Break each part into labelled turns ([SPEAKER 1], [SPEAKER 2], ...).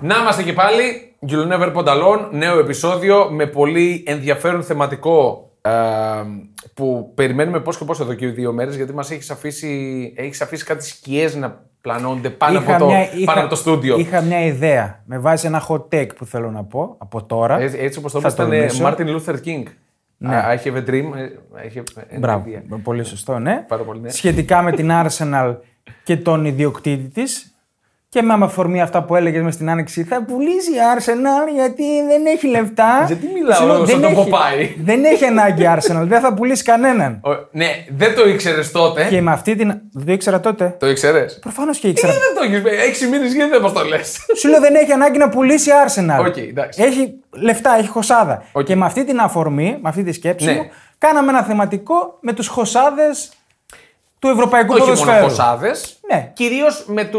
[SPEAKER 1] Να είμαστε και πάλι. You'll never put alone. Νέο επεισόδιο με πολύ ενδιαφέρον θεματικό ε, που περιμένουμε πώς και πώς εδώ και δύο μέρες γιατί μας έχεις αφήσει, έχεις αφήσει κάτι σκιές να πλανώνται πάνω, από το, πάνω από το στούντιο.
[SPEAKER 2] Είχα μια ιδέα με βάζει ένα hot take που θέλω να πω από τώρα.
[SPEAKER 1] Έτσι, έτσι όπως το
[SPEAKER 2] Θα
[SPEAKER 1] είπα, ήταν ε,
[SPEAKER 2] τολμήσω.
[SPEAKER 1] Martin Luther King. Ναι. I have a dream. ε, I have an
[SPEAKER 2] Μπράβο.
[SPEAKER 1] idea.
[SPEAKER 2] Πολύ σωστό, ναι.
[SPEAKER 1] Πάρα πολύ, ναι.
[SPEAKER 2] Σχετικά με την Arsenal και τον ιδιοκτήτη της. Και με αφορμή αυτά που έλεγες μες στην άνοιξη, θα πουλήσει η Arsenal γιατί δεν έχει λεφτά.
[SPEAKER 1] Γιατί μιλάω
[SPEAKER 2] Συγγνώμη,
[SPEAKER 1] σαν
[SPEAKER 2] δεν
[SPEAKER 1] τον
[SPEAKER 2] έχει-
[SPEAKER 1] Popeye.
[SPEAKER 2] Δεν έχει ανάγκη η Arsenal, δεν θα πουλήσει κανέναν.
[SPEAKER 1] Ο- ναι, δεν το ήξερες τότε.
[SPEAKER 2] και με αυτή την. Δεν το ήξερα τότε.
[SPEAKER 1] Το ήξερες.
[SPEAKER 2] Προφανώς και ήξερα.
[SPEAKER 1] Δεν το έχεις πει. Έξι μήνες γίνεται πώ το λες.
[SPEAKER 2] Σου λέω δεν έχει ανάγκη να πουλήσει η Arsenal.
[SPEAKER 1] Οκ, εντάξει.
[SPEAKER 2] έχει λεφτά, έχει χωσάδα.
[SPEAKER 1] Οκ.
[SPEAKER 2] Και με αυτή την αφορμή, με αυτή τη σκέψη
[SPEAKER 1] Ναι.
[SPEAKER 2] μου, κάναμε ένα θεματικό με τους χωσάδες του Ευρωπαϊκού
[SPEAKER 1] Όχι μόνο
[SPEAKER 2] Ποδοσφαίρου.
[SPEAKER 1] ποσάδε.
[SPEAKER 2] Ναι.
[SPEAKER 1] Κυρίως με τους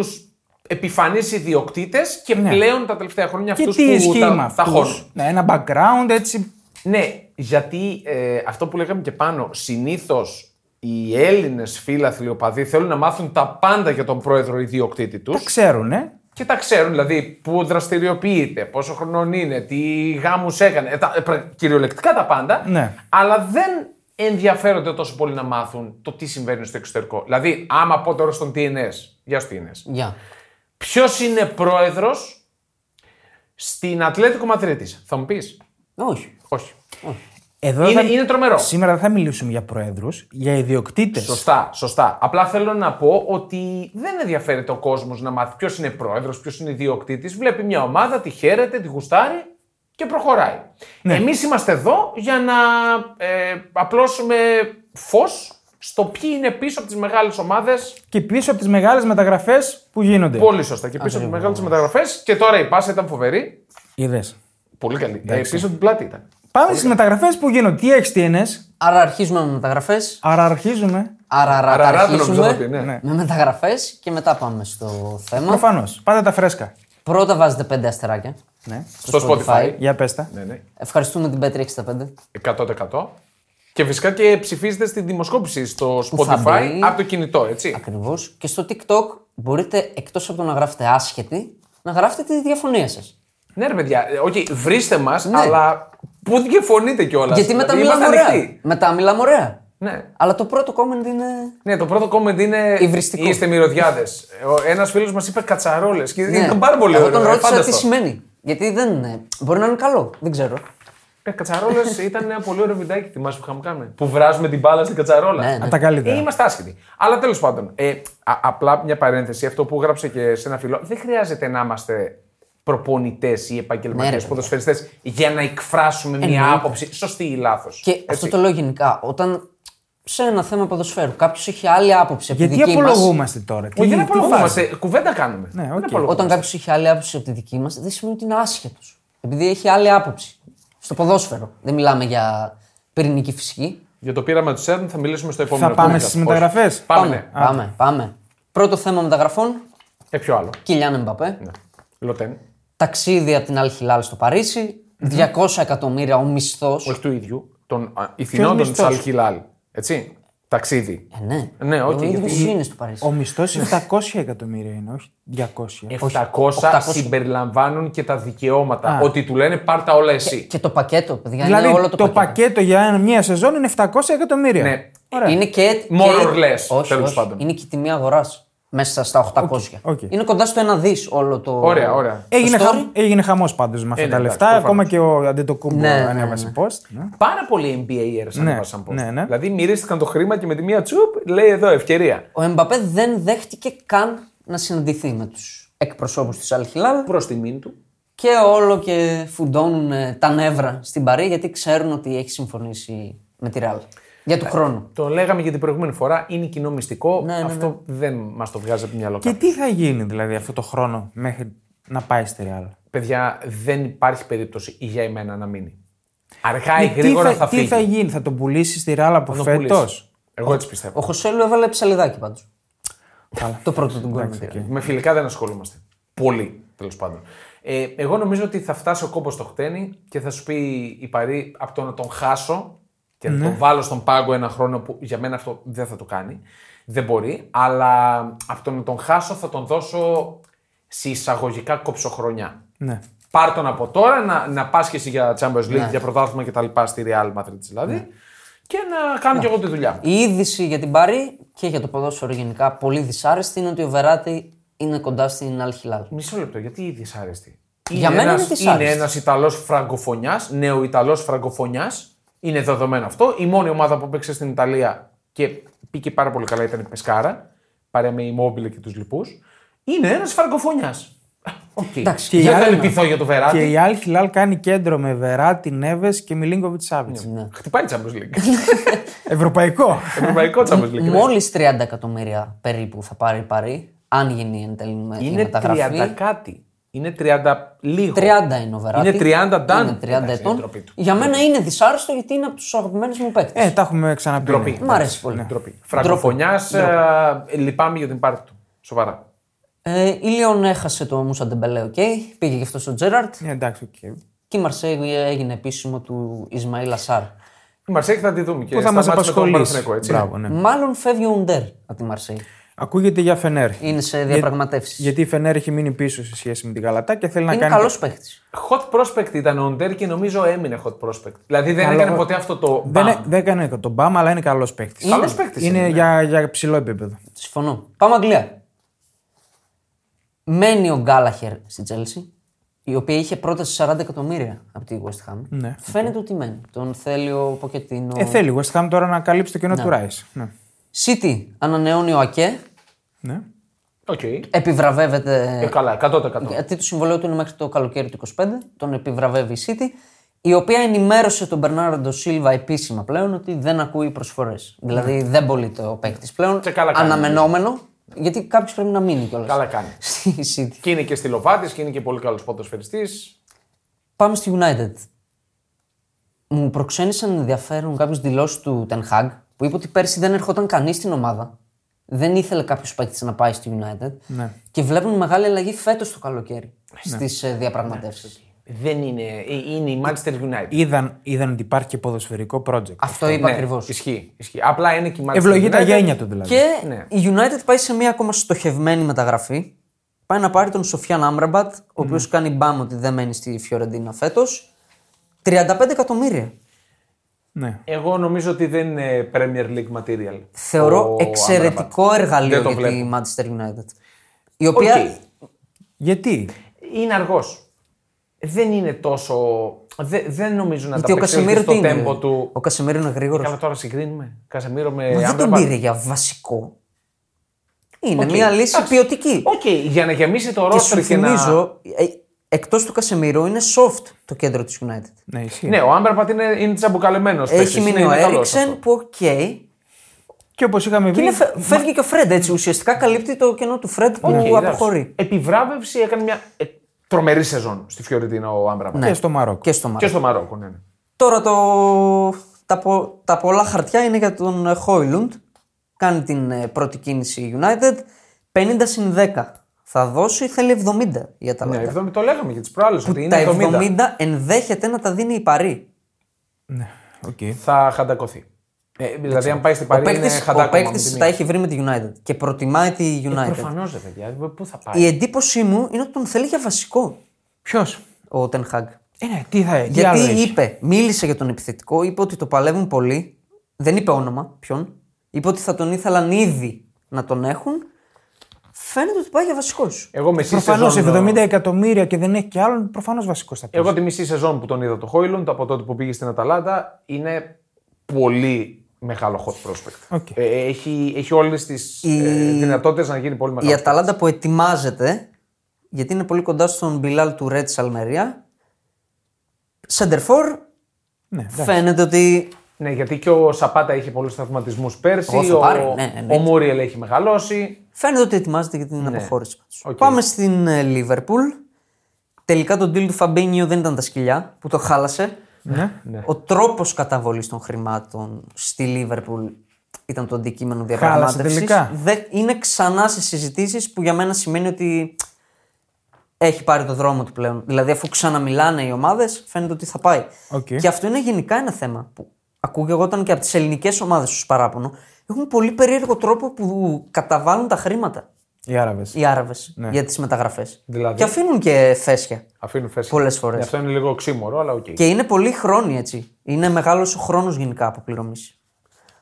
[SPEAKER 1] επιφανείς ιδιοκτήτες και
[SPEAKER 2] Ναι.
[SPEAKER 1] πλέον τα τελευταία χρόνια
[SPEAKER 2] Και
[SPEAKER 1] αυτούς
[SPEAKER 2] τι
[SPEAKER 1] που
[SPEAKER 2] ισχύει με
[SPEAKER 1] τα, τα
[SPEAKER 2] αυτούς.
[SPEAKER 1] χώνουν.
[SPEAKER 2] Ναι, ένα background έτσι.
[SPEAKER 1] Ναι, γιατί ε, αυτό που λέγαμε και πάνω, συνήθως οι Έλληνες φίλαθλοι οπαδοί θέλουν να μάθουν τα πάντα για τον πρόεδρο ιδιοκτήτη τους.
[SPEAKER 2] Τα ξέρουν, ε.
[SPEAKER 1] και τα ξέρουν. Δηλαδή, πού δραστηριοποιείται, πόσο χρονών είναι, τι γάμους έκανε. ε, τα- ε, πρε- κυριολεκτικά τα πάντα.
[SPEAKER 2] Ναι.
[SPEAKER 1] Αλλά δεν ενδιαφέρονται τόσο πολύ να μάθουν το τι συμβαίνει στο εξωτερικό. Δηλαδή, άμα πω τώρα στον TNS, για στο TNS,
[SPEAKER 3] Γεια.
[SPEAKER 1] ποιος είναι πρόεδρος στην Ατλέτικο Μαδρίτης, θα μου πεις.
[SPEAKER 3] Όχι.
[SPEAKER 1] Όχι.
[SPEAKER 2] Εδώ
[SPEAKER 1] Είναι- είναι τρομερό.
[SPEAKER 2] Σήμερα δεν θα μιλήσουμε για προέδρους, για ιδιοκτήτες.
[SPEAKER 1] Σωστά, σωστά. Απλά θέλω να πω ότι δεν ενδιαφέρεται ο κόσμος να μάθει ποιος είναι πρόεδρος, ποιος είναι ιδιοκτήτης. Βλέπει μια ομάδα, τη χαίρεται, τη γουστάρει και προχωράει.
[SPEAKER 3] Ναι.
[SPEAKER 1] Εμείς Εμεί είμαστε εδώ για να ε, απλώσουμε φως στο ποιοι είναι πίσω από τις μεγάλες ομάδες.
[SPEAKER 2] Και πίσω από τις μεγάλες μεταγραφές που γίνονται.
[SPEAKER 1] Πολύ σωστά. Και πίσω από τις μεγάλε μεταγραφές. Και τώρα η πάσα ήταν φοβερή.
[SPEAKER 2] Είδες.
[SPEAKER 1] Πολύ καλή. Ε, πίσω από την πλάτη ήταν.
[SPEAKER 2] Πάμε στις μεταγραφές που γίνονται. Τι έχεις, τι ενες.
[SPEAKER 3] Άρα αρχίζουμε με μεταγραφές.
[SPEAKER 2] Άρα αρχίζουμε.
[SPEAKER 3] Άρα, άρα, τα
[SPEAKER 1] Αραράτο νομίζω
[SPEAKER 3] αρχίζουμε.
[SPEAKER 1] θα πει, ναι.
[SPEAKER 2] Ναι.
[SPEAKER 3] Με μεταγραφές και μετά πάμε στο θέμα.
[SPEAKER 2] Προφανώς. Πάντα τα φρέσκα.
[SPEAKER 3] Πρώτα βάζετε 5 αστεράκια.
[SPEAKER 2] Ναι.
[SPEAKER 1] Στο Spotify.
[SPEAKER 2] Για πες τα.
[SPEAKER 1] Ναι, ναι.
[SPEAKER 3] Ευχαριστούμε την Πέτρη 65.
[SPEAKER 1] 100%. Και φυσικά και ψηφίζετε στην δημοσκόπηση στο
[SPEAKER 3] Που θα
[SPEAKER 1] Spotify
[SPEAKER 3] μπει.
[SPEAKER 1] από το κινητό, έτσι.
[SPEAKER 3] Ακριβώς. Και στο TikTok μπορείτε εκτός από το να γράφετε άσχετη, να γράφετε τη διαφωνία σας.
[SPEAKER 1] Ναι, ρε παιδιά, ε, όχι, βρίστε μας,
[SPEAKER 3] Ναι.
[SPEAKER 1] αλλά πού διαφωνείτε κιόλας.
[SPEAKER 3] Γιατί μετά μιλάμε ωραία. Μετά μιλάμε ωραία.
[SPEAKER 1] Δηλαδή, Ναι.
[SPEAKER 3] Αλλά το πρώτο comment είναι.
[SPEAKER 1] ναι, το πρώτο comment είναι.
[SPEAKER 3] Υβριστικό.
[SPEAKER 1] Είστε Ε, μυρωδιάδε. Ένας φίλος μας είπε κατσαρόλες. Και ήταν πάρα πολύ
[SPEAKER 3] Ναι. Εγώ
[SPEAKER 1] ωραίο.
[SPEAKER 3] τον
[SPEAKER 1] ε,
[SPEAKER 3] ρώτησα
[SPEAKER 1] φάνταστο.
[SPEAKER 3] τι σημαίνει. Γιατί δεν. ε, Μπορεί να είναι καλό. Δεν ξέρω.
[SPEAKER 1] Ε, κατσαρόλες ήταν ένα πολύ ωραίο βιντεάκι θυμάσαι που είχαμε κάνει. Που βράζουμε την μπάλα στην κατσαρόλα.
[SPEAKER 3] Ναι, ναι.
[SPEAKER 2] Από τα
[SPEAKER 1] Ε,
[SPEAKER 2] καλύτερα.
[SPEAKER 1] είμαστε άσχετοι. Αλλά τέλος πάντων, ε, α- απλά μια παρένθεση. Αυτό που γράψε και σε ένα φίλο. Δεν χρειάζεται να είμαστε προπονητές ή επαγγελματίες
[SPEAKER 3] Ναι, ρε,
[SPEAKER 1] ναι, ποδοσφαιριστές για να εκφράσουμε μια
[SPEAKER 3] Εννοείται.
[SPEAKER 1] άποψη. Σωστή ή λάθος.
[SPEAKER 3] Και αυτό το λέω γενικά. Όταν σε ένα θέμα ποδοσφαίρου κάποιος έχει άλλη άποψη από τη
[SPEAKER 2] Γιατί
[SPEAKER 3] δική μας.
[SPEAKER 2] απολογούμαστε τώρα.
[SPEAKER 1] Όχι, δεν
[SPEAKER 2] τι φάση.
[SPEAKER 1] απολογούμαστε. Κουβέντα κάνουμε.
[SPEAKER 2] Ναι,
[SPEAKER 1] Δεν
[SPEAKER 2] οκ.
[SPEAKER 1] απολογούμαστε.
[SPEAKER 3] Όταν κάποιος έχει άλλη άποψη από τη δική μας, δεν σημαίνει ότι είναι άσχετος. Επειδή έχει άλλη άποψη. Στο ποδόσφαιρο. Δεν μιλάμε για πυρηνική φυσική.
[SPEAKER 1] Για το πείραμα του Σέρν θα μιλήσουμε στο επόμενο.
[SPEAKER 2] πάμε
[SPEAKER 1] podcast.
[SPEAKER 2] στις
[SPEAKER 1] Όχι.
[SPEAKER 2] μεταγραφές.
[SPEAKER 1] Πάμε. ναι.
[SPEAKER 3] Πάμε, πάμε. Πρώτο θέμα μεταγραφών.
[SPEAKER 1] Και Ε, ποιο άλλο.
[SPEAKER 3] Κιλιάν Εμπαπέ.
[SPEAKER 1] Ναι. Λοτέν.
[SPEAKER 3] Ταξίδι από την Αλχιλάλ στο παρισι 200 εκατομμύρια ο μισθός.
[SPEAKER 1] Όχι του ίδιου. Των α, ηθινόντων της
[SPEAKER 2] μισθός?
[SPEAKER 1] Αλχιλάλ. Έτσι. Ταξίδι.
[SPEAKER 3] Ε, ναι,
[SPEAKER 1] Ναι,
[SPEAKER 3] Ο
[SPEAKER 1] όχι,
[SPEAKER 3] ίδιος
[SPEAKER 1] γιατί-
[SPEAKER 3] είναι στο Παρίσι.
[SPEAKER 2] Ο μισθός 700 εκατομμύρια είναι, όχι 200.
[SPEAKER 1] 700,
[SPEAKER 3] 800.
[SPEAKER 1] συμπεριλαμβάνουν και τα δικαιώματα.
[SPEAKER 2] Α. Ε,
[SPEAKER 1] Ότι του λένε πάρτα όλα εσύ.
[SPEAKER 3] Και το πακέτο, παιδιά,
[SPEAKER 2] Δηλαδή
[SPEAKER 3] είναι όλο το,
[SPEAKER 2] το, πακέτο για ένα- μια σεζόν είναι 700 εκατομμύρια.
[SPEAKER 1] Ναι.
[SPEAKER 2] Ωραία.
[SPEAKER 3] Είναι και.
[SPEAKER 1] More
[SPEAKER 3] και-
[SPEAKER 1] or less,
[SPEAKER 3] όχι,
[SPEAKER 1] τέλος
[SPEAKER 3] όχι.
[SPEAKER 1] πάντων.
[SPEAKER 3] Είναι και η τιμή αγοράς μέσα στα 800.
[SPEAKER 2] οκ.
[SPEAKER 3] Είναι κοντά στο 1 δις όλο το.
[SPEAKER 1] Ωραία, ωραία.
[SPEAKER 2] Έγινε,
[SPEAKER 3] Το
[SPEAKER 2] χα...
[SPEAKER 3] story.
[SPEAKER 2] έγινε χαμός πάντως με αυτά
[SPEAKER 1] Είναι,
[SPEAKER 2] τα
[SPEAKER 1] Ε, ναι, εντάξει,
[SPEAKER 2] λεφτά.
[SPEAKER 1] προφανώς.
[SPEAKER 2] Ακόμα και ο Αντετοκούμπο
[SPEAKER 3] Ναι, ναι, ναι.
[SPEAKER 2] ανέβασε post. Ναι.
[SPEAKER 1] Πάρα πολλοί NBAers
[SPEAKER 2] Ναι,
[SPEAKER 1] ανέβασαν post.
[SPEAKER 2] ναι, ναι.
[SPEAKER 1] Δηλαδή μυρίστηκαν το χρήμα και με τη μία τσουπ λέει εδώ ευκαιρία.
[SPEAKER 3] Ο Εμπαπέ δεν δέχτηκε καν να συναντηθεί με τους εκπροσώπους της Αλχιλάλ
[SPEAKER 1] Προ τιμήν του.
[SPEAKER 3] και όλο και φουντώνουν ε, τα νεύρα στην Παρή γιατί ξέρουν ότι έχει συμφωνήσει με τη Ρεάλ. Για
[SPEAKER 1] Ε.
[SPEAKER 3] του χρόνου.
[SPEAKER 1] Το λέγαμε και την προηγούμενη φορά. Είναι κοινό μυστικό.
[SPEAKER 3] Ναι, ναι, ναι.
[SPEAKER 1] Αυτό δεν μας το βγάζει από το μυαλό
[SPEAKER 2] Και
[SPEAKER 1] κάποιου.
[SPEAKER 2] τι θα γίνει δηλαδή αυτό το χρόνο μέχρι να πάει στη Ρεάλ.
[SPEAKER 1] Παιδιά, δεν υπάρχει περίπτωση για εμένα να μείνει. Αργά ή
[SPEAKER 2] Ναι, Τι
[SPEAKER 1] γρήγορα θα,
[SPEAKER 2] τι
[SPEAKER 1] φύγει.
[SPEAKER 2] θα γίνει, θα τον πουλήσεις στη Ρεάλ από
[SPEAKER 1] Θα τον
[SPEAKER 2] φέτος.
[SPEAKER 1] πουλήσει. Εγώ έτσι πιστεύω.
[SPEAKER 3] Ο Χωσέλου έβαλε ψαλιδάκι πάντως. το πρώτο του γκολ. με τη Real.
[SPEAKER 1] Με φιλικά δεν ασχολούμαστε. Πολύ, τέλος πάντων. Ε, εγώ νομίζω ότι θα φτάσει ο κόμπος στο χτένι και θα σου πει η Παρή από το να τον χάσω και
[SPEAKER 2] Ναι.
[SPEAKER 1] να τον βάλω στον πάγκο ένα χρόνο που για μένα αυτό δεν θα το κάνει. Δεν μπορεί, αλλά από το να τον χάσω θα τον δώσω σε εισαγωγικά κοψοχρονιά.
[SPEAKER 2] Ναι.
[SPEAKER 1] Πάρ τον από τώρα, να, να πας και εσύ για Champions League,
[SPEAKER 3] Ναι.
[SPEAKER 1] για πρωτάθλημα και τα λοιπά στη Real Madrid δηλαδή. Και να κάνω κι εγώ τη δουλειά μου.
[SPEAKER 3] Η είδηση για την Παρή και για το ποδόσφαιρο γενικά πολύ δυσάρεστη είναι ότι ο Βεράτη είναι κοντά στην Αλχιλάλ.
[SPEAKER 1] Μισό λεπτό, γιατί η δυσάρεστη.
[SPEAKER 3] Για μένα είναι
[SPEAKER 1] ένας,
[SPEAKER 3] δυσάρεστη.
[SPEAKER 1] Είναι ένας Ιταλός φραγκοφωνιάς, νέο Ιταλό φραγκοφωνιάς. Είναι δεδομένο αυτό. Η μόνη ομάδα που παίξε στην Ιταλία και πήγε πάρα πολύ καλά ήταν η Πεσκάρα. Παρέα με η Μόμπιλε και τους λοιπούς. Είναι ένας φραγκοφωνιάς. Οκ.
[SPEAKER 3] Εντάξει,
[SPEAKER 2] και η
[SPEAKER 1] Δεν θα
[SPEAKER 2] άλλη-
[SPEAKER 1] λυπηθώ για το
[SPEAKER 2] Και
[SPEAKER 1] Βεράτη.
[SPEAKER 2] η Al Hilal κάνει κέντρο με Βεράτη, Νέβε και Μιλίνκοβιτ Σάβιτ.
[SPEAKER 1] Ναι.
[SPEAKER 3] Ναι.
[SPEAKER 1] Χτυπάει Champions League.
[SPEAKER 2] Ευρωπαϊκό.
[SPEAKER 1] Ευρωπαϊκό Champions League.
[SPEAKER 3] Μόλι 30 εκατομμύρια περίπου θα πάρει η Παρή, αν γίνει εν τέλει με η
[SPEAKER 1] Είναι
[SPEAKER 3] μεταγραφή.
[SPEAKER 1] 30 κάτι. Είναι 30 λίγο.
[SPEAKER 3] 30 είναι ο Βεράτη.
[SPEAKER 1] Είναι 30 done.
[SPEAKER 3] Είναι 30
[SPEAKER 1] Εντάξει, είναι
[SPEAKER 3] ετών.
[SPEAKER 1] ντροπή του.
[SPEAKER 3] Για μένα είναι δυσάρεστο γιατί είναι από τους αγαπημένους μου παίκτες.
[SPEAKER 2] ε, τα έχουμε ξαναπεί. ναι.
[SPEAKER 1] Ντροπή.
[SPEAKER 3] Μ' αρέσει πολύ.
[SPEAKER 1] Ντροπή. Φραγκοφωνιά, λυπάμαι για την πάρτη του. Σοβαρά.
[SPEAKER 3] Ε, η Λιόν έχασε το Μούσα Ντεμπελέ, οκ. Πήγε γι' αυτό στο Τζέραρτ.
[SPEAKER 2] Ε, εντάξει, οκ.
[SPEAKER 3] Και η Μαρσέη έγινε επίσημο του Ισμαήλ Ασάρ.
[SPEAKER 1] Η Μαρσέκ θα τη δούμε και
[SPEAKER 2] Που θα
[SPEAKER 1] στα
[SPEAKER 2] μα
[SPEAKER 1] μάτς με τον
[SPEAKER 2] απασχολήσει.
[SPEAKER 1] Παναθηναϊκό, έτσι.
[SPEAKER 2] Μπράβο, ναι.
[SPEAKER 3] Μάλλον φεύγει ο Ουντέρ από τη Μαρσέη.
[SPEAKER 2] Ακούγεται για Φενέρ.
[SPEAKER 3] Είναι σε διαπραγματεύσεις.
[SPEAKER 2] Γιατί η Φενέρ έχει μείνει πίσω σε σχέση με την Καλατά και θέλει να
[SPEAKER 3] Είναι
[SPEAKER 2] κάνει.
[SPEAKER 3] καλός παίκτης.
[SPEAKER 1] Hot prospect ήταν ο Ντέρ και νομίζω έμεινε hot prospect. Δηλαδή δεν
[SPEAKER 2] Καλό.
[SPEAKER 1] έκανε ποτέ αυτό το.
[SPEAKER 2] Δεν,
[SPEAKER 1] μπαμ.
[SPEAKER 2] ε- δεν έκανε τον Μπάμα, αλλά είναι καλός παίκτης.
[SPEAKER 1] Καλός παίκτης
[SPEAKER 2] Είναι,
[SPEAKER 1] είναι, ναι.
[SPEAKER 2] για, για ψηλό επίπεδο.
[SPEAKER 3] Συμφωνώ. Πάμε Αγγλία. Μένει ο Γκάλαχερ στη Τσέλσι, η οποία είχε πρόταση 40 εκατομμύρια από τη West Ham.
[SPEAKER 2] Ναι.
[SPEAKER 3] Φαίνεται ότι μένει. Τον θέλει ο Ποκετίνο.
[SPEAKER 2] Ε, θέλει η West Ham τώρα να καλύψει το κενό του Ράι. Ναι.
[SPEAKER 3] City ανανεώνει ο Ακέ.
[SPEAKER 2] ναι.
[SPEAKER 1] Οκ.
[SPEAKER 3] Επιβραβεύεται.
[SPEAKER 1] Ε, καλά, 100%.
[SPEAKER 2] Ναι.
[SPEAKER 3] Γιατί το συμβολέο του είναι μέχρι το καλοκαίρι του 25. Τον επιβραβεύει η City. Η οποία ενημέρωσε τον Μπερνάρντο Σίλβα επίσημα πλέον ότι δεν ακούει προσφορές. Δηλαδή δεν πωλείται ο παίκτης πλέον.
[SPEAKER 1] Ναι. Και καλά κάνει.
[SPEAKER 3] Αναμενόμενο. Γιατί κάποιος πρέπει να μείνει κιόλας.
[SPEAKER 1] Καλά κάνει.
[SPEAKER 3] Στη City.
[SPEAKER 1] Και είναι και στη Λοβάτης και είναι και πολύ καλός ποδοσφαιριστής.
[SPEAKER 3] Πάμε στη United. Μου προξένησαν ενδιαφέρον κάποιες δηλώσεις του Ten Hag που είπε ότι πέρσι δεν ερχόταν κανείς στην ομάδα. Δεν ήθελε κάποιος παίκτης να πάει στη United.
[SPEAKER 1] Ναι.
[SPEAKER 3] Και βλέπουν μεγάλη αλλαγή φέτος το καλοκαίρι ε, στι διαπραγματεύσεις.
[SPEAKER 1] Ναι. Δεν είναι. ε, Είναι η Manchester United. Ναι,
[SPEAKER 2] Είδαν, είδαν ότι υπάρχει και ποδοσφαιρικό project. Ε,
[SPEAKER 3] Αυτό είπα ακριβώ.
[SPEAKER 1] Ισχύει, ισχύει. Απλά είναι και η Manchester
[SPEAKER 2] Ευλογεί τα
[SPEAKER 1] United.
[SPEAKER 2] γένια του δηλαδή.
[SPEAKER 3] Και
[SPEAKER 1] Ναι.
[SPEAKER 3] η United πάει σε μια ακόμα στοχευμένη μεταγραφή. Πάει να πάρει τον Σοφιάν Άμραμπατ, ο οποίο
[SPEAKER 1] Ναι.
[SPEAKER 3] κάνει μπαμ ότι δεν μένει στη Φιωρεντίνα φέτος. 35 εκατομμύρια.
[SPEAKER 2] Ναι.
[SPEAKER 1] Εγώ νομίζω ότι δεν είναι Premier League material.
[SPEAKER 3] Θεωρώ
[SPEAKER 1] ο
[SPEAKER 3] εξαιρετικό εργαλείο
[SPEAKER 1] Δεν το
[SPEAKER 3] για τη
[SPEAKER 1] βλέπω.
[SPEAKER 3] Manchester United. Η οποία.
[SPEAKER 2] Γιατί.
[SPEAKER 1] είναι αργός. Δεν είναι τόσο. Δε, δεν νομίζω να
[SPEAKER 3] Γιατί ο
[SPEAKER 1] τα παίξει
[SPEAKER 3] Κασεμίρο τι
[SPEAKER 1] στο
[SPEAKER 3] είναι.
[SPEAKER 1] τέμπο του.
[SPEAKER 3] Ο Κασεμίρο είναι γρήγορος.
[SPEAKER 1] Καλά, τώρα συγκρίνουμε. Κασεμίρο με
[SPEAKER 3] Δεν τον
[SPEAKER 1] Άμραμπατ.
[SPEAKER 3] πήρε για βασικό. Είναι
[SPEAKER 1] Οκ.
[SPEAKER 3] μια λύση
[SPEAKER 1] Εντάξει.
[SPEAKER 3] ποιοτική.
[SPEAKER 1] Οκ, για να γεμίσει το
[SPEAKER 3] Και σου
[SPEAKER 1] ρόστρο και, να.
[SPEAKER 3] θυμίζω, εκτός του Κασεμίρο είναι soft το κέντρο της United.
[SPEAKER 2] Ναι, ισχύει.
[SPEAKER 1] Ναι, ο Άμπερπατ είναι, είναι τσαμπουκαλεμένος.
[SPEAKER 3] Έχει μείνει ο Έριξεν που οκ.
[SPEAKER 2] Και όπως είχαμε
[SPEAKER 3] Και
[SPEAKER 2] βρει.
[SPEAKER 3] είναι, φε- φεύγει και ο Φρέντ έτσι. Ουσιαστικά καλύπτει το κενό του Φρέντ που αποχωρεί.
[SPEAKER 1] Ναι. Επιβράβευση έκανε μια ε, τρομερή σεζόν στη Φιωρεντίνα ο Άμπερπατ.
[SPEAKER 3] Ναι.
[SPEAKER 2] Και στο Μαρόκο.
[SPEAKER 3] Και στο Μάτι.
[SPEAKER 1] Και στο Μαρόκο, ναι. ναι.
[SPEAKER 3] Τώρα το... τα, πο- τα πολλά χαρτιά είναι για τον ε, Χόιλουντ. Κάνει την ε, πρώτη κίνηση η United. 50 συν 10 θα δώσει, θέλει 70 για τα
[SPEAKER 1] Ναι,
[SPEAKER 3] λάθη.
[SPEAKER 1] 70 το λέγαμε για τις προάλλες. Ότι
[SPEAKER 3] τα
[SPEAKER 1] είναι 70.
[SPEAKER 3] 70. ενδέχεται να τα δίνει η Παρή.
[SPEAKER 2] Ναι. Οκ.
[SPEAKER 1] Θα χαντακωθεί. Ε, δηλαδή, αν πάει στην
[SPEAKER 3] Ο
[SPEAKER 1] Παρή, είναι
[SPEAKER 3] παίκτης, ο
[SPEAKER 1] χαντάκωμα. με
[SPEAKER 3] παίκτης
[SPEAKER 1] τη
[SPEAKER 3] τα
[SPEAKER 1] μία.
[SPEAKER 3] έχει βρει με τη United και προτιμάει τη United.
[SPEAKER 1] Προφανώς ρε παιδιά, πού θα πάει.
[SPEAKER 3] η εντύπωσή μου είναι ότι τον θέλει για βασικό
[SPEAKER 2] Ποιος.
[SPEAKER 3] ο Ten Hag.
[SPEAKER 2] Ε, ναι, τι θα. τι άλλο
[SPEAKER 3] Γιατί
[SPEAKER 2] έχεις.
[SPEAKER 3] είπε, μίλησε για τον επιθετικό, είπε ότι το παλεύουν πολύ. Δεν είπε όνομα ποιον. Είπε ότι θα τον ήθελαν ήδη να τον έχουν. Φαίνεται ότι πάει για βασικός.
[SPEAKER 2] Ε,
[SPEAKER 1] Εγώ μισή
[SPEAKER 2] Προφανώς
[SPEAKER 1] σεζόν.
[SPEAKER 2] 70 εκατομμύρια και δεν έχει και άλλον, προφανώς βασικός θα πει.
[SPEAKER 1] Εγώ τη μισή σεζόν που τον είδα το Χόιλουντ από τότε που πήγε στην Αταλάντα είναι πολύ μεγάλο hot prospect.
[SPEAKER 2] Οκ.
[SPEAKER 1] Ε, έχει, έχει όλες τις δυνατότητες να γίνει πολύ
[SPEAKER 3] Η
[SPEAKER 1] μεγάλο.
[SPEAKER 3] Αταλάντα που ετοιμάζεται, γιατί είναι πολύ κοντά στον Μπιλάλ του Ρέτ της Αλμερία. Σεντερφόρ,
[SPEAKER 2] Ναι, εντάξει.
[SPEAKER 3] φαίνεται ότι.
[SPEAKER 1] Ναι, γιατί και ο Σαπάτα είχε πολλούς σταθματισμού πέρσι.
[SPEAKER 3] Εγώ θα
[SPEAKER 1] ο
[SPEAKER 3] πάρει, ναι, εννοείται.
[SPEAKER 1] ο Μούριελ έχει μεγαλώσει.
[SPEAKER 3] Φαίνεται ότι ετοιμάζεται για την
[SPEAKER 2] Ναι.
[SPEAKER 3] αποχώρηση. τους.
[SPEAKER 1] Οκ.
[SPEAKER 3] Πάμε στην ε, Λίβερπουλ. Τελικά το deal του Φαμπίνιο δεν ήταν τα σκυλιά που το χάλασε.
[SPEAKER 2] Ναι.
[SPEAKER 3] Ο τρόπος καταβολής των χρημάτων στη Λίβερπουλ ήταν το αντικείμενο
[SPEAKER 2] Χάλασε
[SPEAKER 3] διαπραγμάτευσης.
[SPEAKER 2] τελικά.
[SPEAKER 3] Είναι ξανά σε συζητήσεις που για μένα σημαίνει ότι έχει πάρει το δρόμο του πλέον. Δηλαδή, αφού ξαναμιλάνε οι ομάδες, φαίνεται ότι θα πάει.
[SPEAKER 2] Οκ.
[SPEAKER 3] Και αυτό είναι γενικά ένα θέμα που ακούγονταν και από τις ελληνικές ομάδες του παράπονο. Έχουν πολύ περίεργο τρόπο που καταβάλουν τα χρήματα.
[SPEAKER 2] Οι Άραβες.
[SPEAKER 3] οι Άραβες
[SPEAKER 2] Ναι.
[SPEAKER 3] για τις μεταγραφές.
[SPEAKER 1] Δηλαδή?
[SPEAKER 3] Και αφήνουν και θέσια
[SPEAKER 1] Αφήνουν φέση.
[SPEAKER 3] πολλές φορές.
[SPEAKER 1] Αυτό είναι λίγο ξύμορο, αλλά οκ.
[SPEAKER 3] Και είναι πολύ χρόνοι έτσι. Είναι μεγάλος ο χρόνος γενικά αποπληρωμής.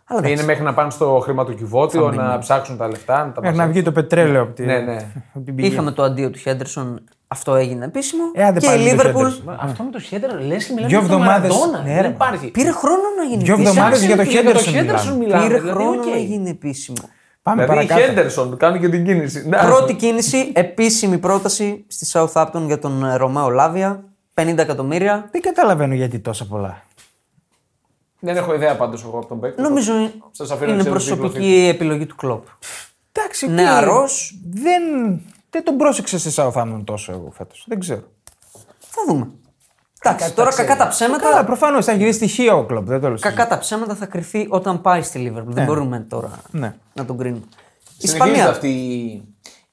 [SPEAKER 3] Αλλά εντάξει.
[SPEAKER 1] Είναι μέχρι να πάνε στο χρηματοκιβώτιο, να ψάξουν τα λεφτά, να τα
[SPEAKER 2] Μέχρι να βγει το πετρέλαιο από τη-
[SPEAKER 1] Ναι, ναι.
[SPEAKER 2] από την πηγή.
[SPEAKER 3] Είχαμε το αντίο του Χέντερσον, αυτό έγινε επίσημο.
[SPEAKER 2] Ε, άντε
[SPEAKER 3] και η
[SPEAKER 2] πάλι με το
[SPEAKER 3] Λίβερπουλ
[SPEAKER 2] Henderson.
[SPEAKER 1] Μα Αυτό με το Χέντερ, λες και μιλάμε για
[SPEAKER 2] Δυο
[SPEAKER 1] τον
[SPEAKER 2] εβδομάδες.
[SPEAKER 1] Μαραντόνα.
[SPEAKER 2] Ναι, ρε,
[SPEAKER 1] δεν υπάρχει.
[SPEAKER 3] πήρε χρόνο να γίνει
[SPEAKER 2] Δυο
[SPEAKER 3] επίσημο.
[SPEAKER 2] εβδομάδες
[SPEAKER 1] Άξι,
[SPEAKER 2] για το
[SPEAKER 1] φίλε, για
[SPEAKER 2] Henderson
[SPEAKER 1] Henderson μιλάμε.
[SPEAKER 3] Πήρε
[SPEAKER 1] δηλαδή,
[SPEAKER 3] χρόνο
[SPEAKER 1] οκ.
[SPEAKER 3] να γίνει επίσημο.
[SPEAKER 2] Πάμε
[SPEAKER 1] Δηλαδή,
[SPEAKER 2] παρακάτω.
[SPEAKER 1] Χέντερσον, κάνει και την κίνηση. Ναι, Να.
[SPEAKER 3] Πρώτη κίνηση, επίσημη πρόταση στη Southampton για τον ε, Ρωμαίο Λάβια. 50 εκατομμύρια.
[SPEAKER 2] Δεν καταλαβαίνω γιατί τόσα πολλά.
[SPEAKER 1] Ναι, Δεν έχω ιδέα πάντως εγώ από τον παίκτη.
[SPEAKER 3] Νομίζω είναι-
[SPEAKER 1] Σας αφήνω να
[SPEAKER 3] είναι
[SPEAKER 1] ξέρετε τι
[SPEAKER 3] προσωπική επιλογή του κλοπ.
[SPEAKER 2] Εντάξει, οκ.
[SPEAKER 3] Νεαρός.
[SPEAKER 2] Δεν, δεν τον πρόσεξες σε Southampton τόσο εγώ φέτος. Δεν ξέρω.
[SPEAKER 3] Θα δούμε. Εντάξει, τώρα κακά τα
[SPEAKER 2] Καλά,
[SPEAKER 3] ψέματα.
[SPEAKER 2] προφανώς θα γυρίσει στοιχεία ο κλοπ. Δεν το λέω.
[SPEAKER 3] Κακά τα ψέματα θα κρυφτεί όταν πάει στη Λίβερπουλ. Δεν μπορούμε τώρα
[SPEAKER 2] Ναι.
[SPEAKER 3] να τον κρίνουμε.
[SPEAKER 1] Συνεχίζεται
[SPEAKER 3] Ισπανία.
[SPEAKER 1] αυτή η,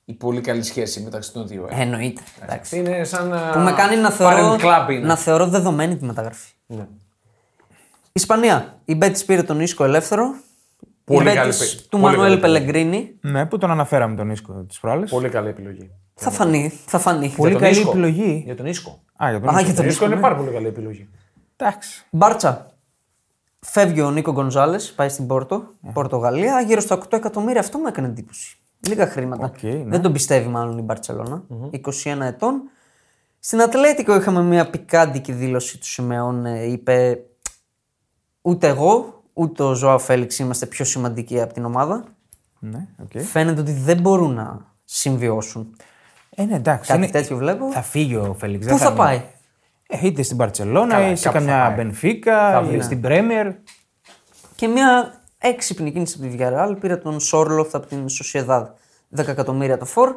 [SPEAKER 1] η πολύ καλή σχέση μεταξύ των δύο. ε.
[SPEAKER 3] Ε, Εννοείται. εντάξει.
[SPEAKER 1] Είναι σαν. α,
[SPEAKER 3] Που με κάνει να
[SPEAKER 1] parent
[SPEAKER 3] θεωρώ,
[SPEAKER 1] club είναι.
[SPEAKER 3] να θεωρώ δεδομένη τη μεταγραφή.
[SPEAKER 1] Ναι.
[SPEAKER 3] Ισπανία. Η Μπέτη πήρε τον Ίσκο ελεύθερο.
[SPEAKER 1] Πολύ
[SPEAKER 3] η Betis
[SPEAKER 1] καλή παίκτη.
[SPEAKER 3] του
[SPEAKER 1] Πολύ καλή
[SPEAKER 3] Μανουέλ
[SPEAKER 1] παίκτη.
[SPEAKER 3] Πελεγκρίνη.
[SPEAKER 2] Ναι, που τον αναφέραμε τον Ίσκο της προάλλης.
[SPEAKER 1] Πολύ καλή επιλογή.
[SPEAKER 3] Θα φανεί. Θα φανεί.
[SPEAKER 2] Πολύ
[SPEAKER 1] τον
[SPEAKER 2] καλή
[SPEAKER 1] Ίσκο.
[SPEAKER 2] επιλογή.
[SPEAKER 1] Για τον Ίσκο.
[SPEAKER 2] Α, για τον
[SPEAKER 3] Α,
[SPEAKER 2] Ίσκο.
[SPEAKER 3] για τον ναι.
[SPEAKER 1] τον Ίσκο
[SPEAKER 3] Ίσκο.
[SPEAKER 1] είναι πάρα πολύ καλή επιλογή.
[SPEAKER 2] Εντάξει.
[SPEAKER 3] Μπάρτσα. Φεύγει ο Νίκο Γκονζάλες, πάει στην Πόρτο, Πορτογαλία, γύρω στα 8 εκατομμύρια. Αυτό μου έκανε εντύπωση. Λίγα χρήματα.
[SPEAKER 2] Οκ, ναι.
[SPEAKER 3] Δεν τον πιστεύει μάλλον η μπαρτσελωνα 21 ετών. Στην Ατλέτικο είχαμε μια πικάντικη δήλωση του Σιμεών. ε, Είπε ούτε εγώ, ούτε ο Ζωά Φέληξ είμαστε πιο σημαντικοί από την ομάδα.
[SPEAKER 2] Ναι, οκ.
[SPEAKER 3] Φαίνεται ότι δεν μπορούν να συμβιώσουν.
[SPEAKER 2] Ε, ναι, εντάξει.
[SPEAKER 3] Κάτι
[SPEAKER 2] είναι-
[SPEAKER 3] τέτοιο βλέπω.
[SPEAKER 2] Θα φύγει ο Φέληξ.
[SPEAKER 3] Πού θα πάει.
[SPEAKER 2] Ε, είτε στην Παρσελόνα, είτε σε
[SPEAKER 1] κάπου θα
[SPEAKER 2] καμιά
[SPEAKER 1] πάει. ναι.
[SPEAKER 2] Μπενφίκα, είτε στην Πρέμερ.
[SPEAKER 3] Και μια έξυπνη κίνηση από τη Villarreal πήρε τον Σόρλοφ από την Sociedad. 10 εκατομμύρια το φορ.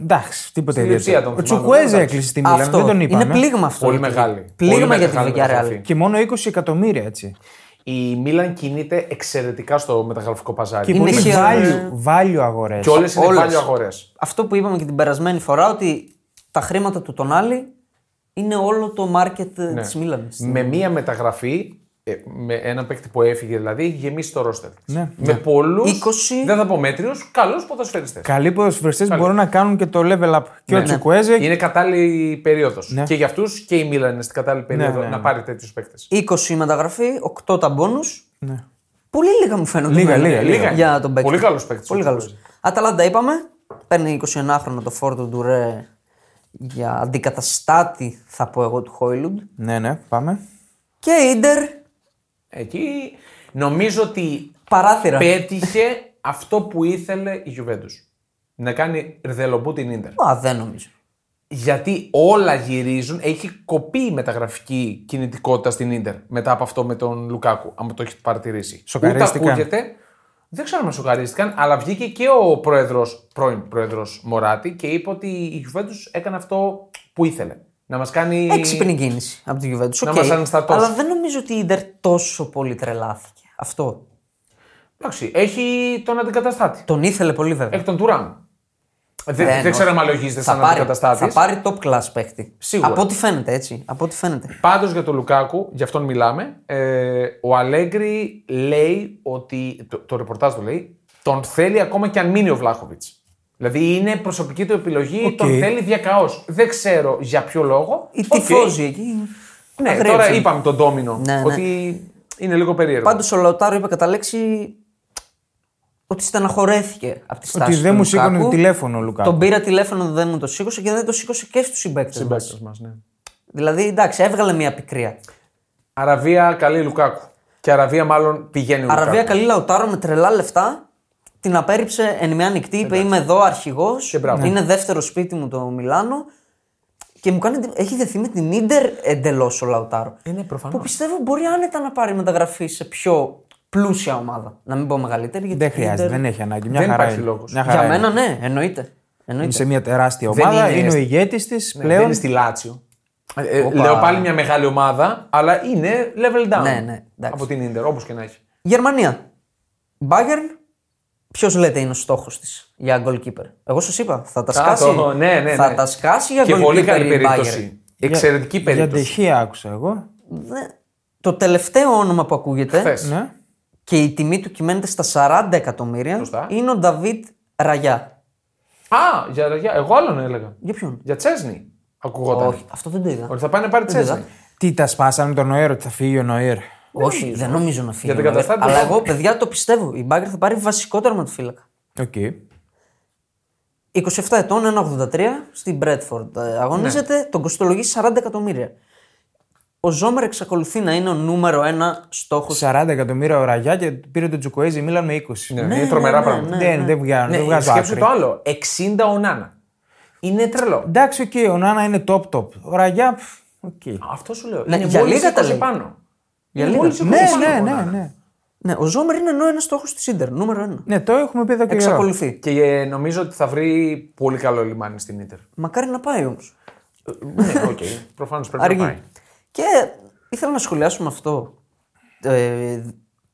[SPEAKER 2] Εντάξει, τίποτα
[SPEAKER 1] Στην ουσία τον
[SPEAKER 2] ιδιαίτερο.
[SPEAKER 1] θυμάμαι,
[SPEAKER 2] Ο Τσουκουέζε
[SPEAKER 1] εντάξει.
[SPEAKER 2] έκλεισε στη Μίλαν,
[SPEAKER 3] αυτό
[SPEAKER 2] δεν τον είπαμε.
[SPEAKER 3] είναι πλήγμα αυτό.
[SPEAKER 1] Πολύ
[SPEAKER 3] για τη-
[SPEAKER 1] μεγάλη. Πολύ
[SPEAKER 3] Πλήγμα για τη
[SPEAKER 1] μεγάλη
[SPEAKER 3] Villarreal.
[SPEAKER 1] μεταγραφή.
[SPEAKER 2] Και μόνο 20 εκατομμύρια έτσι.
[SPEAKER 1] Η Μίλαν κινείται εξαιρετικά στο μεταγραφικό παζάρι.
[SPEAKER 2] Και
[SPEAKER 3] Είναι
[SPEAKER 2] πολύ
[SPEAKER 3] χε-
[SPEAKER 2] value, value αγορές.
[SPEAKER 1] Και όλες είναι
[SPEAKER 3] όλες.
[SPEAKER 1] πάλι αγορές.
[SPEAKER 3] Αυτό που είπαμε και την περασμένη φορά ότι τα χρήματα του τον άλλη είναι όλο το μάρκετ ναι. της Μίλαν.
[SPEAKER 1] Με μία μεταγραφή, ε, με έναν παίκτη που έφυγε δηλαδή, έχει γεμίσει το ρόστερ.
[SPEAKER 2] Ναι.
[SPEAKER 1] Με πολλού.
[SPEAKER 3] 20.
[SPEAKER 1] Δεν θα πω μέτριους, καλούς ποδοσφαιριστές.
[SPEAKER 2] Καλοί ποδοσφαιριστές μπορούν να κάνουν και το level up. Και ο Τσουκουέζε.
[SPEAKER 1] Ναι, Είναι κατάλληλη περίοδος.
[SPEAKER 2] Ναι.
[SPEAKER 1] Και για αυτούς και η Μίλαν είναι στην κατάλληλη περίοδο
[SPEAKER 2] ναι, ναι.
[SPEAKER 1] να πάρει τέτοιους παίκτες.
[SPEAKER 3] 20 η μεταγραφή, 8 τα μπόνους.
[SPEAKER 2] Ναι.
[SPEAKER 3] Πολύ λίγα μου φαίνονται.
[SPEAKER 2] Λίγα,
[SPEAKER 3] εμένα.
[SPEAKER 2] λίγα,
[SPEAKER 1] λίγα.
[SPEAKER 3] Για τον παίκτη.
[SPEAKER 1] Πολύ καλός παίκτης
[SPEAKER 3] Πολύ
[SPEAKER 1] ο
[SPEAKER 3] καλός.
[SPEAKER 1] Τσουκουέζε.
[SPEAKER 3] Αταλάντα είπαμε. Παίρνει 29χρονο το φόρτο του Ρε για αντικαταστάτη, θα πω εγώ, του Χόιλουντ.
[SPEAKER 2] ναι, ναι, πάμε.
[SPEAKER 3] Και η Ιντερ
[SPEAKER 1] Εκεί νομίζω ότι
[SPEAKER 3] παράθυρα.
[SPEAKER 1] πέτυχε αυτό που ήθελε η Juventus. Να κάνει ρδελομπού την ντερ.
[SPEAKER 3] Α, δεν νομίζω.
[SPEAKER 1] Γιατί όλα γυρίζουν, έχει κοπεί η μεταγραφική κινητικότητα στην ντερ μετά από αυτό με τον Λουκάκου. Αν το έχετε παρατηρήσει.
[SPEAKER 2] Σοκαρίστηκαν.
[SPEAKER 1] Ούτε ακούγεται. Δεν ξέρω αν σοκαρίστηκαν, αλλά βγήκε και ο πρόεδρος, πρώην πρόεδρος Μωράτη και είπε ότι η Juventus έκανε αυτό που ήθελε. Να μας κάνει.
[SPEAKER 3] Έξυπνη κίνηση από τη Juventus.
[SPEAKER 1] Ε, Να
[SPEAKER 3] οκ.
[SPEAKER 1] μας αναστατώσει.
[SPEAKER 3] Αλλά δεν νομίζω ότι η Ιντερ τόσο πολύ τρελάθηκε. Αυτό.
[SPEAKER 1] Εντάξει, έχει τον αντικαταστάτη.
[SPEAKER 3] Τον ήθελε πολύ βέβαια.
[SPEAKER 1] Έχει τον Τουράν. Δεν, δεν
[SPEAKER 3] όχι.
[SPEAKER 1] ξέρω αν αλογίζεται
[SPEAKER 3] Ε, θα,
[SPEAKER 1] Ε, σαν
[SPEAKER 3] πάρει,
[SPEAKER 1] αντικαταστάτης.
[SPEAKER 3] θα πάρει top class παίχτη.
[SPEAKER 1] Σίγουρα.
[SPEAKER 3] Από ό,τι φαίνεται έτσι. Από ό,τι φαίνεται.
[SPEAKER 1] Πάντως για τον Λουκάκου, για αυτόν μιλάμε. Ε, ο Αλέγκρι λέει ότι. Το, το ρεπορτάζ του λέει. Τον θέλει ακόμα και αν μείνει ο Βλάχοβιτ. Δηλαδή είναι προσωπική του επιλογή,
[SPEAKER 2] Οκ.
[SPEAKER 1] τον θέλει διακαώς. Δεν ξέρω για ποιο λόγο.
[SPEAKER 3] Η
[SPEAKER 1] Οκ.
[SPEAKER 3] τυφώζει εκεί.
[SPEAKER 1] Ναι,
[SPEAKER 3] Αγρίεψαν.
[SPEAKER 1] τώρα είπαμε τον ντόμινο.
[SPEAKER 3] Ναι, ναι.
[SPEAKER 1] Ότι είναι λίγο περίεργο.
[SPEAKER 3] Πάντως ο Λαουτάρο είπε κατά λέξη ότι στεναχωρέθηκε από τη στάση
[SPEAKER 2] Ότι
[SPEAKER 3] του
[SPEAKER 2] δεν μου σήκωνε
[SPEAKER 3] Λουκάκου.
[SPEAKER 2] τηλέφωνο ο Λουκάκου.
[SPEAKER 3] Τον πήρα τηλέφωνο, δεν μου το σήκωσε και δεν το σήκωσε και στους συμπαίκτες μας.
[SPEAKER 1] Συμπαίκτες μας, ναι.
[SPEAKER 3] Δηλαδή εντάξει, έβγαλε μια πικρία.
[SPEAKER 1] Αραβία καλή Λουκάκου. Και Αραβία μάλλον πηγαίνει ο
[SPEAKER 3] Αραβία
[SPEAKER 1] Λουκάκου.
[SPEAKER 3] καλή Λαουτάρο με τρελά λεφτά. Την απέρριψε εν μια νυχτή. Είπε: Είμαι εδώ αρχηγός.
[SPEAKER 1] Και μπράβο.
[SPEAKER 3] Είναι δεύτερο σπίτι μου το Μιλάνο. Και μου κάνει, εντύπωση- έχει δεθεί με την ντερ εντελώς ο Λαουτάρο.
[SPEAKER 1] Ε, ναι, προφανώς.
[SPEAKER 3] Που πιστεύω μπορεί άνετα να πάρει μεταγραφή σε πιο πλούσια ομάδα. Να μην πω μεγαλύτερη. Γιατί
[SPEAKER 2] Δεν
[SPEAKER 3] η
[SPEAKER 2] χρειάζεται,
[SPEAKER 3] Ίντερ-
[SPEAKER 2] δεν έχει ανάγκη. Μια
[SPEAKER 1] Δεν
[SPEAKER 2] χαρά
[SPEAKER 1] υπάρχει
[SPEAKER 2] είναι.
[SPEAKER 1] λόγος.
[SPEAKER 2] Μια χαρά
[SPEAKER 3] Για
[SPEAKER 2] είναι.
[SPEAKER 3] μένα, ναι, εννοείται.
[SPEAKER 2] είναι
[SPEAKER 3] εννοείται.
[SPEAKER 2] σε μια τεράστια
[SPEAKER 1] Δεν
[SPEAKER 2] ομάδα,
[SPEAKER 1] είναι-
[SPEAKER 2] είναι, ο ηγέτης της
[SPEAKER 1] Ναι, Δεν
[SPEAKER 2] πλέον.
[SPEAKER 1] είναι στη Λάτσιο. Ε, ε, λέω πάλι μια μεγάλη ομάδα, αλλά είναι level down
[SPEAKER 3] Ναι, ναι, εντάξει.
[SPEAKER 1] από την ντερ, όπως και να έχει.
[SPEAKER 3] Γερμανία. Μπάγκερν. Ποιος λέτε είναι ο στόχος της για goalkeeper. Εγώ σας είπα, θα τα σκάσει.
[SPEAKER 1] το- ναι, ναι,
[SPEAKER 3] Θα
[SPEAKER 1] ναι.
[SPEAKER 3] τα σκάσει για
[SPEAKER 1] Και
[SPEAKER 3] goalkeeper.
[SPEAKER 1] πολύ καλή
[SPEAKER 3] η Bayern.
[SPEAKER 1] περίπτωση. Εξαιρετική
[SPEAKER 2] Για
[SPEAKER 1] περίπτωση.
[SPEAKER 2] ντεχεία άκουσα εγώ.
[SPEAKER 3] Δε- Το τελευταίο όνομα που ακούγεται
[SPEAKER 1] Χθες.
[SPEAKER 2] Ναι.
[SPEAKER 3] και η τιμή του κυμαίνεται στα 40 εκατομμύρια
[SPEAKER 1] Σωστά.
[SPEAKER 3] είναι ο Νταβίτ Ραγιά.
[SPEAKER 1] Α, για, για- εγώ άλλον έλεγα.
[SPEAKER 3] Για ποιον.
[SPEAKER 1] Για Τσέσνη. Ακουγόταν.
[SPEAKER 3] Όχι, αυτό δεν το είδα.
[SPEAKER 1] Ότι θα πάει να πάρει
[SPEAKER 3] Δεν το
[SPEAKER 1] Τσέσνη.
[SPEAKER 3] είδα.
[SPEAKER 2] Τι τα σπάσαμε τον Νοέρ, ότι θα φύγει ο Νοέρ.
[SPEAKER 3] Όχι, δεν νομίζω να
[SPEAKER 1] Για
[SPEAKER 3] φύγει. ο
[SPEAKER 1] την
[SPEAKER 3] Νόιερ.
[SPEAKER 1] καταστάτη
[SPEAKER 3] Αλλά
[SPEAKER 1] του Bayern.
[SPEAKER 3] εγώ, παιδιά, το πιστεύω. Η Μπάγκερ θα πάρει βασικό τερματοφύλακα.
[SPEAKER 2] Οκ.
[SPEAKER 3] 27 ετών, 1,83 στην Μπρέτφορντ. Ε, Αγωνίζεται,
[SPEAKER 1] Ναι.
[SPEAKER 3] τον κοστολογεί 40 εκατομμύρια. Ο Ζόμερ εξακολουθεί να είναι ο νούμερο ένα στόχος.
[SPEAKER 2] 40 εκατομμύρια ωραγιά και πήρε τον Τζουκουέζι, μίλαν με 20.
[SPEAKER 1] Ναι, είναι τρομερά πράγματα.
[SPEAKER 2] δεν, δεν βγάζω,
[SPEAKER 3] Ναι,
[SPEAKER 2] δεν βγάζω
[SPEAKER 1] σκέψου
[SPEAKER 2] άκρη.
[SPEAKER 1] το άλλο. 60 ο Νάνα. Είναι τρελό.
[SPEAKER 2] Εντάξει, οκ, ο Νάνα είναι top top. Ο Ραγιά, πφ, οκ.
[SPEAKER 1] Αυτό σου λέω.
[SPEAKER 3] Ναι,
[SPEAKER 1] είναι
[SPEAKER 3] για
[SPEAKER 1] μόλις
[SPEAKER 3] λίγα τα
[SPEAKER 1] 20
[SPEAKER 3] λέει.
[SPEAKER 1] πάνω. Για
[SPEAKER 2] Ναι,
[SPEAKER 1] λίγα. Μόλις 20 πάνω
[SPEAKER 2] ναι,
[SPEAKER 1] ο
[SPEAKER 2] ναι,
[SPEAKER 1] Νάνα.
[SPEAKER 2] ναι.
[SPEAKER 3] Ναι, ο Ζόμερ είναι ενώ ένας στόχος της Ιντερ, νούμερο ένα.
[SPEAKER 2] Ναι, το έχουμε πει εδώ και καιρό.
[SPEAKER 3] Εξακολουθεί.
[SPEAKER 1] Και ε, νομίζω ότι θα βρει πολύ καλό λιμάνι στην Ιντερ.
[SPEAKER 3] Μακάρι να πάει όμως.
[SPEAKER 1] ναι, οκ. Προφανώς πρέπει να πάει.
[SPEAKER 3] Αργή. Και ήθελα να σχολιάσουμε αυτό. Ε,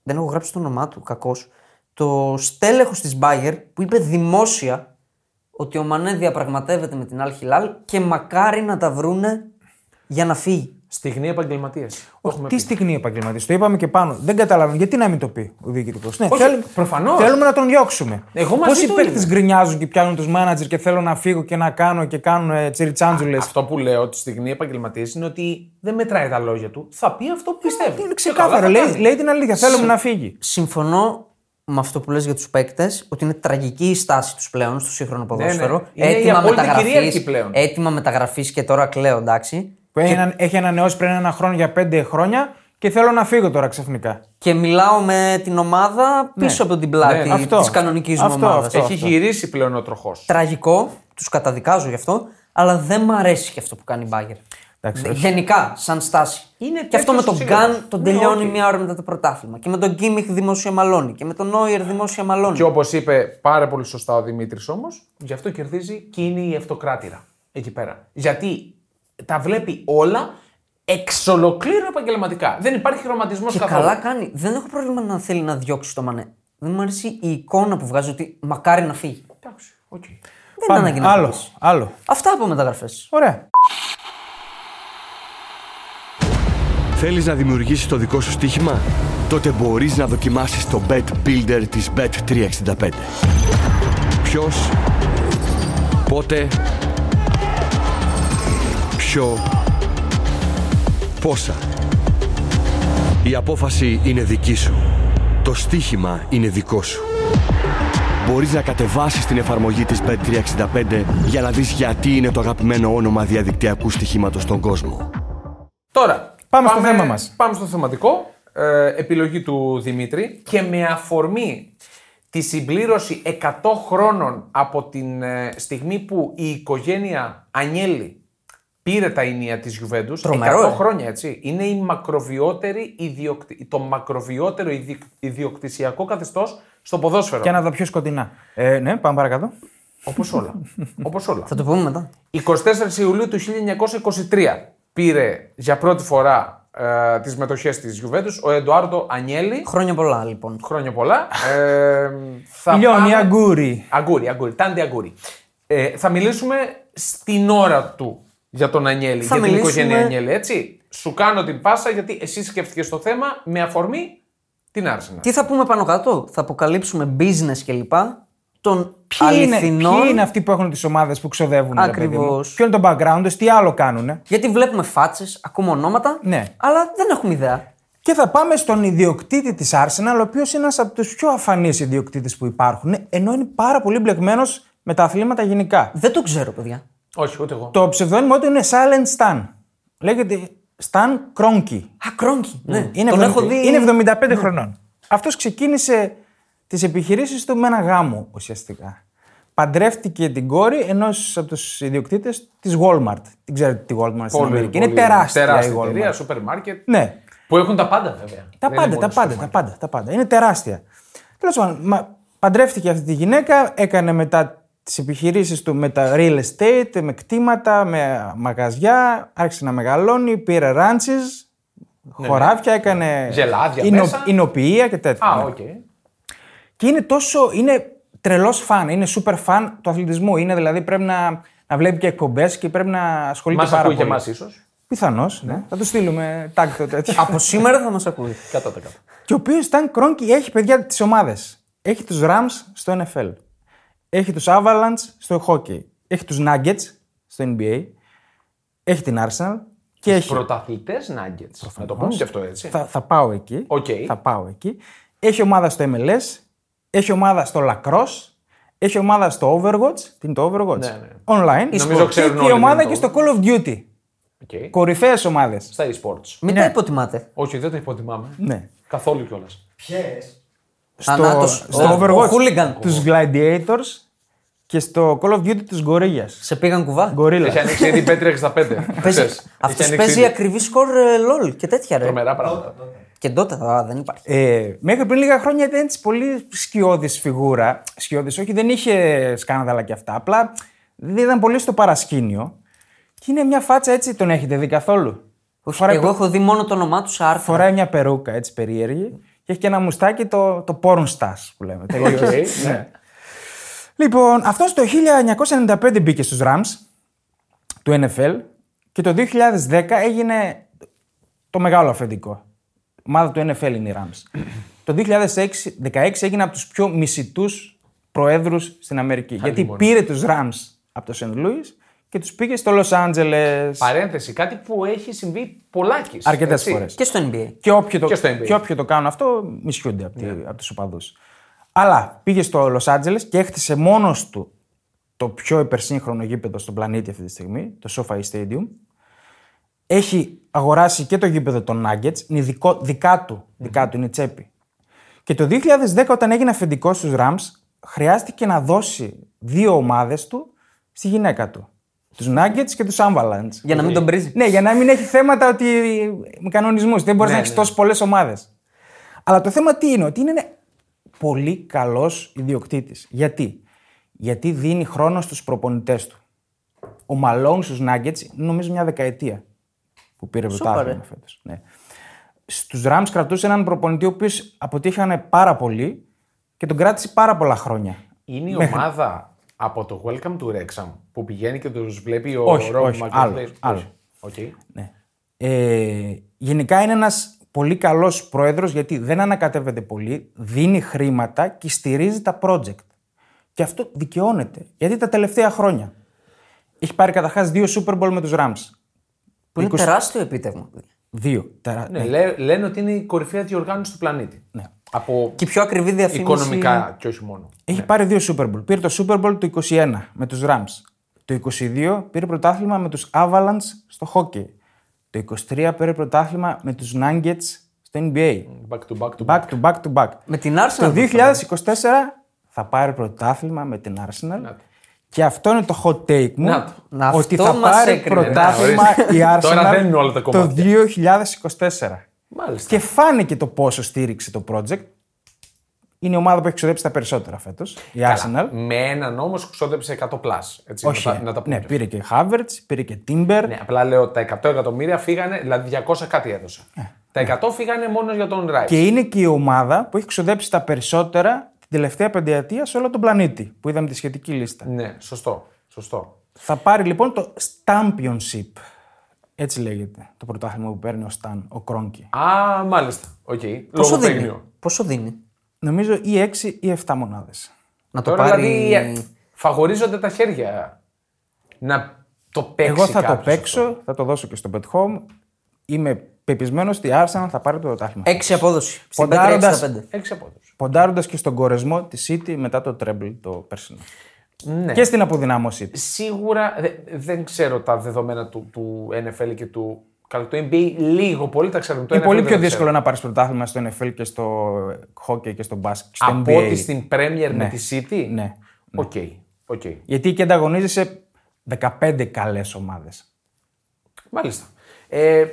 [SPEAKER 3] δεν έχω γράψει το όνομά του, κακό. Το στέλεχος της Bayer που είπε δημόσια ότι ο Μανέ διαπραγματεύεται με την Al Hilal και μακάρι να τα βρούνε για να φύγει.
[SPEAKER 1] Στιγμή επαγγελματίε.
[SPEAKER 2] Τι στιγμή επαγγελματίας, το είπαμε και πάνω. Δεν καταλαβαίνω γιατί να μην το πει ο διοικητικός. Ναι,
[SPEAKER 1] Όχι,
[SPEAKER 2] θέλουμε-
[SPEAKER 1] προφανώς.
[SPEAKER 2] Θέλουμε να τον διώξουμε.
[SPEAKER 1] Εγώ μαζί
[SPEAKER 2] Πόσοι
[SPEAKER 1] του
[SPEAKER 2] παίκτε
[SPEAKER 1] είμαι.
[SPEAKER 2] γκρινιάζουν και πιάνουν τους μάνατζερ και θέλω να φύγω και να κάνω και κάνουν τσιριτσάντζουλε.
[SPEAKER 1] Αυτό που λέω τη στιγμή επαγγελματίε είναι ότι δεν μετράει τα λόγια του. Θα πει αυτό που πιστεύει.
[SPEAKER 2] Ε, Είναι
[SPEAKER 1] Και
[SPEAKER 2] ξεκάθαρο.
[SPEAKER 1] καλά θα
[SPEAKER 2] Λέει,
[SPEAKER 1] κάνει.
[SPEAKER 2] λέει την αλήθεια. Θέλουμε να φύγει.
[SPEAKER 3] Συμφωνώ με αυτό που λες για τους παίκτες, ότι είναι τραγική η στάση τους πλέον στο σύγχρονο ποδόσφαιρο.
[SPEAKER 1] Ναι, Είναι η απόλυτη κυρίαρχη πλέον.
[SPEAKER 3] Έτοιμα μεταγραφής και τώρα κλαίω, εντάξει.
[SPEAKER 2] Που έναν- έχει ανανεώσει πριν ένα χρόνο για πέντε χρόνια και θέλω να φύγω τώρα ξαφνικά.
[SPEAKER 3] Και μιλάω με την ομάδα πίσω από την πλάτη
[SPEAKER 1] Ναι,
[SPEAKER 2] αυτό.
[SPEAKER 3] της κανονικής μου
[SPEAKER 2] Αυτό,
[SPEAKER 3] ομάδας.
[SPEAKER 2] αυτό.
[SPEAKER 1] Έχει γυρίσει πλέον ο τροχός.
[SPEAKER 3] Τραγικό, τους καταδικάζω γι' αυτό, αλλά δεν μ' αρέσει και αυτό που κάνει η Μπάγκερ.
[SPEAKER 2] Εντάξει, όχι.
[SPEAKER 3] Γενικά, σαν στάση.
[SPEAKER 1] Είναι
[SPEAKER 3] και αυτό με τον
[SPEAKER 1] τέτοιος ο σύλλογος.
[SPEAKER 3] Γκάν τον
[SPEAKER 1] Ναι,
[SPEAKER 3] τελειώνει
[SPEAKER 1] οκ.
[SPEAKER 3] μία ώρα μετά το πρωτάθλημα. Και με τον Κίμιχ δημόσια μαλώνει. Και με τον Νόιερ δημόσια μαλώνει.
[SPEAKER 1] Και όπως είπε πάρα πολύ σωστά ο Δημήτρης όμως, γι' αυτό κερδίζει και είναι η αυτοκράτηρα εκεί πέρα. Γιατί τα βλέπει όλα εξ ολοκλήρου επαγγελματικά. Δεν υπάρχει χρωματισμό
[SPEAKER 3] Και
[SPEAKER 1] καθόλου.
[SPEAKER 3] καλά κάνει. Δεν έχω πρόβλημα να θέλει να διώξει το Μανέ. Δεν μου αρέσει η εικόνα που βγάζει ότι μακάρι να φύγει.
[SPEAKER 1] Εντάξει, οκ.
[SPEAKER 3] Δεν
[SPEAKER 2] Πάμε.
[SPEAKER 3] είναι ανάγκη να
[SPEAKER 2] Άλλο.
[SPEAKER 3] φύγεις.
[SPEAKER 2] Άλλο.
[SPEAKER 3] Αυτά από μεταγραφές.
[SPEAKER 2] Ωραία.
[SPEAKER 4] Θέλεις να δημιουργήσεις το δικό σου στοίχημα? Τότε μπορείς να δοκιμάσεις το Bet Builder της Bet365. Ποιος, πότε, ποιο, πόσα. Η απόφαση είναι δική σου. Το στοίχημα είναι δικό σου. Μπορείς να κατεβάσεις την εφαρμογή της Bet365 για να δεις γιατί είναι το αγαπημένο όνομα διαδικτυακού στοιχήματος στον κόσμο.
[SPEAKER 1] Τώρα,
[SPEAKER 2] Πάμε στο θέμα μας.
[SPEAKER 1] Πάμε στο θεματικό. Ε, επιλογή του Δημήτρη και με αφορμή τη συμπλήρωση 100 χρόνων από την ε, στιγμή που η οικογένεια Ανιέλη πήρε τα ηνία της Γιουβέντους, 100
[SPEAKER 3] Τρομερό, ε.
[SPEAKER 1] χρόνια έτσι, είναι η μακροβιότερη ιδιοκτη- το μακροβιότερο ιδιοκ- ιδιοκτησιακό καθεστώς στο ποδόσφαιρο.
[SPEAKER 2] Και ένα από τα πιο σκοτεινά. Ε, ναι, πάμε παρακάτω.
[SPEAKER 1] Όπως όλα. Όπως όλα.
[SPEAKER 3] Θα το πούμε μετά.
[SPEAKER 1] 24 Ιουλίου του 1923 πήρε για πρώτη φορά ε, τις μετοχές της Γιουβέντους ο Εντουάρντο Ανιέλη.
[SPEAKER 3] Χρόνια πολλά λοιπόν.
[SPEAKER 1] Χρόνια πολλά. Ε, θα
[SPEAKER 2] Λιώνει
[SPEAKER 1] πάμε-
[SPEAKER 2] αγκούρι.
[SPEAKER 1] Αγκούρι, αγκούρι. Τάντι αγκούρι. Ε, θα μιλήσουμε στην ώρα του για τον Ανιέλη,
[SPEAKER 3] Θα
[SPEAKER 1] για την
[SPEAKER 3] μιλήσουμε-
[SPEAKER 1] οικογένεια Ανιέλη, έτσι. Σου κάνω την πάσα γιατί εσύ σκέφτηκες το θέμα με αφορμή την Άρσενα.
[SPEAKER 3] Τι θα πούμε πάνω κάτω. Θα αποκαλύψουμε business κλπ. Των
[SPEAKER 2] Ποιοι είναι,
[SPEAKER 3] αληθινών.
[SPEAKER 2] ποιοι είναι αυτοί που έχουν τις ομάδες που ξοδεύουν. ρε παιδί μου.
[SPEAKER 3] Ακριβώς.
[SPEAKER 2] Ποιο είναι το background τους, τι άλλο κάνουνε.
[SPEAKER 3] Γιατί βλέπουμε φάτσες, ακούμε ονόματα.
[SPEAKER 2] Ναι.
[SPEAKER 3] Αλλά δεν έχουμε ιδέα.
[SPEAKER 2] Και θα πάμε στον ιδιοκτήτη της Arsenal, ο οποίος είναι ένας από τους πιο αφανείς ιδιοκτήτες που υπάρχουν, ενώ είναι πάρα πολύ μπλεγμένος με τα αθλήματα γενικά.
[SPEAKER 3] Δεν το ξέρω, παιδιά.
[SPEAKER 1] Όχι, ούτε εγώ.
[SPEAKER 2] Το ψευδόνυμο του είναι Silent Stan. Λέγεται Stan Kroenke.
[SPEAKER 3] Α, Κρόγκι. Ναι.
[SPEAKER 2] Είναι,
[SPEAKER 3] Τον
[SPEAKER 2] 70
[SPEAKER 3] έχω δει.
[SPEAKER 2] είναι 75 χρονών. Αυτός ξεκίνησε τις επιχειρήσεις του με ένα γάμο ουσιαστικά. Παντρεύτηκε την κόρη ενός από τους ιδιοκτήτες της Walmart. Δεν ξέρετε τη Walmart στην Αμερική. Είναι τεράστια, η Walmart.
[SPEAKER 1] εταιρεία, σούπερ μάρκετ.
[SPEAKER 2] Ναι.
[SPEAKER 1] Που έχουν τα πάντα βέβαια.
[SPEAKER 2] Τα
[SPEAKER 1] Δεν
[SPEAKER 2] πάντα,
[SPEAKER 1] είναι
[SPEAKER 2] τα
[SPEAKER 1] μόνο
[SPEAKER 2] πάντα, τα πάντα, τα πάντα. Είναι τεράστια. Τέλος πάντων, μα- παντρεύτηκε αυτή τη γυναίκα, έκανε μετά τις επιχειρήσεις του με τα real estate, με κτήματα, με μαγαζιά. Άρχισε να μεγαλώνει, πήρε ranches, χωράφια, έκανε.
[SPEAKER 1] Ναι, Γελάδια μέσα.
[SPEAKER 2] Εινοποιία και τέτοια.
[SPEAKER 1] Α,
[SPEAKER 2] ναι.
[SPEAKER 1] οκ.
[SPEAKER 2] Και είναι τόσο. Είναι τρελός φαν, είναι super φαν του αθλητισμού. Είναι δηλαδή πρέπει να, να βλέπει και εκπομπές και πρέπει να ασχολείται
[SPEAKER 1] Μας
[SPEAKER 2] πάρα
[SPEAKER 1] ακούει και
[SPEAKER 2] πολύ.
[SPEAKER 1] εμάς ίσως.
[SPEAKER 2] Πιθανώς, ναι. Θα του στείλουμε tag το τέτοιο.
[SPEAKER 3] Από σήμερα θα μας ακούει.
[SPEAKER 1] 100%.
[SPEAKER 2] Και ο οποίος ήταν Κρόνκι έχει παιδιά τι ομάδε. Έχει τους Rams στο NFL. Έχει τους Avalanche στο hockey. Έχει τους Nuggets στο NBA. Έχει την Arsenal. Και έχει...
[SPEAKER 1] Πρωταθλητές Nuggets. Να το πούμε και αυτό έτσι.
[SPEAKER 2] Θα, θα πάω εκεί.
[SPEAKER 1] Οκ.
[SPEAKER 2] Θα πάω εκεί. Έχει ομάδα στο MLS. Έχει ομάδα στο Lacrosse. Έχει ομάδα στο Overwatch. Τι είναι το Overwatch?
[SPEAKER 1] Ναι, ναι.
[SPEAKER 2] Online.
[SPEAKER 1] Νομίζω ξέρουν
[SPEAKER 2] και
[SPEAKER 1] όλοι
[SPEAKER 2] η
[SPEAKER 1] τι
[SPEAKER 2] ομάδα
[SPEAKER 1] είναι
[SPEAKER 2] και
[SPEAKER 1] το
[SPEAKER 2] στο Call of Duty.
[SPEAKER 1] Οκ.
[SPEAKER 2] Κορυφαίες ομάδες.
[SPEAKER 1] Στα e-sports.
[SPEAKER 3] Μην τα υποτιμάτε.
[SPEAKER 1] Όχι, δεν τα υποτιμάμε.
[SPEAKER 2] Ναι.
[SPEAKER 1] Καθόλου κιόλας.
[SPEAKER 5] Ποιες.
[SPEAKER 2] Στο,
[SPEAKER 3] Θανάτος. Ο-
[SPEAKER 2] στο
[SPEAKER 3] ο
[SPEAKER 2] Overwatch.
[SPEAKER 3] Χούλιγκαν.
[SPEAKER 2] Του Gladiators. Και στο Call of Duty του Gorilla.
[SPEAKER 3] Σε πήγαν κουβά.
[SPEAKER 1] Έχει
[SPEAKER 2] Gorilla.
[SPEAKER 1] ανοίξει ήδη η Πέτρη 65. Ξέρεις. Έχει
[SPEAKER 3] Αυτός
[SPEAKER 1] ανοίξει
[SPEAKER 3] παίζει
[SPEAKER 1] ήδη
[SPEAKER 3] ακριβή σκορ ε, LOL και τέτοια ρε.
[SPEAKER 1] Τρομερά πράγματα.
[SPEAKER 3] Και τότε α, δεν υπάρχει.
[SPEAKER 2] Ε, μέχρι πριν λίγα χρόνια ήταν έτσι πολύ σκιώδης φιγούρα. Σκιώδης, όχι, δεν είχε σκάνδαλα και αυτά. Απλά δεν ήταν πολύ στο παρασκήνιο. Και είναι μια φάτσα έτσι, τον έχετε δει καθόλου.
[SPEAKER 3] Όχι,
[SPEAKER 2] φοράει,
[SPEAKER 3] εγώ έχω δει μόνο το όνομά του σε άρθρα.
[SPEAKER 2] φοράει μια περούκα έτσι περίεργη και έχει και ένα μουστάκι το, το porn stash που λέμε. Τελείως.
[SPEAKER 1] Οκ, ναι.
[SPEAKER 2] Λοιπόν, αυτός το 1995 μπήκε στους Rams του NFL και το 2010 έγινε το μεγάλο αφεντικό. Ομάδα του NFL είναι οι Rams. το 2016 έγινε από τους πιο μισητούς προέδρους στην Αμερική. γιατί
[SPEAKER 1] μόνο.
[SPEAKER 2] πήρε τους Rams από το St. Louis και τους πήγε στο Los Angeles
[SPEAKER 1] Παρένθεση, κάτι που έχει συμβεί πολλάκις.
[SPEAKER 2] αρκετές φορές.
[SPEAKER 3] Και στο NBA.
[SPEAKER 2] Και όποιοι, το,
[SPEAKER 1] Και στο NBA.
[SPEAKER 2] και όποιοι το κάνουν αυτό, μισιούνται από, τη- από τους οπαδούς. Αλλά πήγε στο Λο Άντζελε και έχτισε μόνος του το πιο υπερσύγχρονο γήπεδο στον πλανήτη αυτή τη στιγμή, το SoFi Stadium. Έχει αγοράσει και το γήπεδο των Nuggets, είναι δικό, δικά του, δικά του, είναι τσέπη. Και το 2010 όταν έγινε αφεντικός στους Rams, χρειάστηκε να δώσει δύο ομάδες του στη γυναίκα του. Τους Nuggets και τους Avalanche.
[SPEAKER 3] Για να μην τον πρίζει.
[SPEAKER 2] Ναι, για να μην έχει θέματα ότι. με κανονισμούς. Δεν μπορείς να έχεις τόσες πολλές ομάδες. Αλλά το θέμα τι είναι, ότι είναι ένα πολύ καλός ιδιοκτήτης. Γιατί? Γιατί δίνει χρόνο στους προπονητές του. Ο Μαλόν στους Nuggets νομίζω μια δεκαετία που πήρε πρωτάθλημα φέτος. Ναι. Στους Rams κρατούσε έναν προπονητή ο οποίος αποτύχανε πάρα πολύ και τον κράτησε πάρα πολλά χρόνια.
[SPEAKER 1] Είναι η
[SPEAKER 2] Ναι.
[SPEAKER 1] ομάδα από το Welcome to Wrexham που πηγαίνει και τους βλέπει ο
[SPEAKER 2] Όχι,
[SPEAKER 1] Ρόμπι
[SPEAKER 2] όχι, άλλο, άλλο. Ναι. Ε, γενικά είναι ένας πολύ καλός πρόεδρος γιατί δεν ανακατεύεται πολύ, δίνει χρήματα και στηρίζει τα project. Και αυτό δικαιώνεται. Γιατί τα τελευταία χρόνια έχει πάρει καταρχάς δύο Super Bowl με τους Rams.
[SPEAKER 3] Που είναι τεράστιο επίτευγμα.
[SPEAKER 2] Δύο. Τερα...
[SPEAKER 1] Ναι, λέ- λένε ότι είναι η κορυφαία διοργάνωση του πλανήτη.
[SPEAKER 2] Ναι.
[SPEAKER 1] Από
[SPEAKER 3] Και η πιο ακριβή διαφήμιση.
[SPEAKER 1] οικονομικά και όχι μόνο.
[SPEAKER 2] Έχει πάρει δύο Super Bowl. Πήρε το Super Bowl του 21 με τους Rams. Το 22 πήρε πρωτάθλημα με τους Avalanche στο hockey. Το 23 πήρε πρωτάθλημα με τους Nuggets στο NBA.
[SPEAKER 1] Back to back to back.
[SPEAKER 2] Back to back to back.
[SPEAKER 3] Με την Arsenal.
[SPEAKER 2] Το
[SPEAKER 3] που
[SPEAKER 2] 2024 θα πάρει πρωτάθλημα με την Arsenal.
[SPEAKER 1] Να το.
[SPEAKER 2] Και αυτό είναι το hot take μου.
[SPEAKER 1] Να το.
[SPEAKER 3] Να
[SPEAKER 2] ότι
[SPEAKER 3] αυτό
[SPEAKER 2] θα
[SPEAKER 3] μας
[SPEAKER 2] πάρει
[SPEAKER 3] έκρινε.
[SPEAKER 2] πρωτάθλημα
[SPEAKER 1] Να, ορίστε.
[SPEAKER 2] η Arsenal
[SPEAKER 1] Τώρα δεν είναι όλα τα
[SPEAKER 2] το
[SPEAKER 1] κομμάτια.
[SPEAKER 2] 2024.
[SPEAKER 1] Μάλιστα.
[SPEAKER 2] Και φάνηκε το πόσο στήριξε το project. Είναι η ομάδα που έχει ξοδέψει τα περισσότερα φέτος. Η Arsenal.
[SPEAKER 1] Με έναν όμω ξόδεψε 100 πλάσ. Έτσι,
[SPEAKER 2] Όχι.
[SPEAKER 1] να τα, να τα πούμε.
[SPEAKER 2] ναι, πήρε και Havertz, πήρε και Timber.
[SPEAKER 1] Ναι, απλά λέω τα 100 εκατομμύρια φύγανε, δηλαδή 200 κάτι έδωσε. τα 100 φύγανε μόνος για τον Ράιτ.
[SPEAKER 2] Ε, ναι. Και είναι και η ομάδα που έχει ξοδέψει τα περισσότερα την τελευταία πενταετία σε όλο τον πλανήτη. Που είδαμε τη σχετική λίστα.
[SPEAKER 1] Ναι, σωστό. σωστό.
[SPEAKER 2] Θα πάρει λοιπόν το Championship. Έτσι λέγεται το πρωτάθλημα που παίρνει ο Σταν, ο Κρόνκι.
[SPEAKER 1] Α, μάλιστα. Οκ.
[SPEAKER 3] Πόσο
[SPEAKER 1] Λογοπαίγνιο.
[SPEAKER 3] δίνει. Πόσο δίνει.
[SPEAKER 2] Νομίζω ή 6 ή 7 μονάδες.
[SPEAKER 3] Να το
[SPEAKER 1] Τώρα
[SPEAKER 3] πάρει.
[SPEAKER 1] δηλαδή ε, φαγορίζονται τα χέρια να το παίξει
[SPEAKER 2] Εγώ θα το
[SPEAKER 1] κάποιος
[SPEAKER 2] παίξω,
[SPEAKER 1] αυτό.
[SPEAKER 2] θα το δώσω και στο Bet Home. Είμαι πεπισμένος ότι η Arsenal θα πάρει το πρωτάθλημα.
[SPEAKER 3] Έξι απόδοση. Στην
[SPEAKER 2] Ποντάροντας-
[SPEAKER 3] 5
[SPEAKER 1] Έξι απόδοση.
[SPEAKER 2] Ποντάροντας και στον κορεσμό τη City μετά το Treble το περσινό.
[SPEAKER 1] Ναι.
[SPEAKER 2] Και στην αποδυνάμωσή της.
[SPEAKER 1] Σίγουρα δε- δεν ξέρω τα δεδομένα του, του NFL και του. Καλά, το NBA λίγο πολύ τα ξέρουμε. Το
[SPEAKER 2] Είναι
[SPEAKER 1] NFL
[SPEAKER 2] πολύ
[SPEAKER 1] δεν
[SPEAKER 2] πιο
[SPEAKER 1] τα
[SPEAKER 2] δύσκολο
[SPEAKER 1] ξέρω.
[SPEAKER 2] να πάρεις πρωτάθλημα στο NFL και στο hockey και στο μπάσκετ. και Στο
[SPEAKER 1] Από
[SPEAKER 2] NBA.
[SPEAKER 1] ότι στην Premier με τη City.
[SPEAKER 2] Ναι.
[SPEAKER 1] Οκ. οκ.
[SPEAKER 2] Γιατί εκεί ανταγωνίζεσαι 15 καλές ομάδες.
[SPEAKER 1] Μάλιστα. Ε,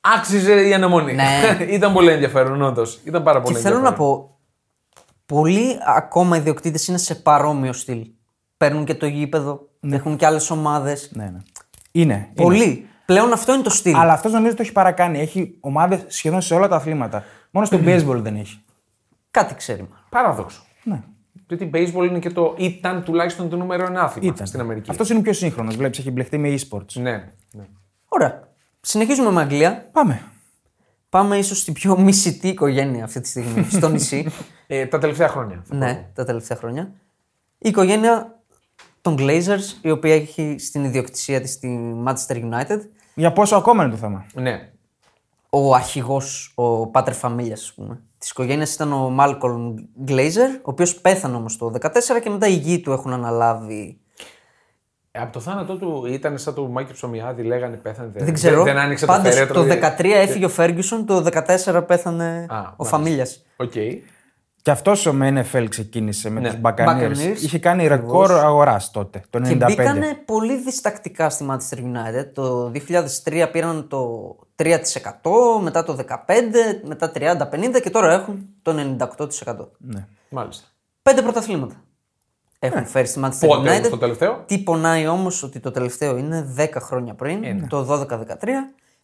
[SPEAKER 1] άξιζε η αναμονή.
[SPEAKER 3] Ναι.
[SPEAKER 1] Ήταν πολύ ενδιαφέρον, όντως. Ήταν πάρα πολύ
[SPEAKER 3] Και θέλω να
[SPEAKER 1] ενδιαφέρον.
[SPEAKER 3] πω, πολλοί ακόμα ιδιοκτήτε είναι σε παρόμοιο στυλ. Παίρνουν και το γήπεδο, έχουν και άλλες ομάδες.
[SPEAKER 2] Ναι, ναι. Είναι. είναι.
[SPEAKER 3] Πολλοί. Πλέον αυτό είναι το
[SPEAKER 1] Ναι.
[SPEAKER 3] στυλ.
[SPEAKER 2] Αλλά αυτός νομίζω το έχει παρακάνει. Έχει ομάδες σχεδόν σε όλα τα αθλήματα. Μόνο στο
[SPEAKER 1] Ναι.
[SPEAKER 2] baseball δεν έχει.
[SPEAKER 3] Κάτι ξέρει. μάλλον.
[SPEAKER 1] Παράδοξο.
[SPEAKER 2] Ναι.
[SPEAKER 1] Γιατί baseball είναι και το. ήταν τουλάχιστον το νούμερο ένα άθλημα στην Αμερική.
[SPEAKER 2] Αυτός είναι πιο σύγχρονος. Βλέπεις, έχει μπλεχτεί με e-sports.
[SPEAKER 1] Ναι. ναι.
[SPEAKER 3] Ωραία. Συνεχίζουμε με Αγγλία.
[SPEAKER 2] Πάμε.
[SPEAKER 3] Πάμε ίσως στην πιο μισητή οικογένεια αυτή τη στιγμή, στο νησί.
[SPEAKER 1] Ε, τα τελευταία χρόνια. θα πω.
[SPEAKER 3] ναι, τα τελευταία χρόνια. Η οικογένεια των Glazers, η οποία έχει στην ιδιοκτησία της τη Manchester United.
[SPEAKER 2] Για πόσο ακόμα είναι το θέμα.
[SPEAKER 1] Ναι.
[SPEAKER 3] Ο αρχηγός, ο πάτερ φαμίλιας, ας πούμε, της οικογένειας ήταν ο Malcolm Glazer, ο οποίος πέθανε όμως το 2014 και μετά οι γη του έχουν αναλάβει
[SPEAKER 1] Από το θάνατό του ήταν σαν του Μάκη Ψωμιάδη, λέγανε πέθανε.
[SPEAKER 3] Δεν ξέρω.
[SPEAKER 1] Ε, Δεν άνοιξε
[SPEAKER 3] Πάντως,
[SPEAKER 1] το φέρετρο.
[SPEAKER 3] το 13 έφυγε ο Ferguson, το 14 πέθανε
[SPEAKER 1] μάλιστα.
[SPEAKER 3] ο Φαμίλιας.
[SPEAKER 1] Οκ.
[SPEAKER 2] Και αυτός ο NFL ξεκίνησε με
[SPEAKER 1] Ναι.
[SPEAKER 2] τους του Buccaneers.
[SPEAKER 3] Buccaneers.
[SPEAKER 2] Είχε κάνει ρεκόρ αγοράς τότε, το 95.
[SPEAKER 3] Και μπήκανε πολύ διστακτικά στη Manchester United. Το 2003 πήραν το 3%, μετά το 15%, μετά 30-50% και τώρα έχουν το 98%.
[SPEAKER 1] Μάλιστα.
[SPEAKER 3] Πέντε πρωταθλήματα έχουν φέρει στη Manchester
[SPEAKER 1] Ε, Πότε
[SPEAKER 3] United.
[SPEAKER 1] το τελευταίο?
[SPEAKER 3] Τι πονάει όμως ότι το τελευταίο είναι 10 χρόνια πριν, το 12-13.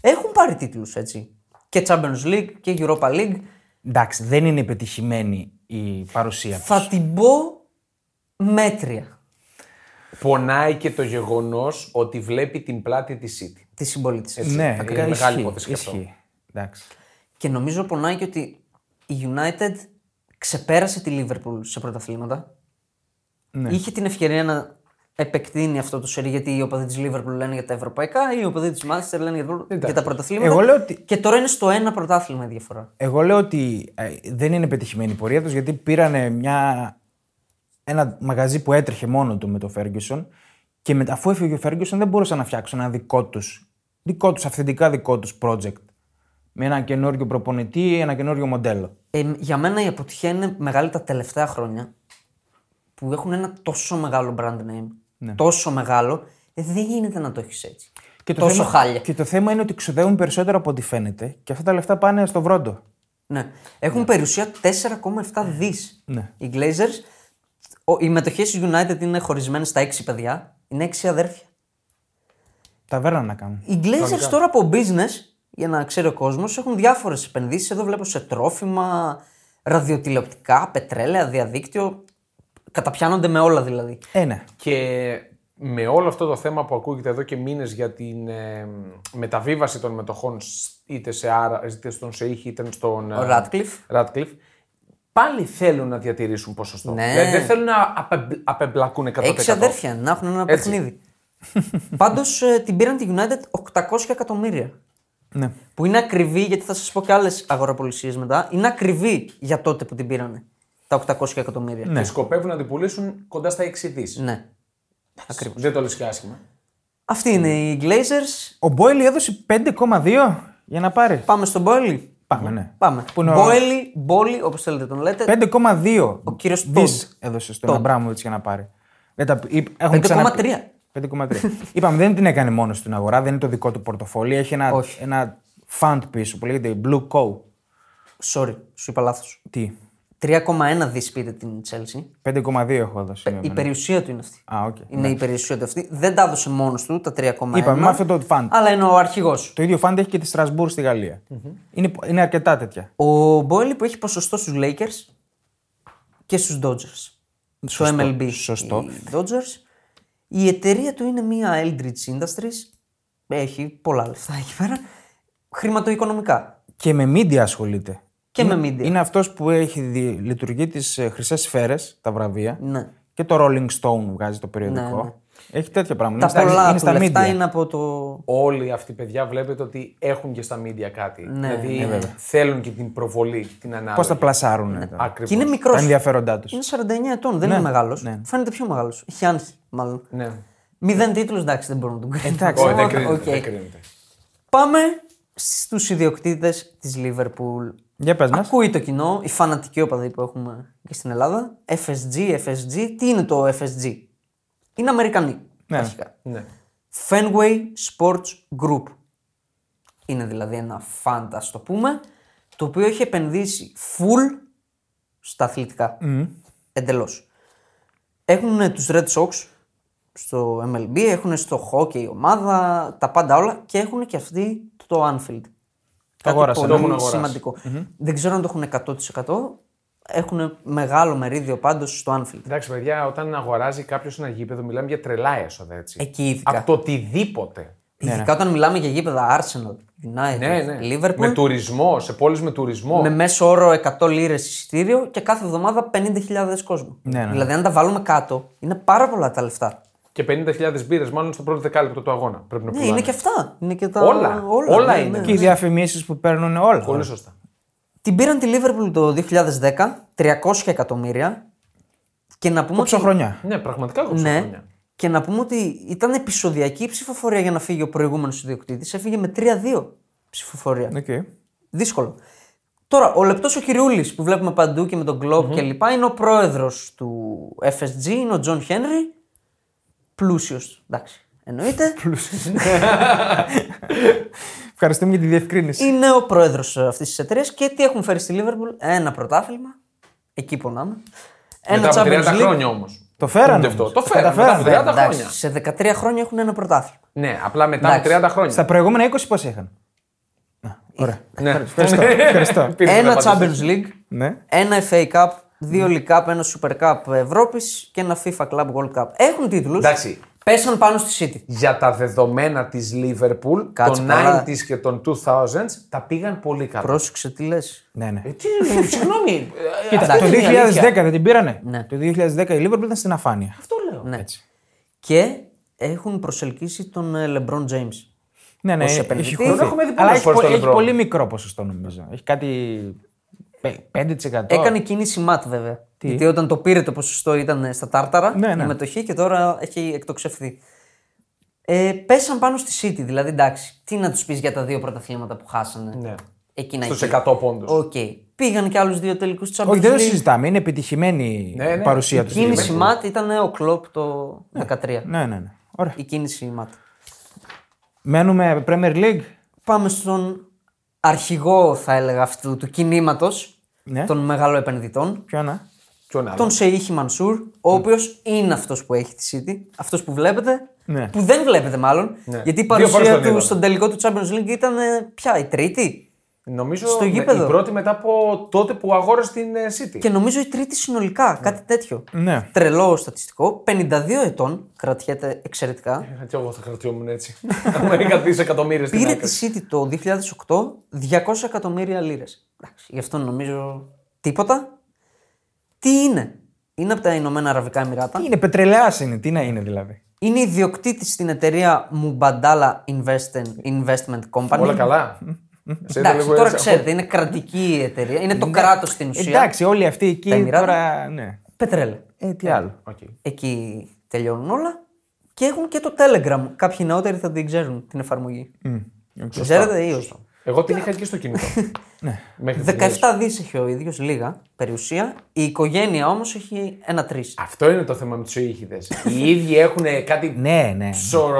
[SPEAKER 3] Έχουν πάρει τίτλους έτσι. Και Champions League και Europa League.
[SPEAKER 2] Εντάξει, δεν είναι πετυχημένη η παρουσία τους.
[SPEAKER 3] Θα την πω μέτρια
[SPEAKER 1] Πονάει και το γεγονός ότι βλέπει την πλάτη της City.
[SPEAKER 3] τη συμπολίτη.
[SPEAKER 2] Ναι,
[SPEAKER 1] είναι
[SPEAKER 2] κα-
[SPEAKER 1] μεγάλη
[SPEAKER 2] ισχύει,
[SPEAKER 1] υπόθεση και αυτό.
[SPEAKER 2] ισχύει. Εντάξει.
[SPEAKER 3] Και νομίζω πονάει και ότι η United ξεπέρασε τη Liverpool σε πρωταθλήματα.
[SPEAKER 2] Ναι.
[SPEAKER 3] Είχε την ευκαιρία να επεκτείνει αυτό το σερί γιατί οι οπαδοί της Liverpool λένε για τα ευρωπαϊκά, οι οπαδοί της Manchester λένε για- για τα πρωταθλήματα.
[SPEAKER 2] Εγώ λέω ότι-
[SPEAKER 3] Και τώρα είναι στο ένα πρωτάθλημα η διαφορά.
[SPEAKER 2] Εγώ λέω ότι ε, δεν είναι πετυχημένη η πορεία τους γιατί πήρανε μια, ένα μαγαζί που έτρεχε μόνο του με το Ferguson και με, αφού έφυγε ο Ferguson δεν μπορούσαν να φτιάξουν ένα δικό τους, δικό τους, αυθεντικά δικό τους project. Με ένα καινούριο προπονητή, ένα καινούριο μοντέλο.
[SPEAKER 3] Ε, για μένα η αποτυχία είναι μεγάλη τα τελευταία χρόνια που έχουν ένα τόσο μεγάλο brand name.
[SPEAKER 2] Ναι.
[SPEAKER 3] Τόσο μεγάλο. ε, δεν γίνεται να το έχεις έτσι.
[SPEAKER 2] Και το,
[SPEAKER 3] τόσο
[SPEAKER 2] θέμα,
[SPEAKER 3] χάλια.
[SPEAKER 2] και το θέμα είναι ότι ξοδεύουν περισσότερο από ό,τι φαίνεται και αυτά τα λεφτά πάνε στο βρόντο.
[SPEAKER 3] Ναι. Έχουν περιουσία 4,7 δις
[SPEAKER 2] Ναι.
[SPEAKER 3] οι Glazers. Ο- οι μετοχές της United είναι χωρισμένες στα 6 παιδιά. Είναι 6 αδέρφια.
[SPEAKER 2] Ταβέρνα να κάνουν.
[SPEAKER 3] Οι Glazers τώρα από business, για να ξέρει ο κόσμος, έχουν διάφορες επενδύσεις. Εδώ βλέπω σε τρόφιμα, ραδιοτηλεοπτικά, πετρέλαια, διαδίκτυο. Καταπιάνονται με όλα δηλαδή.
[SPEAKER 2] Ε, ναι.
[SPEAKER 1] Και με όλο αυτό το θέμα που ακούγεται εδώ και μήνες για την ε, μεταβίβαση των μετοχών σ- είτε, σε Άρα, είτε στον ΣΕΙΧ είτε στον. ε,
[SPEAKER 3] Ο Radcliffe.
[SPEAKER 1] Ράτκλιφ, πάλι θέλουν να διατηρήσουν ποσοστό.
[SPEAKER 3] Ναι.
[SPEAKER 1] Δηλαδή δεν θέλουν να απεμπ- απεμπλακούν 100%.
[SPEAKER 3] Έξι αδέρφια να έχουν ένα
[SPEAKER 1] Έτσι.
[SPEAKER 3] παιχνίδι. Πάντως την πήραν τη United 800 εκατομμύρια.
[SPEAKER 2] ναι.
[SPEAKER 3] Που είναι ακριβή, γιατί θα σας πω και άλλες αγοραπολισίες μετά. Είναι ακριβή για τότε που την πήρανε. Τα 800 εκατομμύρια.
[SPEAKER 2] Ναι.
[SPEAKER 1] Και σκοπεύουν να την πουλήσουν κοντά στα 6 δις.
[SPEAKER 3] ναι.
[SPEAKER 1] Δεν το λες και άσχημα.
[SPEAKER 3] Αυτοί είναι
[SPEAKER 2] Ναι.
[SPEAKER 3] οι Glazers.
[SPEAKER 2] Ο Μπόιλι έδωσε 5,2 για να πάρει.
[SPEAKER 3] Πάμε στον Μπόελι.
[SPEAKER 2] Πάμε, ναι.
[SPEAKER 3] Πάμε.
[SPEAKER 2] Πού είναι ο-
[SPEAKER 3] Μπόελι, Μπόλι, όπως θέλετε τον λέτε.
[SPEAKER 2] 5,2
[SPEAKER 3] Ο κύριος
[SPEAKER 2] δις
[SPEAKER 3] Todd.
[SPEAKER 2] έδωσε στον
[SPEAKER 3] Todd.
[SPEAKER 2] Αμπράμοβιτ για να πάρει. Δεν τα... είπ- έχουν
[SPEAKER 3] 5,3.
[SPEAKER 2] 5,3. Είπαμε, δεν την έκανε μόνος στην αγορά, δεν είναι το δικό του πορτοφόλι. Έχει ένα,
[SPEAKER 3] Όχι.
[SPEAKER 2] ένα fund πίσω που λέγεται Blue Co.
[SPEAKER 3] Sorry, σου είπα λάθος.
[SPEAKER 2] Τι,
[SPEAKER 3] 3,1 δις πήρε την Chelsea.
[SPEAKER 2] 5,2 έχω δώσει.
[SPEAKER 3] Ε, Η περιουσία του είναι αυτή.
[SPEAKER 2] Α, οκ.
[SPEAKER 3] Είναι η περιουσία του αυτή. Δεν τα έδωσε μόνος του τα 3,1.
[SPEAKER 2] Ναι. Είπαμε, με αυτό το fund.
[SPEAKER 3] Αλλά είναι ο αρχηγός.
[SPEAKER 2] Το ίδιο fund έχει και τη Στρασβούρ στη γαλλια Είναι, είναι αρκετά τέτοια.
[SPEAKER 3] Ο Μπόελι που έχει ποσοστό στους Lakers και στους Dodgers. Στο MLB.
[SPEAKER 2] σωστό.
[SPEAKER 3] Οι Dodgers. Η εταιρεία του είναι μία Eldridge Industries. Έχει πολλά λεφτά εκεί πέρα. Χρηματοοικονομικά.
[SPEAKER 2] Και με media ασχολείται.
[SPEAKER 3] Και με media.
[SPEAKER 2] Είναι αυτός που έχει δι... λειτουργεί τις χρυσές σφαίρες, τα βραβεία.
[SPEAKER 3] Ναι.
[SPEAKER 2] Και το Rolling Stone βγάζει το περιοδικό.
[SPEAKER 3] Ναι, ναι.
[SPEAKER 2] Έχει τέτοια πράγματα.
[SPEAKER 3] Τα
[SPEAKER 2] είναι στα-
[SPEAKER 3] πολλά
[SPEAKER 2] είναι
[SPEAKER 3] του
[SPEAKER 2] στα
[SPEAKER 3] λεφτά
[SPEAKER 2] media.
[SPEAKER 3] είναι από το...
[SPEAKER 1] Όλοι αυτοί οι παιδιά βλέπετε ότι έχουν και στα μίντια κάτι.
[SPEAKER 3] Ναι,
[SPEAKER 1] δηλαδή θέλουν και την προβολή, την ανάλογη.
[SPEAKER 2] Πώς τα πλασάρουν.
[SPEAKER 1] Ακριβώς.
[SPEAKER 3] Και
[SPEAKER 2] Τα
[SPEAKER 3] είναι Ναι. μικρός.
[SPEAKER 2] ενδιαφέροντά τους.
[SPEAKER 3] Είναι 49 ετών, δεν είναι μεγάλος.
[SPEAKER 2] ναι.
[SPEAKER 3] Φαίνεται πιο μεγάλος. Έχει άγχη, μάλλον.
[SPEAKER 1] Ναι.
[SPEAKER 3] Μηδέν τίτλους, εντάξει, δεν μπορούμε να τον κρίνουμε.
[SPEAKER 2] Εντάξει.
[SPEAKER 1] Όχι, δεν
[SPEAKER 3] Οκ.
[SPEAKER 1] κρίνεται. δεν κρίνεται.
[SPEAKER 3] Πάμε στους ιδιοκτήτες της Liverpool.
[SPEAKER 2] Για πες μας.
[SPEAKER 3] Ακούει το κοινό, οι φανατικοί οπαδοί δηλαδή, που έχουμε και στην Ελλάδα. FSG, FSG. Τι είναι το FSG, Είναι Αμερικανοί.
[SPEAKER 2] Ναι.
[SPEAKER 3] Αρχικά.
[SPEAKER 1] Ναι.
[SPEAKER 3] Fenway Sports Group. Είναι δηλαδή ένα φάντα, ας το πούμε, το οποίο έχει επενδύσει full στα αθλητικά. Εντελώς. Έχουν τους Red Sox στο MLB, έχουν στο hockey ομάδα, τα πάντα όλα και έχουν και αυτοί το Anfield. Κάτι
[SPEAKER 2] Αγόρασαν,
[SPEAKER 1] το έχουν
[SPEAKER 3] πολύ
[SPEAKER 1] αγοράσει.
[SPEAKER 3] σημαντικό. Δεν ξέρω αν το έχουν 100%. Έχουν μεγάλο μερίδιο πάντως στο Anfield.
[SPEAKER 1] Εντάξει, παιδιά, όταν αγοράζει κάποιος ένα γήπεδο, μιλάμε για τρελά έσοδα έτσι.
[SPEAKER 3] Εκεί ειδικά.
[SPEAKER 1] Από το οτιδήποτε.
[SPEAKER 3] Ειδικά όταν μιλάμε για γήπεδα Arsenal, United,
[SPEAKER 1] Ναι, ναι.
[SPEAKER 3] Liverpool.
[SPEAKER 1] Με τουρισμό, σε πόλεις με τουρισμό.
[SPEAKER 3] με μέσο όρο 100 λίρες εισιτήριο και κάθε εβδομάδα 50.000 κόσμο.
[SPEAKER 2] Ναι, ναι.
[SPEAKER 3] Δηλαδή, αν τα βάλουμε κάτω, είναι πάρα πολλά τα λεφτά.
[SPEAKER 1] Και 50.000 μπύρες, μάλλον στο πρώτο δεκάλεπτο του αγώνα. Πρέπει να
[SPEAKER 3] Ναι,
[SPEAKER 1] πουλάνε.
[SPEAKER 3] είναι και αυτά. Είναι και τα...
[SPEAKER 1] Όλα. Όλα
[SPEAKER 3] ναι,
[SPEAKER 1] είναι.
[SPEAKER 3] ναι.
[SPEAKER 2] Και οι διαφημίσεις που παίρνουν όλα.
[SPEAKER 1] Πολύ σωστά.
[SPEAKER 3] Την πήραν τη Λίβερπουλ το 2010, 300 εκατομμύρια. Και να πούμε ότι...
[SPEAKER 2] Χρονιά.
[SPEAKER 1] Ναι, πραγματικά κόψε
[SPEAKER 3] Ναι.
[SPEAKER 1] χρόνια.
[SPEAKER 3] Και να πούμε ότι ήταν επεισοδιακή η ψηφοφορία για να φύγει ο προηγούμενος ιδιοκτήτης. Έφυγε με 3-2 ψηφοφορία.
[SPEAKER 2] Okay.
[SPEAKER 3] Δύσκολο. Τώρα, ο λεπτός ο Χιριούλη που βλέπουμε παντού και με τον Κλοπ και λοιπά είναι ο πρόεδρος του FSG, είναι ο Τζον Χένρι. Πλούσιος. Εντάξει. Εννοείται.
[SPEAKER 2] Ευχαριστούμε για τη διευκρίνηση.
[SPEAKER 3] είναι ο πρόεδρος αυτής της εταιρείας και τι έχουν φέρει στη Λίβερπουλ. Ένα πρωτάθλημα. Εκεί πονάμε.
[SPEAKER 1] Μετά από 30
[SPEAKER 3] Champions League.
[SPEAKER 1] χρόνια όμως.
[SPEAKER 2] Το φέρανε.
[SPEAKER 1] Αυτό. Το
[SPEAKER 2] όμως.
[SPEAKER 1] φέρανε. Μετά από 30
[SPEAKER 2] καταφέρανε.
[SPEAKER 3] Εντάξει,
[SPEAKER 1] χρόνια.
[SPEAKER 3] σε 13 χρόνια έχουν ένα πρωτάθλημα.
[SPEAKER 1] Ναι, απλά μετά από
[SPEAKER 3] Εντάξει.
[SPEAKER 1] 30 χρόνια.
[SPEAKER 2] Στα προηγούμενα 20 πώ είχαν. Να, Ωραία.
[SPEAKER 1] Ναι.
[SPEAKER 2] Ευχαριστώ. Ευχαριστώ.
[SPEAKER 1] Πήρες
[SPEAKER 3] Ένα
[SPEAKER 1] να απαντήσεις.
[SPEAKER 3] Champions League,
[SPEAKER 2] Ναι.
[SPEAKER 3] ένα FA Cup, δύο League Cup, ένα Super Cup Ευρώπης και ένα FIFA Club World Cup. Έχουν τίτλους.
[SPEAKER 1] Εντάξει.
[SPEAKER 3] Πέσαν πάνω στη City.
[SPEAKER 1] Για τα δεδομένα της Liverpool,
[SPEAKER 3] Κάτσε
[SPEAKER 1] των
[SPEAKER 3] καλά.
[SPEAKER 1] 90s και των 2000s, τα πήγαν πολύ καλά.
[SPEAKER 3] Πρόσεξε τι λες.
[SPEAKER 2] ναι, ναι.
[SPEAKER 1] Ε, τι, συγγνώμη. ε,
[SPEAKER 2] Κοίτα,
[SPEAKER 3] εντάξει,
[SPEAKER 2] το
[SPEAKER 3] είναι η
[SPEAKER 2] 2010
[SPEAKER 3] αλήθεια.
[SPEAKER 2] δεν την πήρανε.
[SPEAKER 3] Ναι.
[SPEAKER 2] Το 2010 η Liverpool ήταν στην αφάνεια.
[SPEAKER 1] Αυτό λέω.
[SPEAKER 3] Ναι. Και έχουν προσελκύσει τον ε, LeBron James.
[SPEAKER 2] Ναι, ναι,
[SPEAKER 3] Ως
[SPEAKER 2] έχει
[SPEAKER 3] επενδυτής.
[SPEAKER 2] χωθεί.
[SPEAKER 1] Τον έχουμε δει
[SPEAKER 2] Αλλά
[SPEAKER 1] πολλές
[SPEAKER 2] έχει,
[SPEAKER 1] φορές
[SPEAKER 2] πο-
[SPEAKER 1] τον
[SPEAKER 2] έχει
[SPEAKER 1] LeBron.
[SPEAKER 2] πολύ μικρό ποσοστό νομίζω. Έχει κάτι πέ- 5%.
[SPEAKER 3] Έκανε κίνηση ματ βέβαια. Γιατί όταν το πήρε το ποσοστό ήταν ε, στα τάρταρα
[SPEAKER 2] Ναι, ναι.
[SPEAKER 3] η μετοχή και τώρα έχει εκτοξευθεί. Ε, πέσαν πάνω στη City, δηλαδή εντάξει. Τι να τους πεις για τα δύο πρωταθλήματα που χάσανε.
[SPEAKER 1] Ναι.
[SPEAKER 3] Εκείνα
[SPEAKER 1] Στους
[SPEAKER 3] εκεί.
[SPEAKER 1] 100 πόντους.
[SPEAKER 3] Οκ. Πήγαν και άλλους δύο τελικούς της
[SPEAKER 2] Όχι, δεν το συζητάμε. Είναι επιτυχημένη
[SPEAKER 1] Ναι, ναι.
[SPEAKER 2] η παρουσία του.
[SPEAKER 3] Η
[SPEAKER 2] στη
[SPEAKER 3] κίνηση
[SPEAKER 2] Liverpool.
[SPEAKER 3] ΜΑΤ ήταν ε, ο Κλοπ το 2013.
[SPEAKER 2] Ναι, ναι, ναι. Ωραία.
[SPEAKER 3] Η κίνηση ΜΑΤ.
[SPEAKER 2] Μένουμε Premier League.
[SPEAKER 3] Πάμε στον αρχηγό, θα έλεγα, αυτού του κινήματος
[SPEAKER 2] Ναι.
[SPEAKER 3] των μεγάλων επενδυτών.
[SPEAKER 2] Ποιο να.
[SPEAKER 1] Ποιον άλλο.
[SPEAKER 3] Τον Σεϊχη Μανσούρ, ο οποίος είναι αυτός που έχει τη City. Αυτός που βλέπετε.
[SPEAKER 2] Ναι.
[SPEAKER 3] Που δεν βλέπετε μάλλον. Γιατί η
[SPEAKER 1] Δύο φορές
[SPEAKER 3] παρουσία
[SPEAKER 1] τον
[SPEAKER 3] του
[SPEAKER 1] είδαμε.
[SPEAKER 3] στον τελικό του Champions League ήταν ε, ποια, η τρίτη.
[SPEAKER 1] Νομίζω
[SPEAKER 3] στο
[SPEAKER 1] ναι,
[SPEAKER 3] γήπεδο.
[SPEAKER 1] η πρώτη μετά από τότε που αγόρασε την ε, City.
[SPEAKER 3] Και νομίζω η τρίτη συνολικά, κάτι τέτοιο.
[SPEAKER 2] Ναι.
[SPEAKER 3] Τρελό στατιστικό. 52 ετών, κρατιέται
[SPEAKER 2] Ναι.
[SPEAKER 3] εξαιρετικά.
[SPEAKER 1] Ε, Και εγώ θα κρατιόμουν έτσι. Άμα είχα δισεκατομμύρια στην
[SPEAKER 3] Πήρε
[SPEAKER 1] άκρη.
[SPEAKER 3] τη City το 2008 200 εκατομμύρια λίρες. Γι' αυτό νομίζω τίποτα. Τι είναι, Είναι από τα Ηνωμένα Αραβικά Εμμυράτα.
[SPEAKER 2] Είναι πετρελαίας είναι. Τι να είναι δηλαδή.
[SPEAKER 3] Είναι ιδιοκτήτης στην εταιρεία Mubadala Invest- Investment Company.
[SPEAKER 1] Όλα καλά. Σε είδα
[SPEAKER 3] Εντάξει,
[SPEAKER 1] λίγο
[SPEAKER 3] τώρα
[SPEAKER 1] έτσι.
[SPEAKER 3] ξέρετε, είναι κρατική η εταιρεία. Είναι το κράτος στην ουσία.
[SPEAKER 2] Εντάξει, όλοι αυτοί εκεί
[SPEAKER 3] Τα Εμμυράτα.
[SPEAKER 2] τώρα. Ναι.
[SPEAKER 3] Πετρέλαιο.
[SPEAKER 2] Ε, τι άλλο.
[SPEAKER 1] Οκ.
[SPEAKER 3] Εκεί τελειώνουν όλα. Και έχουν και το Telegram. Κάποιοι νεότεροι θα την ξέρουν την εφαρμογή. Το ξέρετε ή όχι.
[SPEAKER 1] Εγώ την είχα και στο κινητό.
[SPEAKER 3] Ναι.
[SPEAKER 1] Μέχρι τις
[SPEAKER 3] 17 δις έχει ο ίδιος, λίγα περιουσία. Η οικογένεια όμως έχει ένα τρεις.
[SPEAKER 1] Αυτό είναι το θέμα με τους ήχηδες. Οι ίδιοι έχουν κάτι
[SPEAKER 2] Ναι, ναι.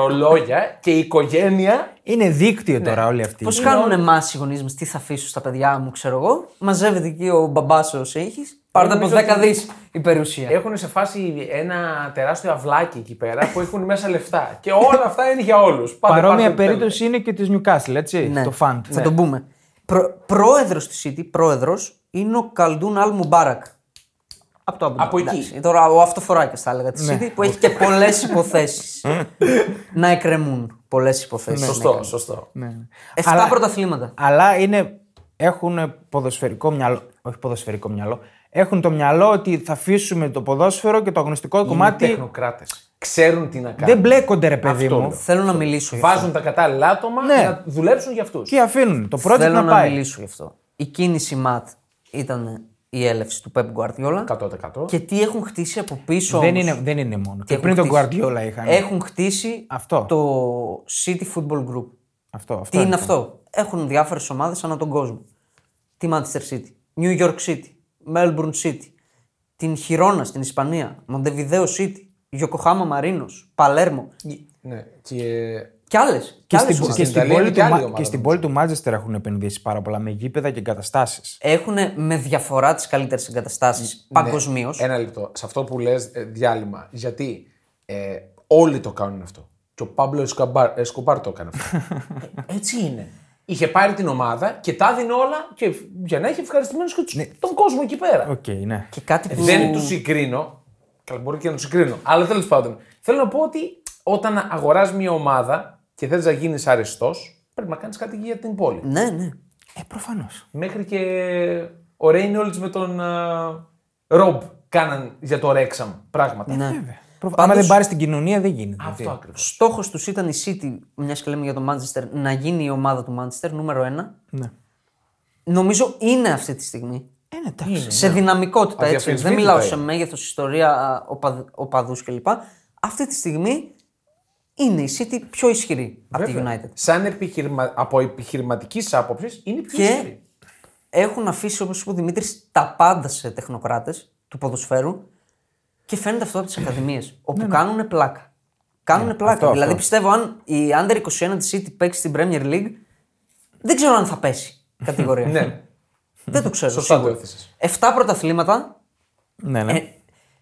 [SPEAKER 1] ψωρολόγια και η οικογένεια.
[SPEAKER 2] Είναι
[SPEAKER 3] Ναι.
[SPEAKER 2] δίκτυο τώρα όλοι αυτοί.
[SPEAKER 3] Πώς κάνουν εμάς οι γονείς μας, τι θα αφήσω στα παιδιά μου, ξέρω εγώ. Μαζεύεται εκεί ο μπαμπάς ο Σέιχης. Πάρτε από 10
[SPEAKER 1] Ε, Νομίζω ότι- Ε,
[SPEAKER 3] δις η περιουσία.
[SPEAKER 1] Έχουν σε φάση ένα τεράστιο αυλάκι εκεί πέρα που έχουν μέσα λεφτά. Και όλα αυτά είναι για όλους.
[SPEAKER 2] Παρόμοια περίπτωση είναι και της Newcastle, έτσι.
[SPEAKER 3] Ναι,
[SPEAKER 2] Το φαντ.
[SPEAKER 3] Θα τον πούμε. Προ, πρόεδρος της City, πρόεδρος, είναι ο Καλντούν Αλ Μουμπάρακ. Από το Abu Dhabi,
[SPEAKER 1] Από εκεί. Ναι.
[SPEAKER 3] εντάξει. Τώρα ο αυτοφοράκια θα έλεγα της City που έχει και πολλές υποθέσεις. να εκκρεμούν πολλές υποθέσεις.
[SPEAKER 1] Ναι. Σωστό,
[SPEAKER 3] Ναι.
[SPEAKER 1] σωστό.
[SPEAKER 3] Εφτά
[SPEAKER 2] Αλλά-
[SPEAKER 3] πρωταθλήματα.
[SPEAKER 2] Αλλά είναι, έχουν ποδοσφαιρικό μυαλό. Όχι ποδοσφαιρικό μυαλό. Έχουν το μυαλό ότι θα αφήσουμε το ποδόσφαιρο και το αγωνιστικό κομμάτι.
[SPEAKER 1] Τεχνοκράτες. Ξέρουν τι να κάνουν.
[SPEAKER 2] Δεν μπλέκονται, ρε παιδί
[SPEAKER 1] Αυτό
[SPEAKER 2] μου.
[SPEAKER 1] λέω.
[SPEAKER 3] Θέλω να μιλήσω γι' αυτό.
[SPEAKER 1] Βάζουν τα κατάλληλα άτομα
[SPEAKER 2] Ναι.
[SPEAKER 1] να δουλέψουν για αυτούς.
[SPEAKER 2] Και αφήνουν το project
[SPEAKER 3] Θέλω
[SPEAKER 2] να
[SPEAKER 3] να,
[SPEAKER 2] πάει.
[SPEAKER 3] μιλήσω γι' αυτό. Η κίνηση ΜΑΤ ήταν η έλευση του Pep Guardiola.
[SPEAKER 1] 100%.
[SPEAKER 3] Και τι έχουν χτίσει από πίσω.
[SPEAKER 2] δεν,
[SPEAKER 3] όμως.
[SPEAKER 2] είναι, δεν είναι μόνο.
[SPEAKER 3] Τι
[SPEAKER 2] Και πριν
[SPEAKER 3] έχουν
[SPEAKER 2] τον
[SPEAKER 3] χτίσει.
[SPEAKER 2] Guardiola είχαν.
[SPEAKER 3] Έχουν χτίσει
[SPEAKER 2] Αυτό.
[SPEAKER 3] το City Football Group.
[SPEAKER 2] Αυτό, αυτό
[SPEAKER 3] Τι είναι
[SPEAKER 2] ήταν.
[SPEAKER 3] αυτό. Έχουν διάφορες ομάδες ανά τον κόσμο. Τη Manchester City, New York City, Melbourne City, την Χιρόνα στην Ισπανία, Montevideo City, Yokohama Marinos, Παλέρμο
[SPEAKER 1] Ναι. Και
[SPEAKER 3] και άλλε.
[SPEAKER 2] Και στην,
[SPEAKER 1] ομάδα.
[SPEAKER 2] και, στην
[SPEAKER 1] Ιταλία
[SPEAKER 2] πόλη
[SPEAKER 1] είναι και
[SPEAKER 2] του,
[SPEAKER 1] άλλη
[SPEAKER 2] Μα-
[SPEAKER 1] ομάδα,
[SPEAKER 2] και στην πόλη του Μάντζεστερ έχουν επενδύσει πάρα πολλά με γήπεδα και εγκαταστάσεις.
[SPEAKER 3] Έχουν με διαφορά τις καλύτερες εγκαταστάσεις παγκοσμίω.
[SPEAKER 1] Ναι, ένα λεπτό. Σε αυτό που λες, διάλειμμα. Γιατί ε, όλοι το κάνουν αυτό. Και ο Παύλο Εσκομπάρ το έκανε αυτό. Ε, έτσι είναι. Είχε πάρει την ομάδα και τα έδινε όλα και για να έχει ευχαριστημένο και τους-
[SPEAKER 2] Ναι.
[SPEAKER 1] τον κόσμο εκεί πέρα.
[SPEAKER 2] Οκ, ναι.
[SPEAKER 3] Και κάτι
[SPEAKER 1] Ε,
[SPEAKER 3] που.
[SPEAKER 1] Δεν τους συγκρίνω. Καλά, μπορεί και να τους συγκρίνω. Αλλά τέλος πάντων, θέλω να πω ότι όταν αγοράζει μια ομάδα και θες να γίνεις αριστό, Πρέπει να κάνεις κάτι για την πόλη.
[SPEAKER 3] Ναι, ναι.
[SPEAKER 2] Ε, προφανώς.
[SPEAKER 1] Μέχρι και ο Ρέινιολτ με τον ε, Ρομπ κάναν για το Ρέξαμ πράγματα.
[SPEAKER 3] ναι.
[SPEAKER 2] Βέβαια. Προφα... Άμα δεν πάρεις την κοινωνία, δεν γίνεται.
[SPEAKER 1] Αυτό ακριβώς.
[SPEAKER 3] Στόχος τους ήταν η City, μιας και λέμε για το Manchester, να γίνει η ομάδα του Manchester νούμερο 1.
[SPEAKER 2] Ναι.
[SPEAKER 3] Νομίζω είναι αυτή τη στιγμή.
[SPEAKER 2] Ε, ναι, εντάξει.
[SPEAKER 3] σε δυναμικότητα έτσι. Δεν
[SPEAKER 1] Αδιαφεσβήτητα
[SPEAKER 3] μιλάω
[SPEAKER 1] είναι.
[SPEAKER 3] σε μέγεθος, ιστορία, οπαδούς κλπ. Αυτή τη στιγμή είναι η City πιο ισχυρή από τη United.
[SPEAKER 1] Σαν επιχειρημα... από επιχειρηματικής άποψης είναι η πιο
[SPEAKER 3] Και
[SPEAKER 1] ισχυρή.
[SPEAKER 3] έχουν αφήσει, όπως είπε ο Δημήτρης, τα πάντα σε τεχνοκράτες του ποδοσφαίρου και φαίνεται αυτό από τις ακαδημίε. όπου κάνουν πλάκα. Κάνουν πλάκα.
[SPEAKER 2] Ναι, αυτό,
[SPEAKER 3] δηλαδή
[SPEAKER 2] αυτό.
[SPEAKER 3] πιστεύω αν η Under 21 της City παίξει στην Premier League, δεν ξέρω αν θα πέσει κατηγορία.
[SPEAKER 1] Ναι,
[SPEAKER 3] Δεν το ξέρω.
[SPEAKER 1] σωστά το
[SPEAKER 3] σίγουρα.
[SPEAKER 1] έθεσες.
[SPEAKER 3] Εφτά πρωταθλήματα.
[SPEAKER 2] Ναι, ναι.
[SPEAKER 3] Ε,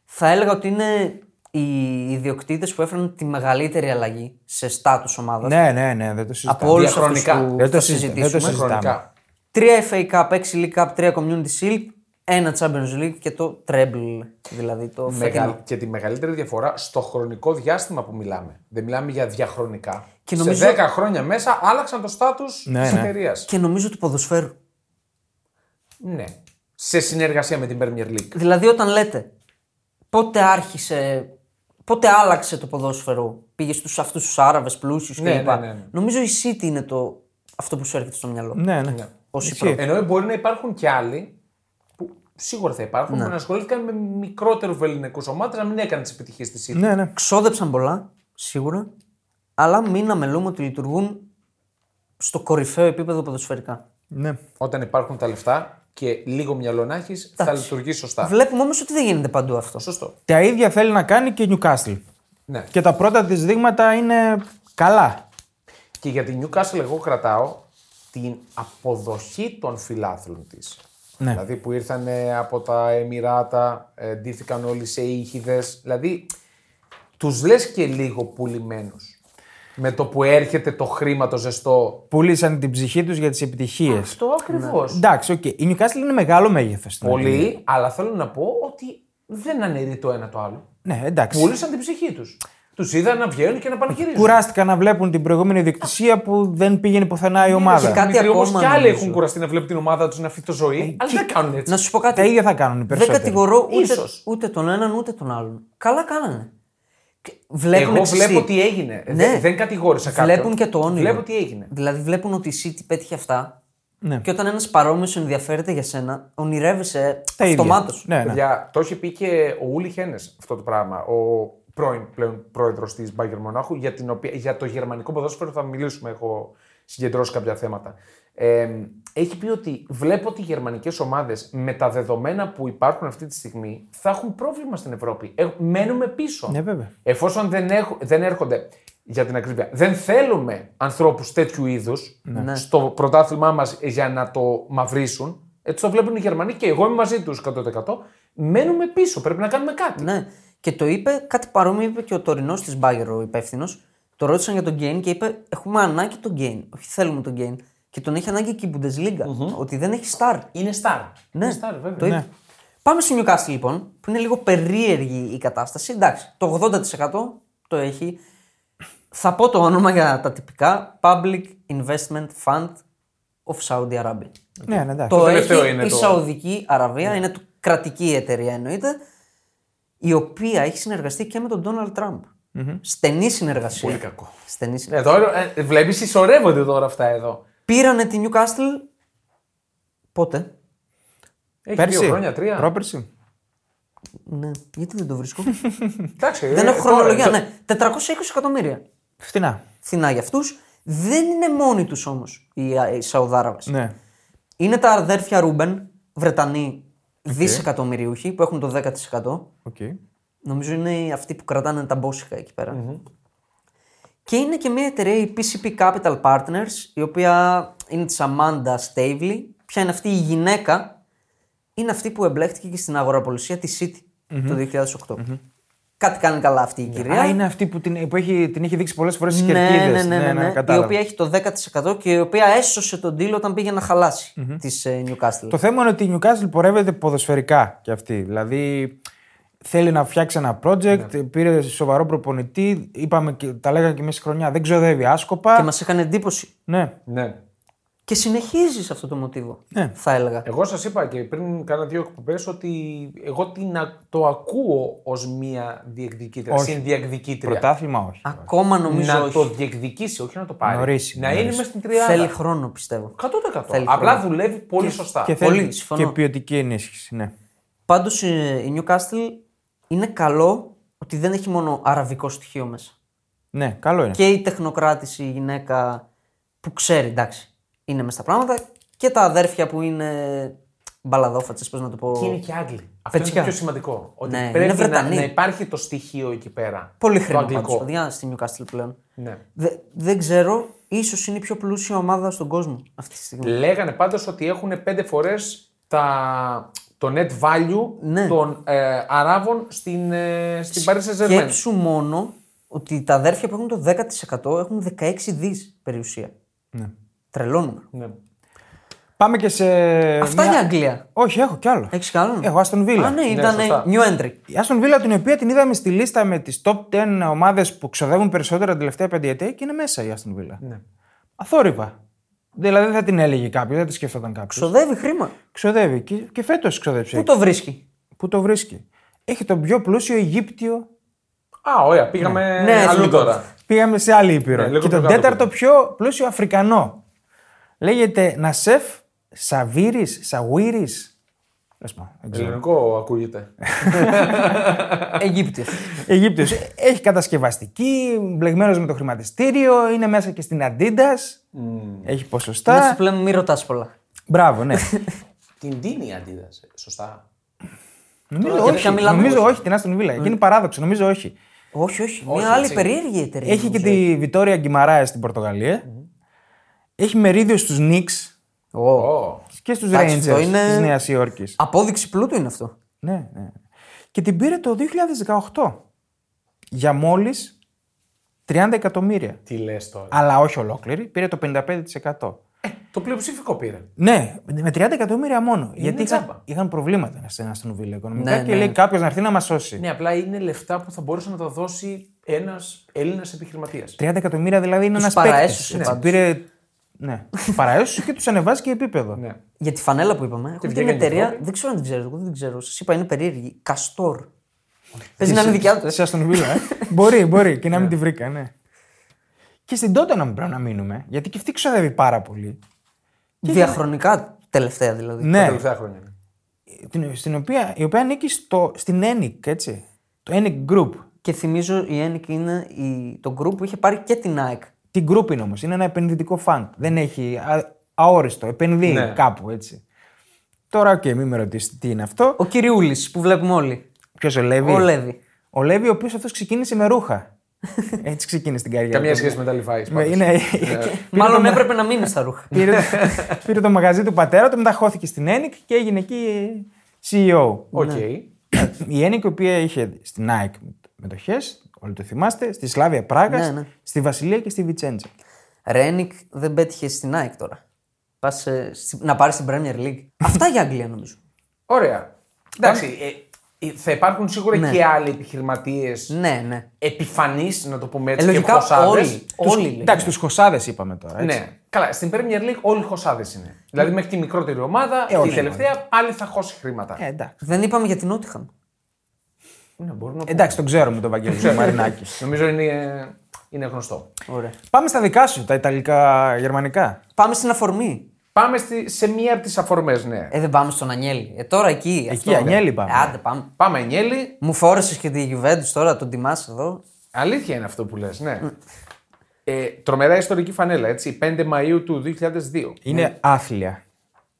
[SPEAKER 3] θα έλεγα ότι είναι οι ιδιοκτήτες που έφεραν τη μεγαλύτερη αλλαγή σε στάτους ομάδας.
[SPEAKER 2] ναι, ναι, ναι, δεν το συζητάμε.
[SPEAKER 3] Από όλους αυτούς
[SPEAKER 1] Διαχρονικά.
[SPEAKER 3] που
[SPEAKER 2] Δεν το
[SPEAKER 3] θα
[SPEAKER 2] συζητάμε, δεν το
[SPEAKER 3] συζητήσουμε.
[SPEAKER 2] συζητάμε.
[SPEAKER 1] Χρονικά.
[SPEAKER 3] Τρία FA Cup, 6 League Cup, 3 Community Shield, ένα Champions League και το Treble, δηλαδή το φετινό.
[SPEAKER 1] Μεγαλ- Και τη μεγαλύτερη διαφορά στο χρονικό διάστημα που μιλάμε. Δεν μιλάμε για διαχρονικά.
[SPEAKER 3] Και νομίζω-
[SPEAKER 1] Σε 10 χρόνια μέσα άλλαξαν το στάτου
[SPEAKER 2] Ναι,
[SPEAKER 1] της
[SPEAKER 2] ναι.
[SPEAKER 1] εταιρείας.
[SPEAKER 3] Και νομίζω του ποδοσφαίρου.
[SPEAKER 1] Ναι. Σε συνεργασία με την Premier League.
[SPEAKER 3] Δηλαδή όταν λέτε πότε άρχισε, πότε άλλαξε το ποδόσφαιρο, πήγε στους αυτούς τους Άραβες πλούσιους
[SPEAKER 1] Ναι,
[SPEAKER 3] κλπ.
[SPEAKER 1] ναι, ναι, ναι.
[SPEAKER 3] Νομίζω η City είναι το, αυτό που σου έρχεται στο μυαλό.
[SPEAKER 2] Ναι, ναι.
[SPEAKER 3] Ως η
[SPEAKER 2] Ισχύει.
[SPEAKER 3] πρώτη.
[SPEAKER 1] Ενώ μπορεί να υπάρχουν και άλλοι που σίγουρα θα
[SPEAKER 2] Ναι.
[SPEAKER 1] υπάρχουν που να ασχολήθηκαν με μικρότερους ελληνικού ομάδες να μην έκανε τις επιτυχίες της ίδια.
[SPEAKER 2] Ναι, ναι.
[SPEAKER 3] Ξόδεψαν πολλά, σίγουρα, αλλά μην αμελούμε ότι λειτουργούν στο κορυφαίο επίπεδο ποδοσφαιρικά.
[SPEAKER 2] ναι.
[SPEAKER 1] Όταν υπάρχουν τα λεφτά και λίγο μυαλό να έχεις, θα
[SPEAKER 3] Εντάξει.
[SPEAKER 1] λειτουργεί σωστά.
[SPEAKER 3] Βλέπουμε όμως ότι δεν γίνεται παντού αυτό.
[SPEAKER 1] Σωστό.
[SPEAKER 2] Τα ίδια θέλει να κάνει και η Newcastle.
[SPEAKER 1] Ναι.
[SPEAKER 2] Και τα πρώτα της δείγματα είναι καλά.
[SPEAKER 1] Και για την Newcastle εγώ κρατάω την αποδοχή των φιλάθλων της.
[SPEAKER 2] Ναι.
[SPEAKER 1] Δηλαδή που ήρθαν από τα Εμμυράτα, ε, ντύθηκαν όλοι σε ήχηδες. Δηλαδή τους λες και λίγο πουλημένους. Με το που έρχεται το χρήμα το ζεστό.
[SPEAKER 2] Πουλήσαν την ψυχή τους για τις επιτυχίες.
[SPEAKER 1] Αυτό ακριβώς.
[SPEAKER 3] Ναι.
[SPEAKER 2] Εντάξει, οκ. Η Newcastle είναι μεγάλο μέγεθος.
[SPEAKER 1] Πολύ, αλλά θέλω να πω ότι δεν αναιρεί το ένα το άλλο.
[SPEAKER 2] Ναι, εντάξει.
[SPEAKER 1] Πούλησαν την ψυχή τους. Τους είδα να βγαίνουν και να πανηγυρίζουν.
[SPEAKER 2] Κουράστηκαν να βλέπουν την προηγούμενη διοκτησία που δεν πήγαινε πουθενά η
[SPEAKER 1] Και
[SPEAKER 2] ομάδα.
[SPEAKER 3] κάτι
[SPEAKER 1] κάτι όμως
[SPEAKER 3] ακόμα
[SPEAKER 1] κι άλλοι
[SPEAKER 3] νομίζω. Ε,
[SPEAKER 1] έχουν κουραστεί να βλέπουν την ομάδα τους να φύγει το ζωή, αλλά δεν κάνουν έτσι.
[SPEAKER 3] Να σου πω κάτι.
[SPEAKER 2] Τα ίδια θα κάνουν οι
[SPEAKER 3] Δεν
[SPEAKER 2] περισσότεροι.
[SPEAKER 3] κατηγορώ ούτε,
[SPEAKER 1] Ίσως.
[SPEAKER 3] ούτε τον έναν ούτε τον άλλον. Καλά κάνανε. Και Βλέπουν
[SPEAKER 1] Εγώ
[SPEAKER 3] εξ
[SPEAKER 1] βλέπω
[SPEAKER 3] εσύ.
[SPEAKER 1] τι έγινε.
[SPEAKER 3] Ναι.
[SPEAKER 1] Δεν, δεν κατηγόρησα κάποιον.
[SPEAKER 3] Βλέπουν και το όνειρο.
[SPEAKER 1] Βλέπω τι έγινε.
[SPEAKER 3] Δηλαδή βλέπουν ότι η City πέτυχε αυτά.
[SPEAKER 2] Ναι.
[SPEAKER 3] Και όταν ένας παρόμοιος ενδιαφέρεται για σένα, ονειρεύεσαι
[SPEAKER 2] Τα ίδια.
[SPEAKER 3] αυτομάτως.
[SPEAKER 2] Ναι, ναι.
[SPEAKER 1] Παιδιά, το είχε πει και ο Ούλι Χένες αυτό το πράγμα. Ο πρώην πλέον πρόεδρος της Μπάγκερ Μονάχου, για, την οποία, για το γερμανικό ποδόσφαιρο θα μιλήσουμε. Έχω συγκεντρώσει κάποια θέματα. Ε, έχει πει ότι βλέπω ότι οι γερμανικές ομάδες με τα δεδομένα που υπάρχουν αυτή τη στιγμή θα έχουν πρόβλημα στην Ευρώπη. Ε, μένουμε πίσω.
[SPEAKER 2] Ναι, βέβαια.
[SPEAKER 1] Εφόσον δεν, έχ- δεν έρχονται, για την ακρίβεια, δεν θέλουμε ανθρώπους τέτοιου είδους στο πρωτάθλημά μας για να το μαυρίσουν. Έτσι το βλέπουν οι Γερμανοί και εγώ είμαι μαζί τους 100%. Μένουμε πίσω, πρέπει να κάνουμε κάτι.
[SPEAKER 3] Ναι. Και το είπε, κάτι παρόμοιο είπε και ο τωρινός της Μπάγκερ, ο υπεύθυνος. Το ρώτησαν για τον Γκέιν και είπε: Έχουμε ανάγκη τον Γκέιν. Όχι, θέλουμε τον Γκέιν. Και τον έχει ανάγκη και η Bundesliga. Ότι δεν έχει στάρ.
[SPEAKER 1] Είναι στάρ.
[SPEAKER 3] Ναι,
[SPEAKER 1] Είναι στάρ, βέβαια.
[SPEAKER 3] το είπε. Πάμε στη Newcastle λοιπόν, που είναι λίγο περίεργη η κατάσταση. Εντάξει, το 80% το έχει. Θα πω το όνομα για τα τυπικά. Public Investment Fund of Saudi Arabia.
[SPEAKER 2] Ναι, ναι, εντάξει.
[SPEAKER 3] Το,
[SPEAKER 1] τελευταίο
[SPEAKER 3] έχει
[SPEAKER 1] είναι
[SPEAKER 3] η
[SPEAKER 1] το- Ναι.
[SPEAKER 3] Σαουδική Αραβία, είναι το κρατική εταιρεία εννοείται, η οποία έχει συνεργαστεί και με τον Donald Τραμπ. Στενή συνεργασία.
[SPEAKER 1] Πολύ κακό.
[SPEAKER 3] Στενή συνεργασία.
[SPEAKER 1] Εδώ ε, βλέπεις, συσσωρεύονται τώρα αυτά εδώ.
[SPEAKER 3] Πήρανε τη Newcastle πότε.
[SPEAKER 1] Έχει
[SPEAKER 2] Πέρσι.
[SPEAKER 1] δύο χρόνια, τρία.
[SPEAKER 2] Πρόπερσι.
[SPEAKER 3] Ναι, γιατί δεν το βρίσκω.
[SPEAKER 1] Εντάξει,
[SPEAKER 3] δεν
[SPEAKER 1] ε,
[SPEAKER 3] έχω
[SPEAKER 1] τώρα,
[SPEAKER 3] χρονολογία.
[SPEAKER 1] το-
[SPEAKER 3] Ναι, 420 εκατομμύρια.
[SPEAKER 2] Φτηνά.
[SPEAKER 3] φθηνά για αυτούς. Δεν είναι μόνοι τους όμως οι, οι Σαουδάραβες.
[SPEAKER 2] Ναι.
[SPEAKER 3] Είναι τα αδέρφια Ρούμπεν, Βρετανοί δισεκατομμυριούχοι που έχουν το 10%.
[SPEAKER 2] Okay.
[SPEAKER 3] Νομίζω είναι οι- αυτοί που κρατάνε τα μπόσικα εκεί πέρα. Και είναι και μια εταιρεία, η PCP Capital Partners, η οποία είναι της Amanda Stavely. Ποια είναι αυτή η γυναίκα, είναι αυτή που εμπλέχτηκε και στην αγοραπολισία τη City το 2008. Κάτι κάνει καλά αυτή η κυρία.
[SPEAKER 2] Α, είναι αυτή που την, που έχει, την έχει δείξει πολλές φορές στις
[SPEAKER 3] Ναι,
[SPEAKER 2] κερκίδες.
[SPEAKER 3] ναι, ναι, ναι, ναι. η
[SPEAKER 2] κατάλαβα.
[SPEAKER 3] οποία έχει το 10% και η οποία έσωσε τον deal όταν πήγε να χαλασει της τη Newcastle.
[SPEAKER 2] Το θέμα είναι ότι η Newcastle πορεύεται ποδοσφαιρικά κι αυτή. Δηλαδή θέλει να φτιάξει ένα project,
[SPEAKER 3] Ναι.
[SPEAKER 2] πήρε σοβαρό προπονητή. Είπαμε, και- τα λέγαμε και μέσα στη χρονιά, δεν ξοδεύει άσκοπα.
[SPEAKER 3] Και μας έκανε εντύπωση.
[SPEAKER 2] Ναι.
[SPEAKER 1] Ναι.
[SPEAKER 3] Και συνεχίζεις σε αυτό το μοτίβο.
[SPEAKER 2] Ναι.
[SPEAKER 3] Θα έλεγα.
[SPEAKER 1] Εγώ σας είπα και πριν κάνα δύο εκπομπές ότι εγώ την, α- το ακούω ως μία διεκδικήτρια.
[SPEAKER 2] Όχι.
[SPEAKER 1] Συνδιακδικήτρια.
[SPEAKER 2] Πρωτάθλημα όχι.
[SPEAKER 3] Ακόμα νομίζω
[SPEAKER 1] να
[SPEAKER 3] όχι.
[SPEAKER 1] το διεκδικήσει, όχι να το πάρει.
[SPEAKER 2] Νωρίς,
[SPEAKER 1] να
[SPEAKER 2] νωρίς.
[SPEAKER 1] είναι μέσα στην τριάδα.
[SPEAKER 3] Θέλει χρόνο πιστεύω.
[SPEAKER 1] 100%.
[SPEAKER 3] Θέλει
[SPEAKER 1] Απλά
[SPEAKER 3] χρόνο.
[SPEAKER 1] δουλεύει πολύ σωστά.
[SPEAKER 2] Και
[SPEAKER 3] Πολύ,
[SPEAKER 2] θέλει
[SPEAKER 3] συμφωνώ.
[SPEAKER 2] και ποιοτική ενίσχυση. Ναι.
[SPEAKER 3] Πάντως ε, η Newcastle είναι καλό ότι δεν έχει μόνο αραβικό στοιχείο μέσα.
[SPEAKER 2] ναι, καλό είναι.
[SPEAKER 3] Και η τεχνοκράτηση, η γυναίκα που ξέρει, εντάξει, είναι μέσα στα πράγματα. Και τα αδέρφια που είναι μπαλαδόφατσες, πώς να το πω.
[SPEAKER 1] Και είναι και Άγγλοι. Αυτό
[SPEAKER 3] Πετσιά.
[SPEAKER 1] είναι το πιο σημαντικό. Ότι
[SPEAKER 3] Ναι, είναι
[SPEAKER 1] πρέπει να,
[SPEAKER 3] Βρετανοί.
[SPEAKER 1] να υπάρχει το στοιχείο εκεί πέρα.
[SPEAKER 3] Πολύ
[SPEAKER 1] το
[SPEAKER 3] χρήμα πάντως, δηλαδή.
[SPEAKER 1] αγγλικό.
[SPEAKER 3] παιδιά, στη Newcastle πλέον.
[SPEAKER 1] Ναι.
[SPEAKER 3] Δε- δεν ξέρω, ίσως είναι η πιο πλούσια ομάδα στον κόσμο αυτή τη στιγμή.
[SPEAKER 1] Λέγανε πάντως ότι έχουν πέντε φορές τα... το net value
[SPEAKER 3] Ναι.
[SPEAKER 1] των ε, Αράβων στην, ε, στην Paris Saint-Germain.
[SPEAKER 3] Σκέψου μόνο ότι τα αδέρφια που έχουν το 10% έχουν 16 δις περιουσία.
[SPEAKER 2] Ναι.
[SPEAKER 3] Τρελό νούμερο.
[SPEAKER 1] Ναι.
[SPEAKER 2] Πάμε και σε.
[SPEAKER 3] Αυτά
[SPEAKER 2] μια-
[SPEAKER 3] είναι Αγγλία.
[SPEAKER 2] Όχι, έχω κι άλλο.
[SPEAKER 3] Έχεις καλό.
[SPEAKER 2] Έχω Aston Villa.
[SPEAKER 3] Α, ναι,
[SPEAKER 1] Ναι,
[SPEAKER 3] ήταν
[SPEAKER 1] σωστά.
[SPEAKER 3] new entry.
[SPEAKER 2] Η Aston Villa, την οποία την είδαμε στη λίστα με τις top 10 ομάδες που ξοδεύουν περισσότερα την τελευταία πενταετία και είναι μέσα η Aston Villa.
[SPEAKER 1] Ναι.
[SPEAKER 2] Αθόρυβα. Δηλαδή δεν θα την έλεγε κάποιος, δεν τη σκεφτόταν κάποιος.
[SPEAKER 3] Ξοδεύει χρήμα.
[SPEAKER 2] Ξοδεύει και, και φέτος ξοδέψε.
[SPEAKER 3] Πού το βρίσκει.
[SPEAKER 2] Πού το βρίσκει. Έχει τον πιο πλούσιο Αιγύπτιο.
[SPEAKER 1] Α, ωραία, πήγαμε
[SPEAKER 3] Ναι,
[SPEAKER 1] αλλού
[SPEAKER 3] εθνικό.
[SPEAKER 1] τώρα.
[SPEAKER 2] Πήγαμε σε άλλη ήπειρο.
[SPEAKER 1] Ναι, λίγο
[SPEAKER 2] και
[SPEAKER 1] πιο
[SPEAKER 2] τον
[SPEAKER 1] κάτω
[SPEAKER 2] τέταρτο πιο πλούσιο Αφρικανό. Λέγεται Νασεφ Σαβίρης, Σαγουίρης. Δεν
[SPEAKER 3] Ναι.
[SPEAKER 2] ξέρω.
[SPEAKER 1] Ελληνικό ακούγεται.
[SPEAKER 3] Αιγύπτιος.
[SPEAKER 2] Αιγύπτιος. Έχει κατασκευαστική, μπλεγμένος με το χρηματιστήριο, είναι μέσα και στην Αντίντας. Έχει
[SPEAKER 3] Είναι αυτό
[SPEAKER 2] ποσοστά.
[SPEAKER 3] που λέμε μη ρωτάς πολλά.
[SPEAKER 2] Μπράβο, ναι.
[SPEAKER 1] Την τίνει η αντίδραση. Σωστά.
[SPEAKER 2] νομίζω
[SPEAKER 3] για
[SPEAKER 2] όχι,
[SPEAKER 3] ποια μιλάμε,
[SPEAKER 2] νομίζω
[SPEAKER 3] όχι.
[SPEAKER 2] όχι την Άστον
[SPEAKER 1] Ναι.
[SPEAKER 2] Βίλα. Γίνει παράδοξο, νομίζω όχι.
[SPEAKER 3] Όχι, όχι.
[SPEAKER 1] Όχι,
[SPEAKER 3] Μια άλλη
[SPEAKER 1] έτσι.
[SPEAKER 3] περίεργη εταιρεία.
[SPEAKER 2] Έχει και
[SPEAKER 3] νομίζω.
[SPEAKER 2] τη Βιτόρια Γκυμαράες στην Πορτογαλία. Έχει μερίδιο στους Νίξ
[SPEAKER 3] Ω.
[SPEAKER 1] Ω,
[SPEAKER 2] και στους
[SPEAKER 3] Εντάξει,
[SPEAKER 2] Rangers
[SPEAKER 3] αυτό είναι-
[SPEAKER 2] της Νέας Υόρκης.
[SPEAKER 3] Απόδειξη πλούτου είναι αυτό.
[SPEAKER 2] Ναι, ναι. Και την πήρε το 2018 για μόλις 30 εκατομμύρια.
[SPEAKER 1] τι λες τώρα.
[SPEAKER 2] Αλλά όχι ολόκληρη, πήρε το 55%.
[SPEAKER 1] Το πλειοψηφικό πήρε.
[SPEAKER 2] Ναι, με 30 εκατομμύρια μόνο. γιατί
[SPEAKER 1] τσάμπα.
[SPEAKER 2] είχαν, είχαν προβλήματα στην Αστον Βίλα οικονομικά
[SPEAKER 3] Ναι,
[SPEAKER 2] και
[SPEAKER 3] ναι.
[SPEAKER 2] λέει κάποιος να έρθει να μας σώσει.
[SPEAKER 1] Ναι, απλά είναι λεφτά που θα μπορούσε να τα δώσει ένας Έλληνας επιχειρηματίας.
[SPEAKER 2] 30 εκατομμύρια δηλαδή είναι
[SPEAKER 3] Τους
[SPEAKER 2] ένας
[SPEAKER 3] παραέσωσε
[SPEAKER 2] παίκτη.
[SPEAKER 3] πάντως.
[SPEAKER 2] Πήρε. Ναι, τους παραέσωσε και τους ανεβάζει και επίπεδο.
[SPEAKER 1] Ναι.
[SPEAKER 3] Για τη φανέλα που είπαμε, έχω
[SPEAKER 1] βγήκε
[SPEAKER 3] την
[SPEAKER 1] και στην
[SPEAKER 3] εταιρεία.
[SPEAKER 1] Ευρώπη.
[SPEAKER 3] Δεν ξέρω αν την ξέρω. Εγώ δεν την ξέρω. Σας είπα είναι περίεργη. Καστόρ. Παίζει να είναι δικιά τους.
[SPEAKER 2] Σε Αστον Βίλα. Ε. μπορεί, μπορεί και να μην τη βρήκα, ναι. Και στην τότε να μην πρέπει να μείνουμε, γιατί και αυτή ξοδεύει πάρα πολύ.
[SPEAKER 3] Διαχρονικά τελευταία δηλαδή.
[SPEAKER 1] Τα
[SPEAKER 2] Ναι,
[SPEAKER 1] τελευταία χρόνια.
[SPEAKER 2] την, στην οποία, η οποία ανήκει στο, στην ENIC, έτσι. Το ENIC Group.
[SPEAKER 3] Και θυμίζω η Ένικ είναι η... το group που είχε πάρει και την ΑΕΚ.
[SPEAKER 2] Τι group είναι όμως, είναι ένα επενδυτικό fund. Δεν έχει α- αόριστο, επενδύει
[SPEAKER 1] Ναι.
[SPEAKER 2] κάπου έτσι. Τώρα, οκ, μην με ρωτήσετε τι είναι αυτό.
[SPEAKER 3] Ο Κυριούλης που βλέπουμε όλοι.
[SPEAKER 2] Ποιος ο Λέβη.
[SPEAKER 3] Ο Λέβη.
[SPEAKER 2] Ο Λέβη, ο οποίος αυτός ξεκίνησε με ρούχα. έτσι ξεκίνησε την καριέρα.
[SPEAKER 3] Ναι.
[SPEAKER 1] Καμία
[SPEAKER 2] του.
[SPEAKER 1] σχέση με τα Levi's.
[SPEAKER 2] Με-
[SPEAKER 1] πάντως.
[SPEAKER 2] είναι-
[SPEAKER 3] Μάλλον έπρεπε να μείνει στα ρούχα.
[SPEAKER 2] πήρε, πήρε το μαγαζί του πατέρα του, μετά χώθηκε στην ENIC και έγινε εκεί CEO.
[SPEAKER 1] Οκ.
[SPEAKER 3] ναι.
[SPEAKER 2] η ENIC, η οποία είχε στην ΑΕΚ μετοχές, όλοι το θυμάστε, στη Σλάβια Πράγας,
[SPEAKER 3] Ναι, ναι.
[SPEAKER 2] στη Βασιλεία και στη Βιτσέντζα.
[SPEAKER 3] Ρένικ δεν πέτυχε στην ΑΕΚ τώρα. Πας να πάρει την Premier League. Αυτά για Αγγλία νομίζω.
[SPEAKER 1] Ωραία. Εντάξει, ε, ε, θα υπάρχουν σίγουρα
[SPEAKER 3] Ναι.
[SPEAKER 1] και άλλοι επιχειρηματίες
[SPEAKER 3] ναι, ναι.
[SPEAKER 1] επιφανείς, να το πούμε
[SPEAKER 3] Ε,
[SPEAKER 1] έτσι. και
[SPEAKER 3] λογικά
[SPEAKER 1] χωσάδες.
[SPEAKER 3] όλοι. Όλοι λέει.
[SPEAKER 2] Εντάξει, τους Χωσάδες είπαμε τώρα. Έτσι.
[SPEAKER 1] Ναι. Καλά, στην Premier League όλοι χωσάδες είναι.
[SPEAKER 3] Ναι.
[SPEAKER 1] Δηλαδή μέχρι τη μικρότερη ομάδα,
[SPEAKER 3] Ε,
[SPEAKER 2] όχι,
[SPEAKER 1] η τελευταία πάλι θα χώσει
[SPEAKER 3] Ναι.
[SPEAKER 1] χρήματα.
[SPEAKER 2] Ε, εντάξει.
[SPEAKER 3] Δεν είπαμε για την Νότιχαμ.
[SPEAKER 1] Ναι, μπορούμε να
[SPEAKER 3] Ε.
[SPEAKER 1] πούμε.
[SPEAKER 2] Εντάξει, τον ξέρουμε τον Βαγγέλη
[SPEAKER 3] Ναι.
[SPEAKER 2] του Μαρινάκη.
[SPEAKER 1] Νομίζω είναι, ε, είναι γνωστό.
[SPEAKER 3] Ωραία.
[SPEAKER 2] Πάμε στα δικά σου, τα Ιταλικά-Γερμανικά.
[SPEAKER 3] Πάμε στην αφορμή.
[SPEAKER 1] Πάμε στη, σε μία από τις αφορμές, ναι.
[SPEAKER 3] Ε, δεν πάμε στον Ανιέλη. Ε, τώρα εκεί.
[SPEAKER 2] Εκεί, Ανιέλη πάμε.
[SPEAKER 3] Ε, άντε πάμε.
[SPEAKER 1] Πάμε Ενιέλη.
[SPEAKER 3] Μου φόρεσε και τη Juventus τώρα, τον τιμάς εδώ.
[SPEAKER 1] Αλήθεια είναι αυτό που λες, ναι. Ε, τρομερά ιστορική φανέλα, έτσι. 5 Μαου του 2002.
[SPEAKER 3] Ναι.
[SPEAKER 2] Είναι άθλια.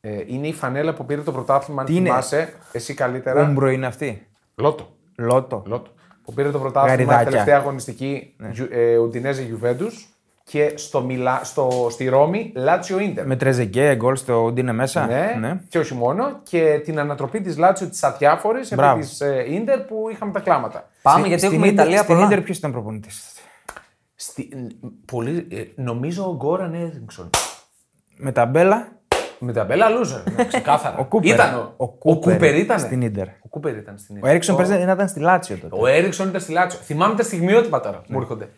[SPEAKER 1] Ε, είναι η φανέλα που πήρε το πρωτάθλημα, αν
[SPEAKER 2] Τι είναι?
[SPEAKER 1] θυμάσαι. Εσύ καλύτερα.
[SPEAKER 2] Ούμπρο είναι αυτή.
[SPEAKER 1] Λότο.
[SPEAKER 2] Λότο.
[SPEAKER 1] Λότο. Που πήρε το πρωτάθλημα
[SPEAKER 2] Γαριδάκια. Ναι.
[SPEAKER 1] τελευταία αγωνιστική Γιου- ε, Ουντινέζε Γιουβέντους και στο Μιλά, στο, στη Ρώμη Λάτσιο Ίντερ.
[SPEAKER 2] Με τρεζεγκέ, γκολ στο Ούντινε μέσα.
[SPEAKER 1] Ναι, και όχι μόνο. Και την ανατροπή της Λάτσιο της αδιάφορη επί
[SPEAKER 2] Μπράβο.
[SPEAKER 1] της ε, Ίντερ που είχαμε τα κλάματα.
[SPEAKER 3] Πάμε
[SPEAKER 2] Στη-
[SPEAKER 3] γιατί
[SPEAKER 2] στην
[SPEAKER 3] έχουμε
[SPEAKER 2] Ίντερ-
[SPEAKER 3] Ιταλία
[SPEAKER 2] Στην
[SPEAKER 3] πολλά.
[SPEAKER 2] Ίντερ ποιος ήταν προπονητής.
[SPEAKER 1] ε, Στη, πολύ, νομίζω ο Γκόραν Έριξον.
[SPEAKER 2] Με ταμπέλα.
[SPEAKER 1] Με τα μπέλα loser. ναι, Ξεκάθαρα.
[SPEAKER 2] Ο Κούπερ.
[SPEAKER 1] Ήταν ο,
[SPEAKER 2] Ο Κούπερ
[SPEAKER 1] ήταν.
[SPEAKER 2] στην Ίντερ.
[SPEAKER 1] Ο Κούπερ ήταν στην
[SPEAKER 2] Ο
[SPEAKER 1] Ίντερ.
[SPEAKER 2] Έριξον παίζει να ήταν στη Λάτσιο τότε.
[SPEAKER 1] Ο Έριξον ήταν στη Λάτσο. Θυμάμαι τα στιγμιότυπα τώρα.
[SPEAKER 2] Ναι.
[SPEAKER 1] Μου έρχονται.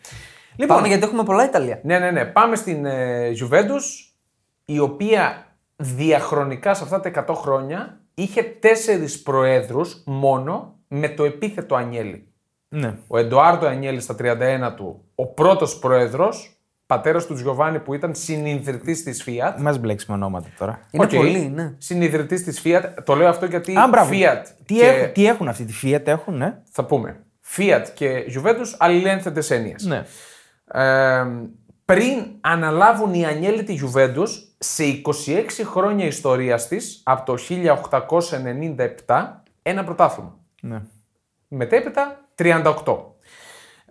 [SPEAKER 1] Λοιπόν,
[SPEAKER 3] Πάμε γιατί έχουμε πολλά Ιταλία.
[SPEAKER 1] ναι, ναι, ναι. Πάμε στην ε, Juventus, η οποία διαχρονικά σε αυτά τα 100 χρόνια είχε τέσσερις προέδρους μόνο με το επίθετο Ανιέλη.
[SPEAKER 2] Ναι.
[SPEAKER 1] Ο Εντοάρντο Ανιέλη στα 31 του, ο πρώτος πρόεδρος, πατέρας του Τζιωβάνι που ήταν συνειδητής της Fiat.
[SPEAKER 2] Μας μπλέξεις με ονόματα τώρα.
[SPEAKER 3] Είναι
[SPEAKER 1] Οκ.
[SPEAKER 3] πολύ, ναι.
[SPEAKER 1] Συνειδητής της Fiat. Το λέω αυτό γιατί
[SPEAKER 2] Α, μπράβο.
[SPEAKER 1] Fiat
[SPEAKER 2] Τι,
[SPEAKER 1] και-
[SPEAKER 2] έχουν, τι έχουν αυτή τη Fiat, έχουν, ναι.
[SPEAKER 1] θα πούμε. Fiat και Juventus αλληλένθετες έννοιες.
[SPEAKER 2] Ναι.
[SPEAKER 1] Ε, πριν αναλάβουν οι ανέλητοι Juventus σε 26 χρόνια ιστορίας της, από το 1897, ένα πρωτάθλημα.
[SPEAKER 2] ναι.
[SPEAKER 1] Μετέπειτα 38.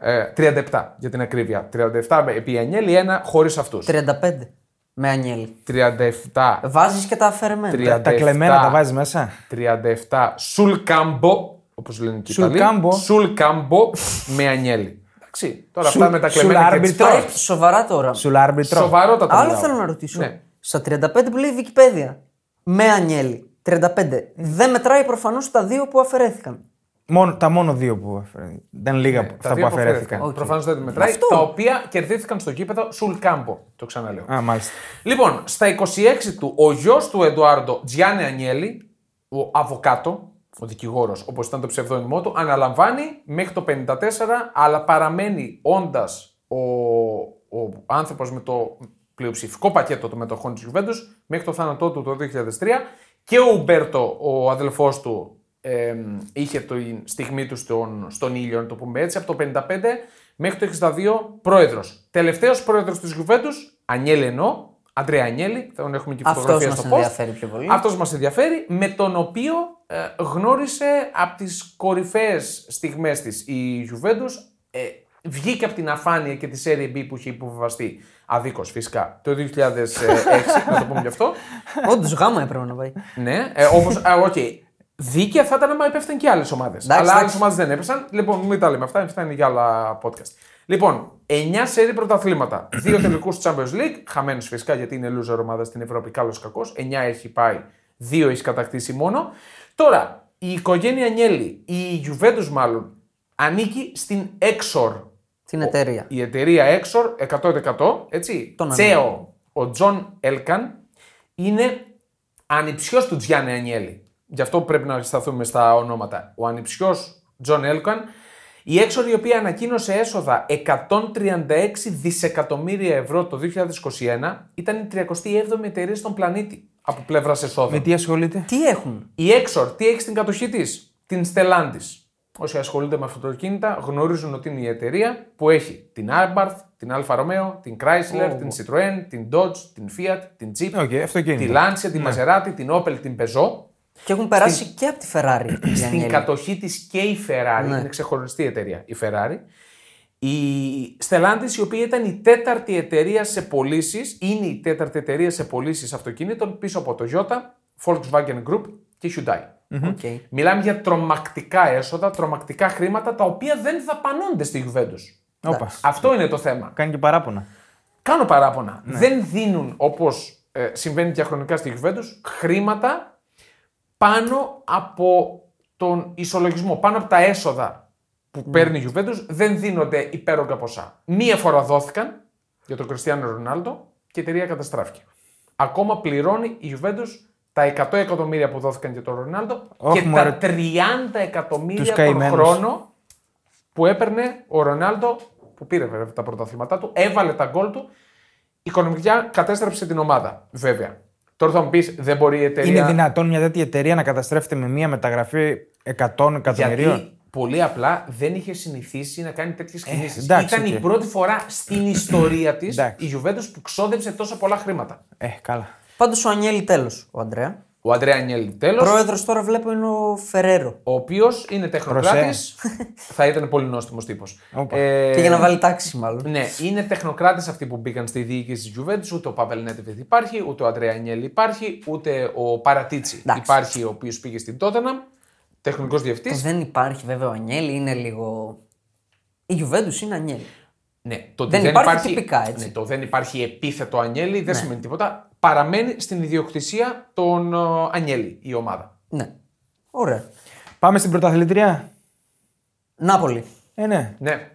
[SPEAKER 1] Ε, 37 για την ακρίβεια. 37 επί Ανιέλη, ένα χωρίς αυτούς.
[SPEAKER 3] 35 με Ανιέλη.
[SPEAKER 1] 37,
[SPEAKER 3] Βάζεις και τα αφαιρεμένα.
[SPEAKER 1] 30.
[SPEAKER 2] Τα, τα
[SPEAKER 1] 37.
[SPEAKER 2] κλεμμένα τα βάζεις μέσα.
[SPEAKER 1] 37, Σουλκάμπο, όπως λένε και οι Ιταλοί.
[SPEAKER 2] Σουλκάμπο.
[SPEAKER 1] Σουλκάμπο με Ανιέλη. Εντάξει, τώρα
[SPEAKER 2] Σουλ-
[SPEAKER 1] αυτά με τα κλεμμένα και τις
[SPEAKER 2] Σουλάρμπιτρο.
[SPEAKER 1] πτώσεις.
[SPEAKER 3] Πάει σοβαρά τώρα.
[SPEAKER 2] Σουλάρμπιτρο.
[SPEAKER 1] Σοβαρότατα
[SPEAKER 3] Άλλο
[SPEAKER 1] μιλάω.
[SPEAKER 3] θέλω να ρωτήσω.
[SPEAKER 1] Ναι.
[SPEAKER 3] Στα 35 που λέει η Wikipedia. Με Ανιέλη. 35. Δεν μετράει προφανώς τα δύο που αφαιρέθηκαν.
[SPEAKER 2] Μόνο, τα μόνο δύο που αφαιρέθηκαν. Ήταν λίγα που-
[SPEAKER 1] Ναι, Τα
[SPEAKER 2] αυτά
[SPEAKER 1] δύο
[SPEAKER 2] που αφαιρέθηκαν.
[SPEAKER 1] Οκ. Προφανώς δεν τη μετράει.
[SPEAKER 3] Αυτό.
[SPEAKER 1] Τα οποία κερδίθηκαν στο γήπεδο Σουλκάμπο. Το ξαναλέω.
[SPEAKER 2] Α, μάλιστα.
[SPEAKER 1] Λοιπόν, στα 26 του, ο γιος του Εντουάρντο Τζιάννη Ανιέλη, ο Αβοκάτο, ο δικηγόρος, όπως ήταν το ψευδόνυμό του, αναλαμβάνει μέχρι το 54, αλλά παραμένει όντας ο, ο άνθρωπος με το πλειοψηφικό πακέτο των μετοχών της Γιουβέντου μέχρι το θάνατό του το 2003 και ο Ουμπέρτο, ο αδελφός του, εμ, είχε τη στιγμή του στον, στον ήλιο, να το πούμε έτσι, από το 55 μέχρι το 62 πρόεδρος. Τελευταίος πρόεδρος της Γιουβέντους, Ανιέλη εννοώ, Αντρέα Ανιέλη, θα τον έχουμε και
[SPEAKER 3] Αυτός
[SPEAKER 1] φωτογραφία
[SPEAKER 3] μας
[SPEAKER 1] στο post.
[SPEAKER 3] ενδιαφέρει πιο πολύ.
[SPEAKER 1] Αυτός μας ενδιαφέρει, με τον οποίο ε, γνώρισε από τις κορυφαίες στιγμές της η Juventus. Ε, βγήκε από την αφάνεια και τη Serie B που είχε υποβιβαστεί αδίκως φυσικά το 2006, να το πούμε γι' αυτό.
[SPEAKER 3] Όντως γάμα έπρεπε να πάει.
[SPEAKER 1] Ναι, ε, όπως, ε, okay. Δίκαια θα ήταν άμα έπεφταν και άλλες ομάδες.
[SPEAKER 3] Εντάξει,
[SPEAKER 1] Αλλά άλλε
[SPEAKER 3] εντάξει.
[SPEAKER 1] ομάδες δεν έπεσαν. Λοιπόν, μην τα λέμε αυτά, αυτά είναι για άλλα podcast. Λοιπόν, 9 σερί πρωταθλήματα. 2 τελικού Champions League, χαμένου φυσικά γιατί είναι loser ομάδα στην Ευρώπη, καλός ή κακό. 9 έχει πάει, 2 έχεις κατακτήσει μόνο. Τώρα, η οικογένεια Νιέλη, η Juventus μάλλον, ανήκει στην Exor
[SPEAKER 3] Την εταιρεία.
[SPEAKER 1] η εταιρεία Exor 100% έτσι.
[SPEAKER 3] Τον
[SPEAKER 1] Τσέο, ο Τζον Έλκαν, είναι ανιψιός του Τζιάννη Ανιέλη. Γι' αυτό πρέπει να σταθούμε στα ονόματα. Ο ανιψιός Τζον Έλκαν, η Exor η οποία ανακοίνωσε έσοδα 136 δισεκατομμύρια ευρώ το 2021, ήταν η 37η εταιρεία στον πλανήτη από πλευράς εσόδων.
[SPEAKER 2] Με τι ασχολείται.
[SPEAKER 3] Τι έχουν.
[SPEAKER 1] Η Exor, τι έχει στην κατοχή της, την Stellantis. Όσοι ασχολούνται με αυτοκίνητα γνωρίζουν ότι είναι η εταιρεία που έχει την Abarth, την Alfa Romeo, την Chrysler, την Citroën, την Dodge, την Fiat, την
[SPEAKER 3] Ε,
[SPEAKER 1] Jeep,
[SPEAKER 2] Ναι, Οκ, αυτοκίνητα.
[SPEAKER 1] τη Lancia,
[SPEAKER 3] Ναι.
[SPEAKER 1] την Maserati, την Opel, την Peugeot.
[SPEAKER 3] Και έχουν περάσει και από τη Ferrari. η
[SPEAKER 1] Στην
[SPEAKER 3] Ανιέλη.
[SPEAKER 1] κατοχή της και η Ferrari,
[SPEAKER 3] Ναι.
[SPEAKER 1] είναι ξεχωριστή εταιρεία η Ferrari. Η Stellantis, η οποία ήταν η τέταρτη εταιρεία σε πωλήσεις, είναι η τέταρτη εταιρεία σε πωλήσεις αυτοκινήτων πίσω από το Toyota, Volkswagen Group και Hyundai.
[SPEAKER 3] Οκ.
[SPEAKER 1] Μιλάμε για τρομακτικά έσοδα, τρομακτικά χρήματα τα οποία δεν δαπανώνται στη Juventus.
[SPEAKER 2] Όπα.
[SPEAKER 1] Αυτό είναι το θέμα.
[SPEAKER 2] Κάνει και παράπονα.
[SPEAKER 1] Κάνω παράπονα.
[SPEAKER 2] Ναι.
[SPEAKER 1] Δεν δίνουν όπως ε, συμβαίνει διαχρονικά στη Juventus χρήματα πάνω από τον ισολογισμό, πάνω από τα έσοδα που
[SPEAKER 2] Ναι.
[SPEAKER 1] παίρνει η Juventus δεν δίνονται υπέρογκα ποσά. Μία φορά δόθηκαν για τον Κριστιανό Ρονάλντο και η εταιρεία καταστράφηκε. Ακόμα πληρώνει η Juventus τα 100 εκατομμύρια που δόθηκαν για τον Ρονάλντο
[SPEAKER 2] Όχι,
[SPEAKER 1] και
[SPEAKER 2] μωρέ.
[SPEAKER 1] τα 30 εκατομμύρια
[SPEAKER 2] Τους
[SPEAKER 1] τον
[SPEAKER 2] καημένους.
[SPEAKER 1] χρόνο που έπαιρνε ο Ρονάλντο, που πήρε βέβαια τα πρωταθλήματά του, έβαλε τα γκολ του. Οικονομικά κατέστρεψε την ομάδα, βέβαια. Τώρα θα μου πεις, δεν μπορεί η εταιρεία.
[SPEAKER 2] Είναι δυνατόν μια τέτοια εταιρεία να καταστρέφεται με μια μεταγραφή 100 εκατομμυρίων.
[SPEAKER 1] Γιατί πολύ απλά δεν είχε συνηθίσει να κάνει τέτοιες κινήσει.
[SPEAKER 2] Ε, εντάξει,
[SPEAKER 1] Ήταν η
[SPEAKER 2] οκ.
[SPEAKER 1] πρώτη φορά στην ιστορία της
[SPEAKER 2] Εντάξει.
[SPEAKER 1] η Juventus που ξόδεψε τόσα πολλά χρήματα.
[SPEAKER 2] Ε, καλά.
[SPEAKER 3] Πάντως ο Ανιέλη τέλος, ο Αντρέα.
[SPEAKER 1] Ο Αντρέα Νιέλη τέλος,
[SPEAKER 3] Πρόεδρος τώρα βλέπω είναι ο Φεραίρο.
[SPEAKER 1] ο οποίος είναι τεχνοκράτης. θα ήταν πολύ Ε, νόστιμος τύπος.
[SPEAKER 2] Όπα.
[SPEAKER 3] Και για να βάλει τάξη, μάλλον.
[SPEAKER 1] Ναι, είναι τεχνοκράτες αυτοί που μπήκαν στη διοίκηση της Juventus. Ούτε ο Παβελ Νέτεβιτ υπάρχει, ούτε ο Αντρέα Νιέλ υπάρχει, ούτε ο Παρατίτσι
[SPEAKER 3] Εντάξει.
[SPEAKER 1] υπάρχει, ο οποίος πήγε στην Τόταναμ. Τεχνικός διευθυντής.
[SPEAKER 3] Δεν υπάρχει βέβαια ο Ανιέλη, είναι λίγο. Η Γιουβέντους είναι Ανιέλη.
[SPEAKER 1] Ναι, το ότι
[SPEAKER 3] Δεν υπάρχει τυπικά, έτσι.
[SPEAKER 1] Ναι, το δεν υπάρχει επίθετο Ανιέλη δεν σημαίνει τίποτα. παραμένει στην ιδιοκτησία των ε, Ανιέλη η ομάδα.
[SPEAKER 3] Ναι. Ωραία.
[SPEAKER 2] Πάμε στην πρωταθλητριά.
[SPEAKER 3] Νάπολη.
[SPEAKER 2] Ε, ναι.
[SPEAKER 1] Ναι.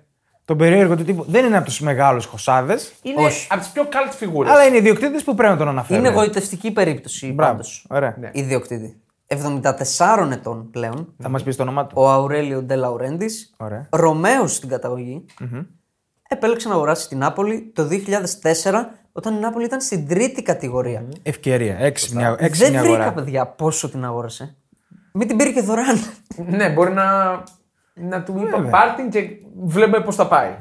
[SPEAKER 2] Τον περίεργο του τύπου δεν είναι από τους μεγάλους χωσάδες,
[SPEAKER 1] Είναι
[SPEAKER 3] Όχι.
[SPEAKER 1] από τις πιο cult φιγούρε.
[SPEAKER 2] αλλά είναι ιδιοκτήτε που πρέπει να τον αναφέρουμε.
[SPEAKER 3] Είναι γοητευτική περίπτωση
[SPEAKER 2] Μπράβο.
[SPEAKER 3] πάντως.
[SPEAKER 2] Ωραία.
[SPEAKER 1] Ναι.
[SPEAKER 3] Ιδιοκτήτη. 74 ετών πλέον.
[SPEAKER 2] Θα μας πεις το όνομά του.
[SPEAKER 3] Ο Αουρέλιο Ντελαουρέντη.
[SPEAKER 2] Ωραία.
[SPEAKER 3] Ρωμαίος στην καταγωγη Επέλεξε να αγοράσει την Νάπολη το 2004 όταν η Νάπολη ήταν στην τρίτη κατηγορία.
[SPEAKER 2] Ευκαιρία. Έξυπνη, αγο- έξυπνη
[SPEAKER 3] Δεν βρήκα,
[SPEAKER 2] αγορά.
[SPEAKER 3] παιδιά, πόσο την αγόρασε. Μην την πήρε και δωρεάν.
[SPEAKER 1] Ναι, μπορεί να, να του είπα πάρτιν και βλέπουμε πώς θα πάει.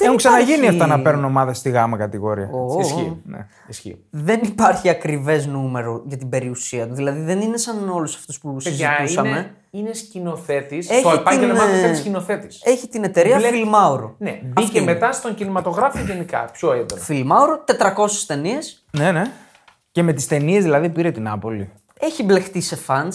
[SPEAKER 2] Έχουν ξαναγίνει
[SPEAKER 3] υπάρχει-
[SPEAKER 2] αυτά να παίρνουν ομάδες στη γάμα κατηγορία.
[SPEAKER 3] Ω.
[SPEAKER 1] Ισχύει.
[SPEAKER 2] Ναι.
[SPEAKER 1] Ισχύει.
[SPEAKER 3] Δεν υπάρχει ακριβές νούμερο για την περιουσία του. Δηλαδή δεν είναι σαν όλους αυτούς που
[SPEAKER 1] Παιδιά,
[SPEAKER 3] συζητούσαμε.
[SPEAKER 1] είναι, είναι σκηνοθέτης.
[SPEAKER 3] Έχει
[SPEAKER 1] Στο επάγγελμά
[SPEAKER 3] την,
[SPEAKER 1] του
[SPEAKER 3] ε,
[SPEAKER 1] ήταν σκηνοθέτης.
[SPEAKER 3] Έχει την εταιρεία
[SPEAKER 1] Μπλε-
[SPEAKER 3] Φιλμάουρο.
[SPEAKER 1] Ναι,
[SPEAKER 3] Αυτή
[SPEAKER 1] μπήκε
[SPEAKER 3] είναι.
[SPEAKER 1] μετά στον κινηματογράφο γενικά. Πιο έντονα.
[SPEAKER 3] Φιλμάουρο, 400 ταινίες.
[SPEAKER 2] ναι, ναι. Και με τις ταινίες δηλαδή πήρε την Νάπολη.
[SPEAKER 3] Έχει μπλεχτεί σε fans.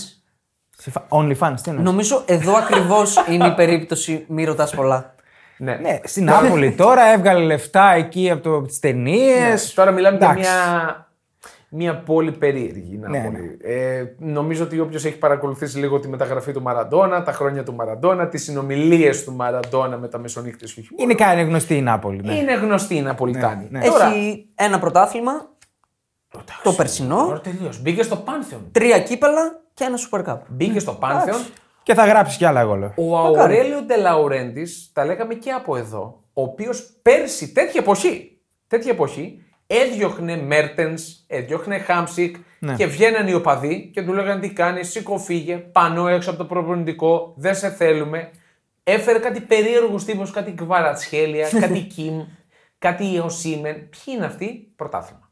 [SPEAKER 2] Σε φα- OnlyFans, τι είναι.
[SPEAKER 3] Νομίζω εδώ ακριβώς είναι η περίπτωση μη ρωτάς πολλά.
[SPEAKER 1] Ναι.
[SPEAKER 2] Ναι, στην Νάπολη τώρα έβγαλε λεφτά εκεί από τις ταινίες.
[SPEAKER 3] Ναι.
[SPEAKER 1] Τώρα μιλάμε για
[SPEAKER 2] Εντάξει.
[SPEAKER 1] μια, μια πόλη περίεργη. να
[SPEAKER 2] Ναι,
[SPEAKER 1] πω. Ε, νομίζω ότι όποιος έχει παρακολουθήσει λίγο τη μεταγραφή του Μαραντόνα, τα χρόνια του Μαραντόνα, τις συνομιλίες του Μαραντόνα με τα μεσονύκτια του χειμώνα.
[SPEAKER 2] Είναι κάνει γνωστή η Νάπολη. Ναι.
[SPEAKER 1] Είναι γνωστή η Ναπολιτάνη.
[SPEAKER 2] Ναι,
[SPEAKER 1] Τώρα,
[SPEAKER 3] Έχει ένα πρωτάθλημα, το περσινό,
[SPEAKER 1] τώρα τελείω. Μπήκε στο Πάνθεον.
[SPEAKER 3] τρία κύπελα και ένα Super Cup.
[SPEAKER 1] Μπήκε στο Πάνθεον.
[SPEAKER 2] Και θα γράψει κι άλλα γόλο.
[SPEAKER 1] Ο Αουρέλιο Ντελαουρέντη, τα λέγαμε και από εδώ, ο οποίος πέρσι, τέτοια εποχή, τέτοια εποχή, έδιωχνε Μέρτεν, έδιωχνε Χάμσικ και βγαίναν οι οπαδοί και του λέγανε τι κάνεις, σήκω φύγε, πάνω έξω από το προπονητικό, δεν σε θέλουμε. Έφερε κάτι περίεργους τύπους, κάτι κβαρατσχέλια, κάτι Κιμ, κάτι Ιωσήμεν. Ποιοι είναι αυτοί, πρωτάθλημα.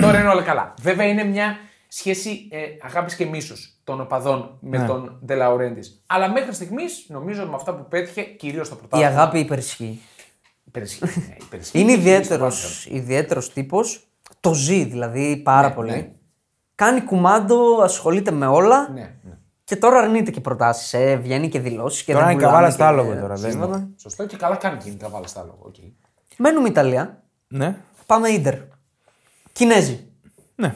[SPEAKER 1] Τώρα είναι όλα καλά. Βέβαια είναι μια σχέση ε, αγάπης και μίσου των οπαδών με
[SPEAKER 3] Ναι.
[SPEAKER 1] τον Ντελαουρέντη. Αλλά μέχρι στιγμής, νομίζω με αυτά που πέτυχε, κυρίως στο
[SPEAKER 3] Η
[SPEAKER 1] πρωτάθλημα.
[SPEAKER 3] αγάπη υπερισχύει.
[SPEAKER 1] Υπερισχύει, ναι, υπερισχύει.
[SPEAKER 3] Είναι ιδιαίτερος, ιδιαίτερος τύπος, το ζει δηλαδή πάρα
[SPEAKER 2] Ναι,
[SPEAKER 3] πολύ. Κάνει κουμάντο, ασχολείται με όλα
[SPEAKER 1] Ναι, ναι.
[SPEAKER 3] και τώρα αρνείται και προτάσεις, ε, βγαίνει και δηλώσεις και
[SPEAKER 2] Τώρα
[SPEAKER 3] δεν
[SPEAKER 2] είναι
[SPEAKER 3] πουλάμε
[SPEAKER 2] καβάλα
[SPEAKER 3] και
[SPEAKER 2] στα άλογα τώρα, δεν
[SPEAKER 3] ψήματα.
[SPEAKER 1] Σωστό και καλά κάνει και είναι καβάλα στα λόγο. Okay.
[SPEAKER 3] Μένουμε Ιταλία,
[SPEAKER 2] Ναι.
[SPEAKER 3] πάμε Ίντερ. Κινέζοι.
[SPEAKER 2] ναι.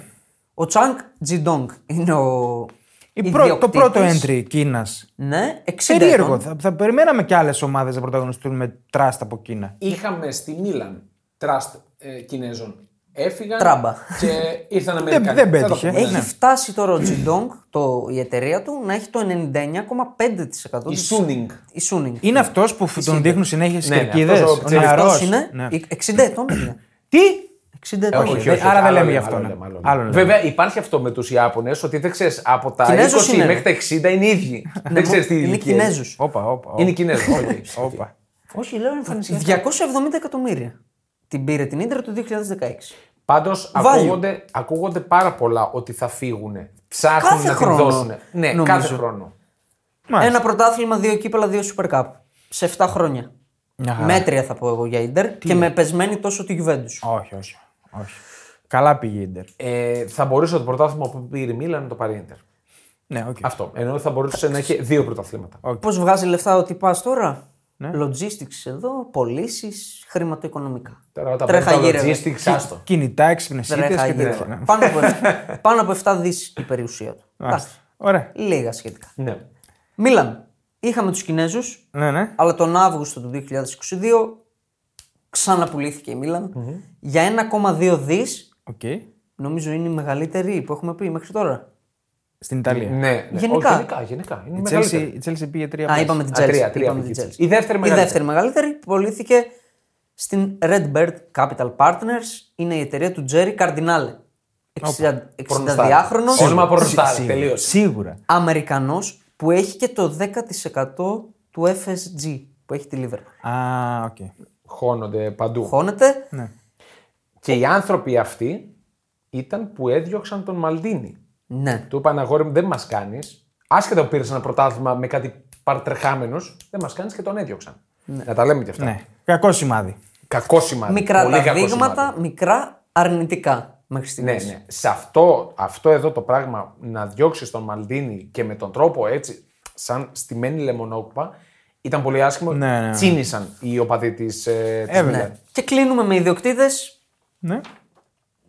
[SPEAKER 3] Ο Τσάνκ Τζιντόγκ είναι ο
[SPEAKER 2] Η πρω- το
[SPEAKER 3] ιδιοκτήτης.
[SPEAKER 2] πρώτο entry Κίνας.
[SPEAKER 3] Ναι, 60
[SPEAKER 2] Περίεργο.
[SPEAKER 3] ετών.
[SPEAKER 2] Θα, θα περιμέναμε κι άλλες ομάδες να πρωταγωνιστούν με τράστα από ναι. Κίνα.
[SPEAKER 1] Είχαμε στη Μίλαν τραστ ε, Κινέζων. Έφυγαν
[SPEAKER 3] Τράμπα.
[SPEAKER 1] και ήρθαν Αμερικανοί.
[SPEAKER 2] δεν
[SPEAKER 1] τα
[SPEAKER 2] πέτυχε.
[SPEAKER 1] πούμε,
[SPEAKER 3] Έχει
[SPEAKER 1] ναι.
[SPEAKER 3] φτάσει τώρα ο Τζιντόγκ, το, η εταιρεία του, να έχει το 99,5%
[SPEAKER 1] Η
[SPEAKER 3] της-
[SPEAKER 1] Σούνινγκ.
[SPEAKER 3] Η Σούνινγκ.
[SPEAKER 2] Είναι αυτός που φ- τον δείχνουν συνέχεια στις
[SPEAKER 1] Ναι, ναι,
[SPEAKER 2] κερκίδες.
[SPEAKER 1] αυτός ο
[SPEAKER 2] Ο
[SPEAKER 1] ξένος.
[SPEAKER 2] νεαρός.
[SPEAKER 3] Αυτός είναι
[SPEAKER 2] Ναι.
[SPEAKER 3] 60 ετών. παιδιά.
[SPEAKER 2] Τι!
[SPEAKER 3] 60 ετών. Ε,
[SPEAKER 2] Όχι,
[SPEAKER 1] Ε, Όχι,
[SPEAKER 2] δεν-
[SPEAKER 1] όχι,
[SPEAKER 2] άρα δεν
[SPEAKER 1] άλλο
[SPEAKER 2] λέμε γι'
[SPEAKER 1] λέμε,
[SPEAKER 2] αυτό.
[SPEAKER 1] άλλο
[SPEAKER 2] ναι.
[SPEAKER 1] λέμε, άλλο
[SPEAKER 2] Άλλο λέμε.
[SPEAKER 1] Βέβαια υπάρχει αυτό με τους Ιάπωνες ότι δεν ξέρεις από τα
[SPEAKER 3] Κινέζος
[SPEAKER 1] 20
[SPEAKER 3] είναι.
[SPEAKER 1] μέχρι τα 60 είναι οι ίδιοι. δεν ξέρεις τι
[SPEAKER 3] Είναι
[SPEAKER 1] ηλικία είναι.
[SPEAKER 3] Κινέζους.
[SPEAKER 2] Όπα, όπα. όπα.
[SPEAKER 1] Είναι Κινέζος.
[SPEAKER 2] Όπα.
[SPEAKER 1] Όχι, λέω εμφανιστικά.
[SPEAKER 3] 270 εκατομμύρια την πήρε την Ίντρα το 2016.
[SPEAKER 1] Πάντω
[SPEAKER 3] Value.
[SPEAKER 1] ακούγονται, ακούγονται πάρα πολλά ότι θα φύγουν. Ψάχνουν
[SPEAKER 3] Κάθε
[SPEAKER 1] να
[SPEAKER 3] χρόνο,
[SPEAKER 1] την δώσουν. Ναι,
[SPEAKER 3] νομίζω.
[SPEAKER 1] κάθε χρόνο.
[SPEAKER 2] Μάλιστα.
[SPEAKER 3] Ένα πρωτάθλημα, δύο κύπελα, δύο Super Cup. Σε 7 χρόνια.
[SPEAKER 2] Μια χαρά.
[SPEAKER 3] Μέτρια θα πω εγώ για Ίντερ και με πεσμένη τόσο τη Juventus.
[SPEAKER 2] Όχι, όχι. όχι. Καλά πήγε η Ιντερ.
[SPEAKER 1] Ε, θα μπορούσε το πρωτάθλημα που πήρε η Μίλαν να το πάρει η Ίντερ.
[SPEAKER 2] Ναι, οκ.
[SPEAKER 1] Αυτό. Ενώ θα μπορούσε να έχει δύο πρωταθλήματα.
[SPEAKER 3] Πώς βγάζει λεφτά ο τυπάς τώρα,
[SPEAKER 2] Ναι.
[SPEAKER 3] logistics εδώ, πωλήσεις, χρηματοοικονομικά.
[SPEAKER 1] Τώρα όταν
[SPEAKER 3] Τρέχα
[SPEAKER 1] παίρνει τα
[SPEAKER 3] γύρευε.
[SPEAKER 1] logistics, άστο.
[SPEAKER 2] Κινητά, έξυπνε
[SPEAKER 3] Τρέχα
[SPEAKER 2] και
[SPEAKER 3] γύρευε.
[SPEAKER 2] τέτοια. ναι.
[SPEAKER 3] Πάνω από, πάνω από 7 δις η περιουσία του. Εντάξει,
[SPEAKER 2] Μάλιστα. Ωραία.
[SPEAKER 3] Λίγα σχετικά.
[SPEAKER 1] Ναι.
[SPEAKER 3] Μίλαν. Είχαμε τους Κινέζους,
[SPEAKER 2] Ναι, ναι.
[SPEAKER 3] αλλά τον Αύγουστο του 2022 ξαναπουλήθηκε η Μίλαν για 1,2 δις.
[SPEAKER 2] Οκ.
[SPEAKER 3] Νομίζω είναι η μεγαλύτερη που έχουμε πει μέχρι τώρα.
[SPEAKER 2] Στην Ιταλία.
[SPEAKER 1] Ναι, ναι.
[SPEAKER 3] Γενικά.
[SPEAKER 1] Όχι, γενικά, γενικά. Είναι
[SPEAKER 2] Ε. Η
[SPEAKER 1] μεγαλύτερη.
[SPEAKER 2] Chelsea- Η Chelsea πήγε τρία
[SPEAKER 3] Α,
[SPEAKER 2] πάση.
[SPEAKER 3] είπαμε την
[SPEAKER 1] Α,
[SPEAKER 3] Chelsea.
[SPEAKER 1] τρία, τρία
[SPEAKER 3] είπαμε
[SPEAKER 1] πήγε
[SPEAKER 3] την
[SPEAKER 1] η
[SPEAKER 3] Chelsea.
[SPEAKER 1] Chelsea. Η δεύτερη
[SPEAKER 3] η
[SPEAKER 1] μεγαλύτερη.
[SPEAKER 3] δεύτερη μεγαλύτερη πωλήθηκε στην Red Bird Capital Partners. Είναι η εταιρεία του Jerry Cardinale. 60
[SPEAKER 1] Πορνοστάρι.
[SPEAKER 3] 62χρονος
[SPEAKER 1] Όνομα πορνοστάρι.
[SPEAKER 2] Σίγουρα.
[SPEAKER 1] Τελείωσε.
[SPEAKER 2] Σίγουρα.
[SPEAKER 3] Αμερικανός που έχει και το 10% του FSG που έχει τη Liverpool.
[SPEAKER 2] Α, οκ.
[SPEAKER 1] Χώνονται παντού.
[SPEAKER 3] Χώνεται.
[SPEAKER 1] Και οι άνθρωποι αυτοί ήταν που έδιωξαν τον Μαλτίνη.
[SPEAKER 3] Ναι.
[SPEAKER 1] Του είπαν αγόρι μου, δεν μας κάνεις. Άσχετα που πήρες ένα πρωτάθλημα με κάτι παρτρεχάμενο, δεν μας κάνεις και τον έδιωξαν. Να τα λέμε και αυτά.
[SPEAKER 2] Ναι. Κακό σημάδι.
[SPEAKER 1] Κακό σημάδι.
[SPEAKER 3] Μικρά
[SPEAKER 1] Πολύ κακό
[SPEAKER 3] τα
[SPEAKER 1] σημάδι.
[SPEAKER 3] δείγματα, μικρά αρνητικά μέχρι
[SPEAKER 1] Ναι,
[SPEAKER 3] στιγμής.
[SPEAKER 1] ναι. Σε αυτό, αυτό εδώ το πράγμα να διώξεις τον Μαλτίνη και με τον τρόπο έτσι, σαν στημένη λεμονόκουπα, ήταν πολύ άσχημο.
[SPEAKER 2] Ναι, ναι.
[SPEAKER 1] Τσίνησαν οι οπαδοί της. Ε, της
[SPEAKER 2] Βέβαια.
[SPEAKER 1] Μίλαν.
[SPEAKER 3] Ναι. Και κλείνουμε με ιδιοκτήτες.
[SPEAKER 2] Ναι.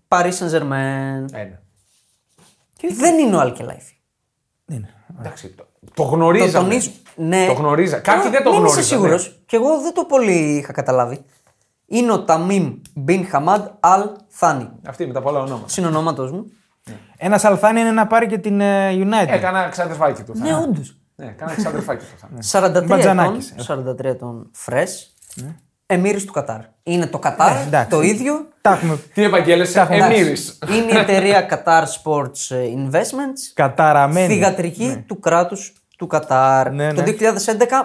[SPEAKER 3] Paris Saint-Germain.
[SPEAKER 1] Ένα.
[SPEAKER 3] Δεν είναι ο Αλκελάιφη.
[SPEAKER 1] Εντάξει, το, το γνωρίζαμε.
[SPEAKER 3] Το τονίζω. Ναι.
[SPEAKER 1] Το γνωρίζα. Κάποιοι
[SPEAKER 3] Αλλά
[SPEAKER 1] δεν το
[SPEAKER 3] μην
[SPEAKER 1] γνώριζαν, ναι.
[SPEAKER 3] Είσαι σίγουρο. Και εγώ δεν το πολύ είχα καταλάβει. Είναι ο Ταμίμ Μπιν Χαμάντ Αλ Θάνι.
[SPEAKER 1] Αυτή με τα πολλά ονόματα.
[SPEAKER 3] Συνονόματο μου.
[SPEAKER 1] Ναι.
[SPEAKER 2] Ένα Αλφάνι είναι να πάρει και την ε, United.
[SPEAKER 1] Έκανα ξαδερφάκι του. θα.
[SPEAKER 3] Ναι, όντως.
[SPEAKER 1] Ναι, έκανα ξαδερφάκι του.
[SPEAKER 2] Ναι.
[SPEAKER 1] θα.
[SPEAKER 3] 43 ετών,
[SPEAKER 1] ε.
[SPEAKER 2] Μπατζανάκης.
[SPEAKER 3] 43 ετών φρες.
[SPEAKER 1] Ναι.
[SPEAKER 3] Εμμύρης του Κατάρ. Είναι το
[SPEAKER 1] Ε,
[SPEAKER 3] Κατάρ,
[SPEAKER 2] εντάξει.
[SPEAKER 3] το ίδιο.
[SPEAKER 2] Τα έχουμε
[SPEAKER 1] Τι επαγγέλεσαι, Εμμύρη.
[SPEAKER 3] Εντάξει. Είναι η εταιρεία Qatar Sports ε, Investments.
[SPEAKER 2] καταραμένοι.
[SPEAKER 3] θηγατρική
[SPEAKER 1] Ναι.
[SPEAKER 3] του κράτους του Κατάρ.
[SPEAKER 2] Ναι,
[SPEAKER 3] το
[SPEAKER 2] ναι.
[SPEAKER 3] 2011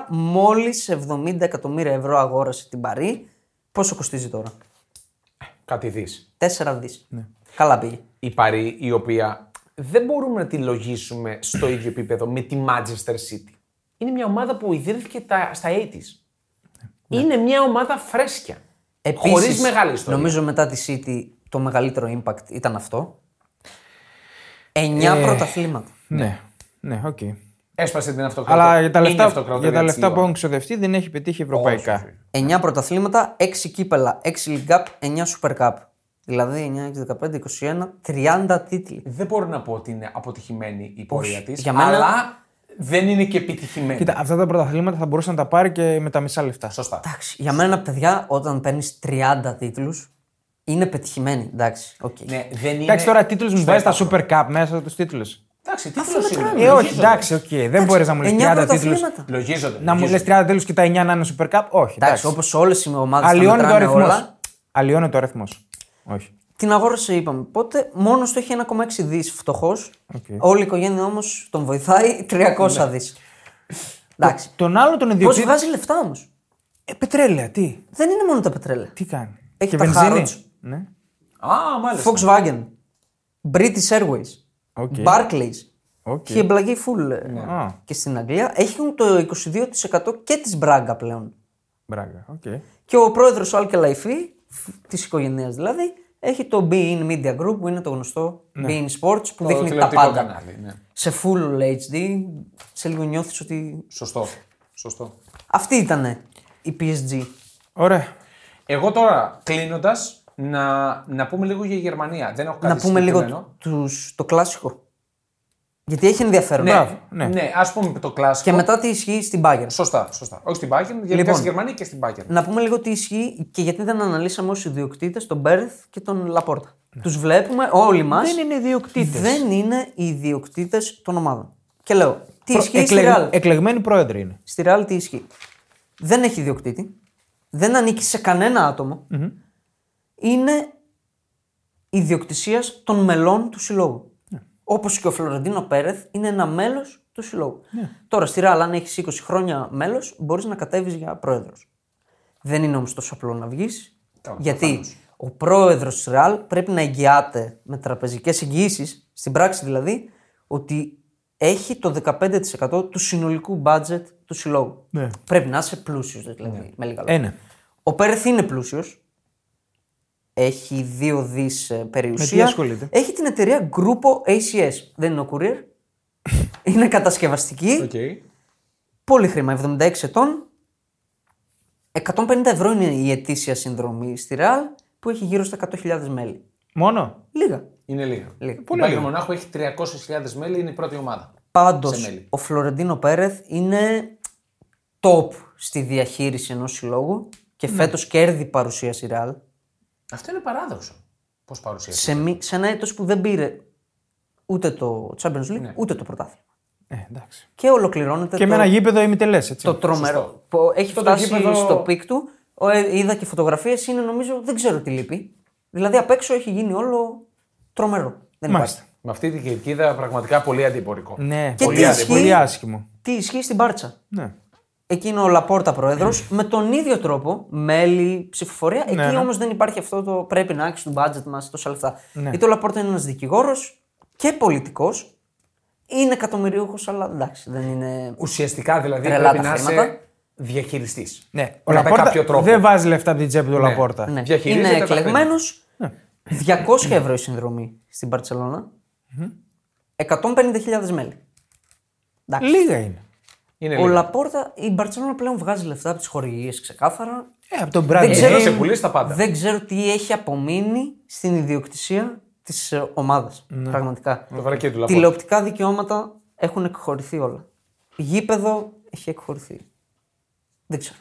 [SPEAKER 3] μόλι 70 εκατομμύρια ευρώ αγόρασε την Παρή. Πόσο κοστίζει τώρα,
[SPEAKER 1] Κάτι δει.
[SPEAKER 3] 4 δις.
[SPEAKER 2] Ναι.
[SPEAKER 3] Καλά πήγε.
[SPEAKER 1] η Παρή η οποία δεν μπορούμε να τη λογίσουμε στο ίδιο επίπεδο με τη Manchester City. Είναι μια ομάδα που ιδρύθηκε τα, στα 80s.
[SPEAKER 2] Ναι.
[SPEAKER 1] Είναι μια ομάδα φρέσκια.
[SPEAKER 3] Επίσης,
[SPEAKER 1] Χωρίς μεγάλη ιστορία.
[SPEAKER 3] Νομίζω μετά τη City το μεγαλύτερο impact ήταν αυτό. 9
[SPEAKER 2] Ε.
[SPEAKER 3] πρωταθλήματα.
[SPEAKER 2] Ναι, ναι, οκ.
[SPEAKER 1] Έσπασε την αυτοκρατορία.
[SPEAKER 2] Αλλά για τα
[SPEAKER 1] Είναι η
[SPEAKER 2] λεφτά,
[SPEAKER 1] αυτοκρατορία
[SPEAKER 2] για τα
[SPEAKER 1] της
[SPEAKER 2] λεφτά που
[SPEAKER 1] Λιόν.
[SPEAKER 2] έχουν ξοδευτεί δεν έχει πετύχει ευρωπαϊκά.
[SPEAKER 1] Όχι, όχι.
[SPEAKER 3] 9 πρωταθλήματα, 6 κύπελα, 6 League Cup, 9 Super Cup. Δηλαδή 9, 15, 21, 30 τίτλοι.
[SPEAKER 1] Δεν μπορώ να πω ότι είναι αποτυχημένη η πορεία της.
[SPEAKER 3] Για μένα-
[SPEAKER 1] Αλλά δεν είναι και επιτυχημένη.
[SPEAKER 2] Κοίτα, αυτά τα πρωταθλήματα θα μπορούσε να τα πάρει και με τα μισά λεφτά.
[SPEAKER 1] Σωστά.
[SPEAKER 3] Εντάξει, για μένα, παιδιά, όταν παίρνεις 30 τίτλους, είναι πετυχημένη. Εντάξει, οκ.
[SPEAKER 1] Ναι, δεν είναι...
[SPEAKER 2] Εντάξει, τώρα τίτλους μου
[SPEAKER 1] στο
[SPEAKER 2] βάζεις τα
[SPEAKER 1] έπακρο.
[SPEAKER 2] Super Cup μέσα τους τίτλους.
[SPEAKER 1] Εντάξει,
[SPEAKER 3] Αυτό
[SPEAKER 1] τίτλος είναι.
[SPEAKER 3] μετράμε.
[SPEAKER 2] Ε, όχι,
[SPEAKER 1] Λογίζονται.
[SPEAKER 2] εντάξει, οκ. Δεν μπορείς να μου λες 30 τίτλου.
[SPEAKER 1] Λογίζονται.
[SPEAKER 2] Να μου λε 30 τέλου και τα 9 να είναι Super Cup. Όχι.
[SPEAKER 3] Εντάξει,
[SPEAKER 2] Εντάξει.
[SPEAKER 3] όπως όλες οι ομάδες τα
[SPEAKER 2] Αλλοιώνει το
[SPEAKER 3] μετράνε
[SPEAKER 2] αριθμός.
[SPEAKER 3] όλα.
[SPEAKER 2] Αλλοιώνει το αριθμός. Όχι.
[SPEAKER 3] Την αγόρασε, είπαμε. Πότε μόνος του έχει 1,6 δις φτωχός. Όλη η οικογένεια όμως τον βοηθάει
[SPEAKER 1] Ναι.
[SPEAKER 3] 300 δις. Εντάξει.
[SPEAKER 2] Τον άλλο τον
[SPEAKER 3] Πώς
[SPEAKER 2] ιδιοκτήτη.
[SPEAKER 3] βγάζει λεφτά όμως.
[SPEAKER 2] Ε, πετρέλαια, τι.
[SPEAKER 3] Δεν είναι μόνο τα πετρέλαια.
[SPEAKER 2] Τι κάνει.
[SPEAKER 3] Έχει
[SPEAKER 2] και
[SPEAKER 3] τα
[SPEAKER 2] βενζίνη.
[SPEAKER 3] Harrods.
[SPEAKER 2] Ναι.
[SPEAKER 1] Α, μάλιστα.
[SPEAKER 3] Volkswagen, British Airways,
[SPEAKER 2] Οκ.
[SPEAKER 3] Barclays.
[SPEAKER 2] Οκ.
[SPEAKER 3] Έχει εμπλακεί full ε,
[SPEAKER 1] Ναι.
[SPEAKER 2] Α.
[SPEAKER 3] και στην Αγγλία. Έχουν το 22% και της Μπράγκα πλέον.
[SPEAKER 2] Μπράγκα. οκ.
[SPEAKER 3] Και ο πρόεδρος ο Άλκε Λαϊφή, της οικογένειας δηλαδή, έχει το Be In Media Group που είναι το γνωστό Be In Sports που
[SPEAKER 1] Ναι. Το
[SPEAKER 3] δείχνει τα
[SPEAKER 1] τηλεοπτικό
[SPEAKER 3] πάντα.
[SPEAKER 1] κανάλι, ναι.
[SPEAKER 3] Σε full HD, σε λίγο νιώθεις ότι.
[SPEAKER 1] Σωστό. Σωστό.
[SPEAKER 3] Αυτή ήταν η PSG.
[SPEAKER 2] Ωραία.
[SPEAKER 1] Εγώ τώρα κλείνοντας να, να πούμε λίγο για Γερμανία. Δεν έχω κάτι
[SPEAKER 3] Να πούμε
[SPEAKER 1] συγκεκριμένο.
[SPEAKER 3] λίγο τους, το κλασικό. Γιατί έχει ενδιαφέρον.
[SPEAKER 1] Ναι, ναι.
[SPEAKER 2] ναι.
[SPEAKER 1] ας πούμε το κλασικό.
[SPEAKER 3] Και μετά τι ισχύει στην Bayern.
[SPEAKER 1] Σωστά, σωστά. Όχι στην Bayern, γενικά
[SPEAKER 3] Λοιπόν.
[SPEAKER 1] στη Γερμανία και στην Bayern.
[SPEAKER 3] Να πούμε λίγο τι ισχύει και γιατί δεν αναλύσαμε ω ιδιοκτήτες τον Μπέρεθ και τον Λαπόρτα. Τους βλέπουμε όλοι μα.
[SPEAKER 2] Ναι. Δεν είναι ιδιοκτήτες.
[SPEAKER 3] Δεν είναι οι ιδιοκτήτες των ομάδων. Και λέω, τι ισχύει στη
[SPEAKER 2] Εκλεγ-
[SPEAKER 3] Ρεάλ.
[SPEAKER 2] Εκλεγμένοι πρόεδροι είναι.
[SPEAKER 3] Στη Ρεάλ τι ισχύει. Δεν έχει ιδιοκτήτη. Δεν ανήκει σε κανένα άτομο. Είναι ιδιοκτησίας των μελών του συλλόγου.
[SPEAKER 2] Ναι.
[SPEAKER 3] Όπως και ο Φλωρεντίνο Πέρεθ είναι ένα μέλος του συλλόγου.
[SPEAKER 2] Ναι.
[SPEAKER 3] Τώρα στη Ρεάλ, αν έχεις 20 χρόνια μέλος, μπορείς να κατέβεις για πρόεδρος. Δεν είναι όμως τόσο απλό να βγεις.
[SPEAKER 1] Καλά,
[SPEAKER 3] Γιατί ο πρόεδρος της Ρεάλ πρέπει να εγγυάται με τραπεζικές εγγυήσεις, στην πράξη δηλαδή, ότι έχει το 15% του συνολικού budget του συλλόγου.
[SPEAKER 2] Ναι.
[SPEAKER 3] Πρέπει να είσαι πλούσιος, δηλαδή. Με λίγα λόγια.
[SPEAKER 2] Ε, ναι.
[SPEAKER 3] Ο Πέρεθ είναι πλούσιος. Έχει δύο δις περιουσία.
[SPEAKER 2] Με τι ασχολείται?
[SPEAKER 3] Έχει την εταιρεία Grupo ACS. Δεν είναι ο courier. είναι κατασκευαστική.
[SPEAKER 1] Okay.
[SPEAKER 3] Πολύ χρήμα, 76 ετών. 150 ευρώ είναι η ετήσια συνδρομή στη Ρεάλ που έχει γύρω στα 100.000 μέλη.
[SPEAKER 2] Μόνο.
[SPEAKER 3] Λίγα.
[SPEAKER 1] Είναι λίγα.
[SPEAKER 3] Λίγα.
[SPEAKER 1] Πολύ Bayern Μονάχο έχει 300.000 μέλη, είναι η πρώτη ομάδα.
[SPEAKER 3] Πάντω,
[SPEAKER 1] Σε μέλη.
[SPEAKER 3] ο Φλωρεντίνο Πέρεθ είναι top στη διαχείριση ενός συλλόγου
[SPEAKER 2] Ναι.
[SPEAKER 3] και φέτος φέτος κέρδη παρουσίαση Ρεάλ
[SPEAKER 1] Αυτό είναι παράδοξο. Πώς παρουσιάζει.
[SPEAKER 3] σε, μη- σε ένα έτος που δεν πήρε ούτε το Champions
[SPEAKER 2] Ναι.
[SPEAKER 3] League ούτε το πρωτάθλημα.
[SPEAKER 2] Ε, εντάξει.
[SPEAKER 3] Και ολοκληρώνεται
[SPEAKER 2] Και
[SPEAKER 3] το,
[SPEAKER 2] με ένα γήπεδο ημιτελές. έτσι.
[SPEAKER 3] το τρομερό. Που έχει
[SPEAKER 1] το
[SPEAKER 3] φτάσει
[SPEAKER 1] γήπεδο-
[SPEAKER 3] στο πικ του. Ο, ε, είδα και φωτογραφίες, είναι νομίζω δεν ξέρω τι λείπει. Δηλαδή απ' έξω έχει γίνει όλο τρομερό. Δεν
[SPEAKER 2] Μάλιστα.
[SPEAKER 3] υπάρχει.
[SPEAKER 1] Με αυτή την κερκίδα πραγματικά πολύ αντιπορικό.
[SPEAKER 2] Ναι,
[SPEAKER 3] Και
[SPEAKER 2] πολύ,
[SPEAKER 3] τι
[SPEAKER 2] άσχημο.
[SPEAKER 3] ισχύει?
[SPEAKER 2] πολύ άσχημο.
[SPEAKER 3] Τι ισχύει στην Πάρτσα.
[SPEAKER 2] Ναι.
[SPEAKER 3] Εκεί είναι ο Λαπόρτα πρόεδρος, με τον ίδιο τρόπο, μέλη, ψηφοφορία. Εκεί
[SPEAKER 2] ναι.
[SPEAKER 3] όμως δεν υπάρχει αυτό το πρέπει να έχεις το budget μας, τόσα λεφτά.
[SPEAKER 2] Ναι.
[SPEAKER 3] Γιατί ο Λαπόρτα είναι ένας δικηγόρος και πολιτικός. Είναι εκατομμυρίουχο, αλλά εντάξει, δεν είναι.
[SPEAKER 1] Ουσιαστικά δηλαδή
[SPEAKER 3] Τρελά
[SPEAKER 1] πρέπει
[SPEAKER 3] τα
[SPEAKER 1] να
[SPEAKER 3] χρήματα.
[SPEAKER 1] είσαι διαχειριστής.
[SPEAKER 2] ναι. Ο
[SPEAKER 1] Κατά
[SPEAKER 2] Λαπόρτα
[SPEAKER 1] κάποιο τρόπο.
[SPEAKER 2] δεν βάζει λεφτά από την τσέπη του Λαπόρτα.
[SPEAKER 3] Ναι.
[SPEAKER 1] Διαχειρίζεται
[SPEAKER 3] Είναι
[SPEAKER 1] τα χρήματα.
[SPEAKER 3] εκλεγμένο. 200 ευρώ η συνδρομή στην Παρσελώνα. 150.000 μέλη.
[SPEAKER 2] Λίγα είναι.
[SPEAKER 1] Είναι
[SPEAKER 3] Ο
[SPEAKER 1] Ε, λίγο.
[SPEAKER 3] Λαπόρτα, η Μπαρσελόνα πλέον βγάζει λεφτά από τις χορηγίες ξεκάθαρα.
[SPEAKER 2] Ε, από τον Bradley.
[SPEAKER 1] ξέρω-
[SPEAKER 2] Beal.
[SPEAKER 1] σε πουλήσει τα πάντα.
[SPEAKER 3] Δεν ξέρω τι έχει απομείνει στην ιδιοκτησία της ομάδα. Πραγματικά.
[SPEAKER 1] Το βρακί του Λαπόρτα.
[SPEAKER 3] Τηλεοπτικά δικαιώματα έχουν εκχωρηθεί όλα. Γήπεδο έχει εκχωρηθεί. Δεν ξέρω.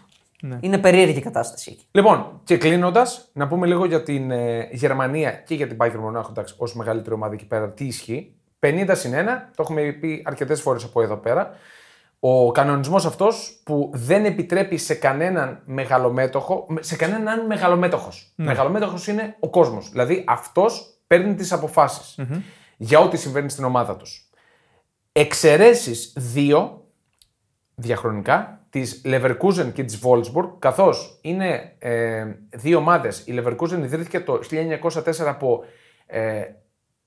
[SPEAKER 3] Είναι περίεργη η κατάσταση εκεί.
[SPEAKER 1] Λοιπόν, και κλείνοντας, να πούμε λίγο για την ε, Γερμανία και για την Bayern Μονάχου, εντάξει, ω μεγαλύτερη ομάδα εκεί πέρα, τι ισχύει. 50 συν 1, το έχουμε πει αρκετές φορές από εδώ πέρα. Ο κανονισμός αυτός που δεν επιτρέπει σε κανέναν μεγαλομέτωχο, σε κανέναν μεγαλομέτωχος. Μεγαλομέτωχος είναι ο κόσμος. Δηλαδή αυτός παίρνει τις αποφασει για ό,τι συμβαίνει στην ομάδα τους. Εξαιρέσεις δύο διαχρονικά της Leverkusen και της Wolfsburg, καθώς είναι ε, δύο ομάδες. Η Leverkusen ιδρύθηκε το 1904 από ε,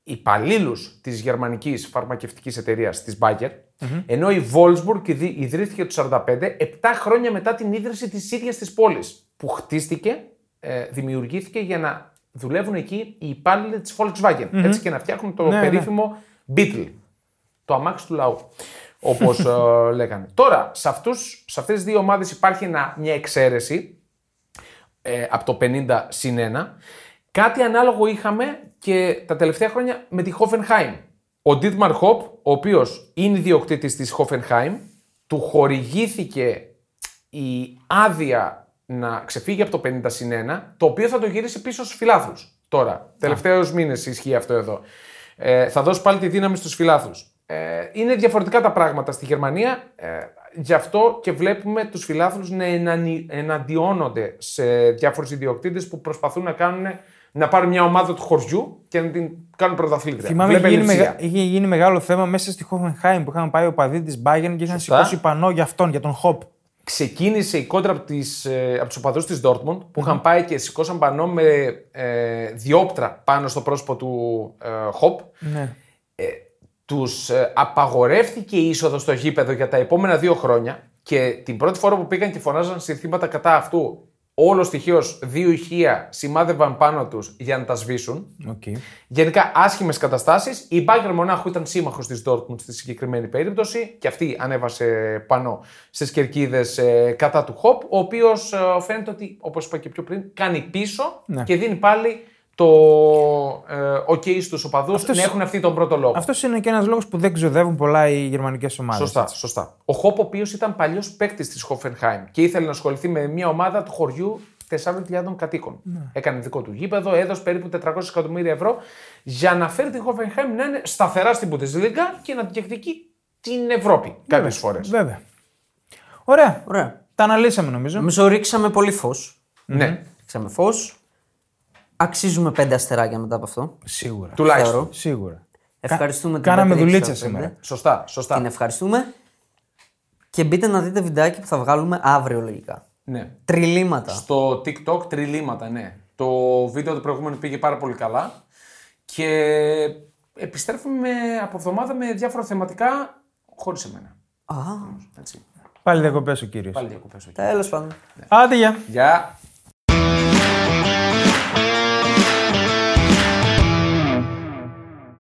[SPEAKER 1] υπαλλήλους της γερμανικής φαρμακευτικής εταιρείας της Bayer, ενώ η Wolfsburg ιδρύ- ιδρύθηκε το 1945, 7 χρόνια μετά την ίδρυση της ίδιας της πόλης, που χτίστηκε, ε, δημιουργήθηκε για να δουλεύουν εκεί οι υπάλληλοι της Volkswagen. Έτσι και να φτιάχνουν το
[SPEAKER 2] ναι.
[SPEAKER 1] περίφημο Beetle. Το αμάξι του λαού. Όπως λέγανε. Τώρα, σε, αυτούς, σε αυτές τις δύο ομάδες υπάρχει ένα, μια εξαίρεση ε, από το 50 συν 1. Κάτι ανάλογο είχαμε και τα τελευταία χρόνια με τη Hoffenheim. Ο Dietmar Hopp, ο οποίος είναι ιδιοκτήτης της Hoffenheim, του χορηγήθηκε η άδεια να ξεφύγει από το 50 συν 1, το οποίο θα το γυρίσει πίσω στους φιλάθλους. Τώρα, τελευταίους μήνες ισχύει αυτό εδώ. Ε, θα δώσει πάλι τη δύναμη στους φιλάθλους. Ε, είναι διαφορετικά τα πράγματα στη Γερμανία, ε, γι' αυτό και βλέπουμε τους φιλάθλους να ενανι- εναντιώνονται σε διάφορους ιδιοκτήτες που προσπαθούν να κάνουν να πάρουν μια ομάδα του χωριού και να την κάνουν πρωταθλήτρια.
[SPEAKER 2] Θυμάμαι είχε
[SPEAKER 1] Βλέπε
[SPEAKER 2] γίνει,
[SPEAKER 1] Ελευσία.
[SPEAKER 2] μεγα- είχε γίνει μεγάλο θέμα μέσα στη Χόφενχάιμ που είχαν πάει ο παδί της Μπάγκερν και είχαν
[SPEAKER 1] Σωστά.
[SPEAKER 2] σηκώσει πανό για αυτόν, για τον Χοπ.
[SPEAKER 1] ξεκίνησε η κόντρα από, τις, ε, από τους οπαδούς της Dortmund που είχαν πάει και σηκώσαν πανό με ε, διόπτρα πάνω στο πρόσωπο του ε, Χοπ.
[SPEAKER 2] Ναι.
[SPEAKER 1] Τους ε, απαγορεύτηκε η είσοδος στο γήπεδο για τα επόμενα δύο χρόνια και την πρώτη φορά που πήγαν και φωνάζαν συνθήματα κατά αυτού όλο στοιχείως δύο ηχεία σημάδευαν πάνω τους για να τα σβήσουν.
[SPEAKER 2] Okay.
[SPEAKER 1] Γενικά άσχημες καταστάσεις. Η Bayern Μονάχου ήταν σύμμαχος της Dortmund στη συγκεκριμένη περίπτωση και αυτή ανέβασε πανό στις κερκίδες ε, κατά του Χοπ, ο οποίος φαίνεται ότι, όπως είπα και πιο πριν, κάνει πίσω
[SPEAKER 2] Ναι.
[SPEAKER 1] και δίνει πάλι το ε, OK στου οπαδούς
[SPEAKER 2] Αυτός-
[SPEAKER 1] να έχουν αυτή τον πρώτο λόγο.
[SPEAKER 2] Αυτός είναι και ένας λόγος που δεν ξοδεύουν πολλά οι γερμανικές ομάδες.
[SPEAKER 1] Σωστά, σωστά. Ο Χοπ, ο οποίος ήταν παλιός παίκτης της Hoffenheim και ήθελε να ασχοληθεί με μια ομάδα του χωριού 4.000 κατοίκων. Έκανε δικό του γήπεδο, έδωσε περίπου 400 εκατομμύρια ευρώ για να φέρει τη Hoffenheim να είναι σταθερά στην Bundesliga και να διεκδικεί την Ευρώπη κάποιε φορές.
[SPEAKER 2] Βέβαια. Ωραία.
[SPEAKER 3] Ωραία.
[SPEAKER 2] Τα αναλύσαμε νομίζω.
[SPEAKER 3] Νομίζω ρίξαμε πολύ φως.
[SPEAKER 1] Ναι,
[SPEAKER 3] Ρίξαμε φως. Αξίζουμε πέντε αστεράκια μετά από αυτό.
[SPEAKER 2] Σίγουρα.
[SPEAKER 1] τουλάχιστον.
[SPEAKER 3] Θεωρώ.
[SPEAKER 2] Σίγουρα.
[SPEAKER 3] Ευχαριστούμε την
[SPEAKER 2] κάναμε
[SPEAKER 3] Πέτρη
[SPEAKER 2] δουλίτσα
[SPEAKER 3] 65.
[SPEAKER 2] σήμερα.
[SPEAKER 1] Σωστά, σωστά.
[SPEAKER 3] Την ευχαριστούμε. Και μπείτε να δείτε βιντεάκι που θα βγάλουμε αύριο λογικά.
[SPEAKER 1] Ναι.
[SPEAKER 3] Τριλήματα.
[SPEAKER 1] Στο TikTok τριλήματα, ναι. Το βίντεο του προηγούμενου πήγε πάρα πολύ καλά. Και επιστρέφουμε από εβδομάδα με διάφορα θεματικά χωρίς εμένα.
[SPEAKER 3] Α,
[SPEAKER 1] Έτσι.
[SPEAKER 2] Πάλι διακοπές ο κύριος.
[SPEAKER 1] Πάλι διακοπές.
[SPEAKER 3] τέλος πάντων.
[SPEAKER 2] Άντε, γεια.
[SPEAKER 1] Γεια.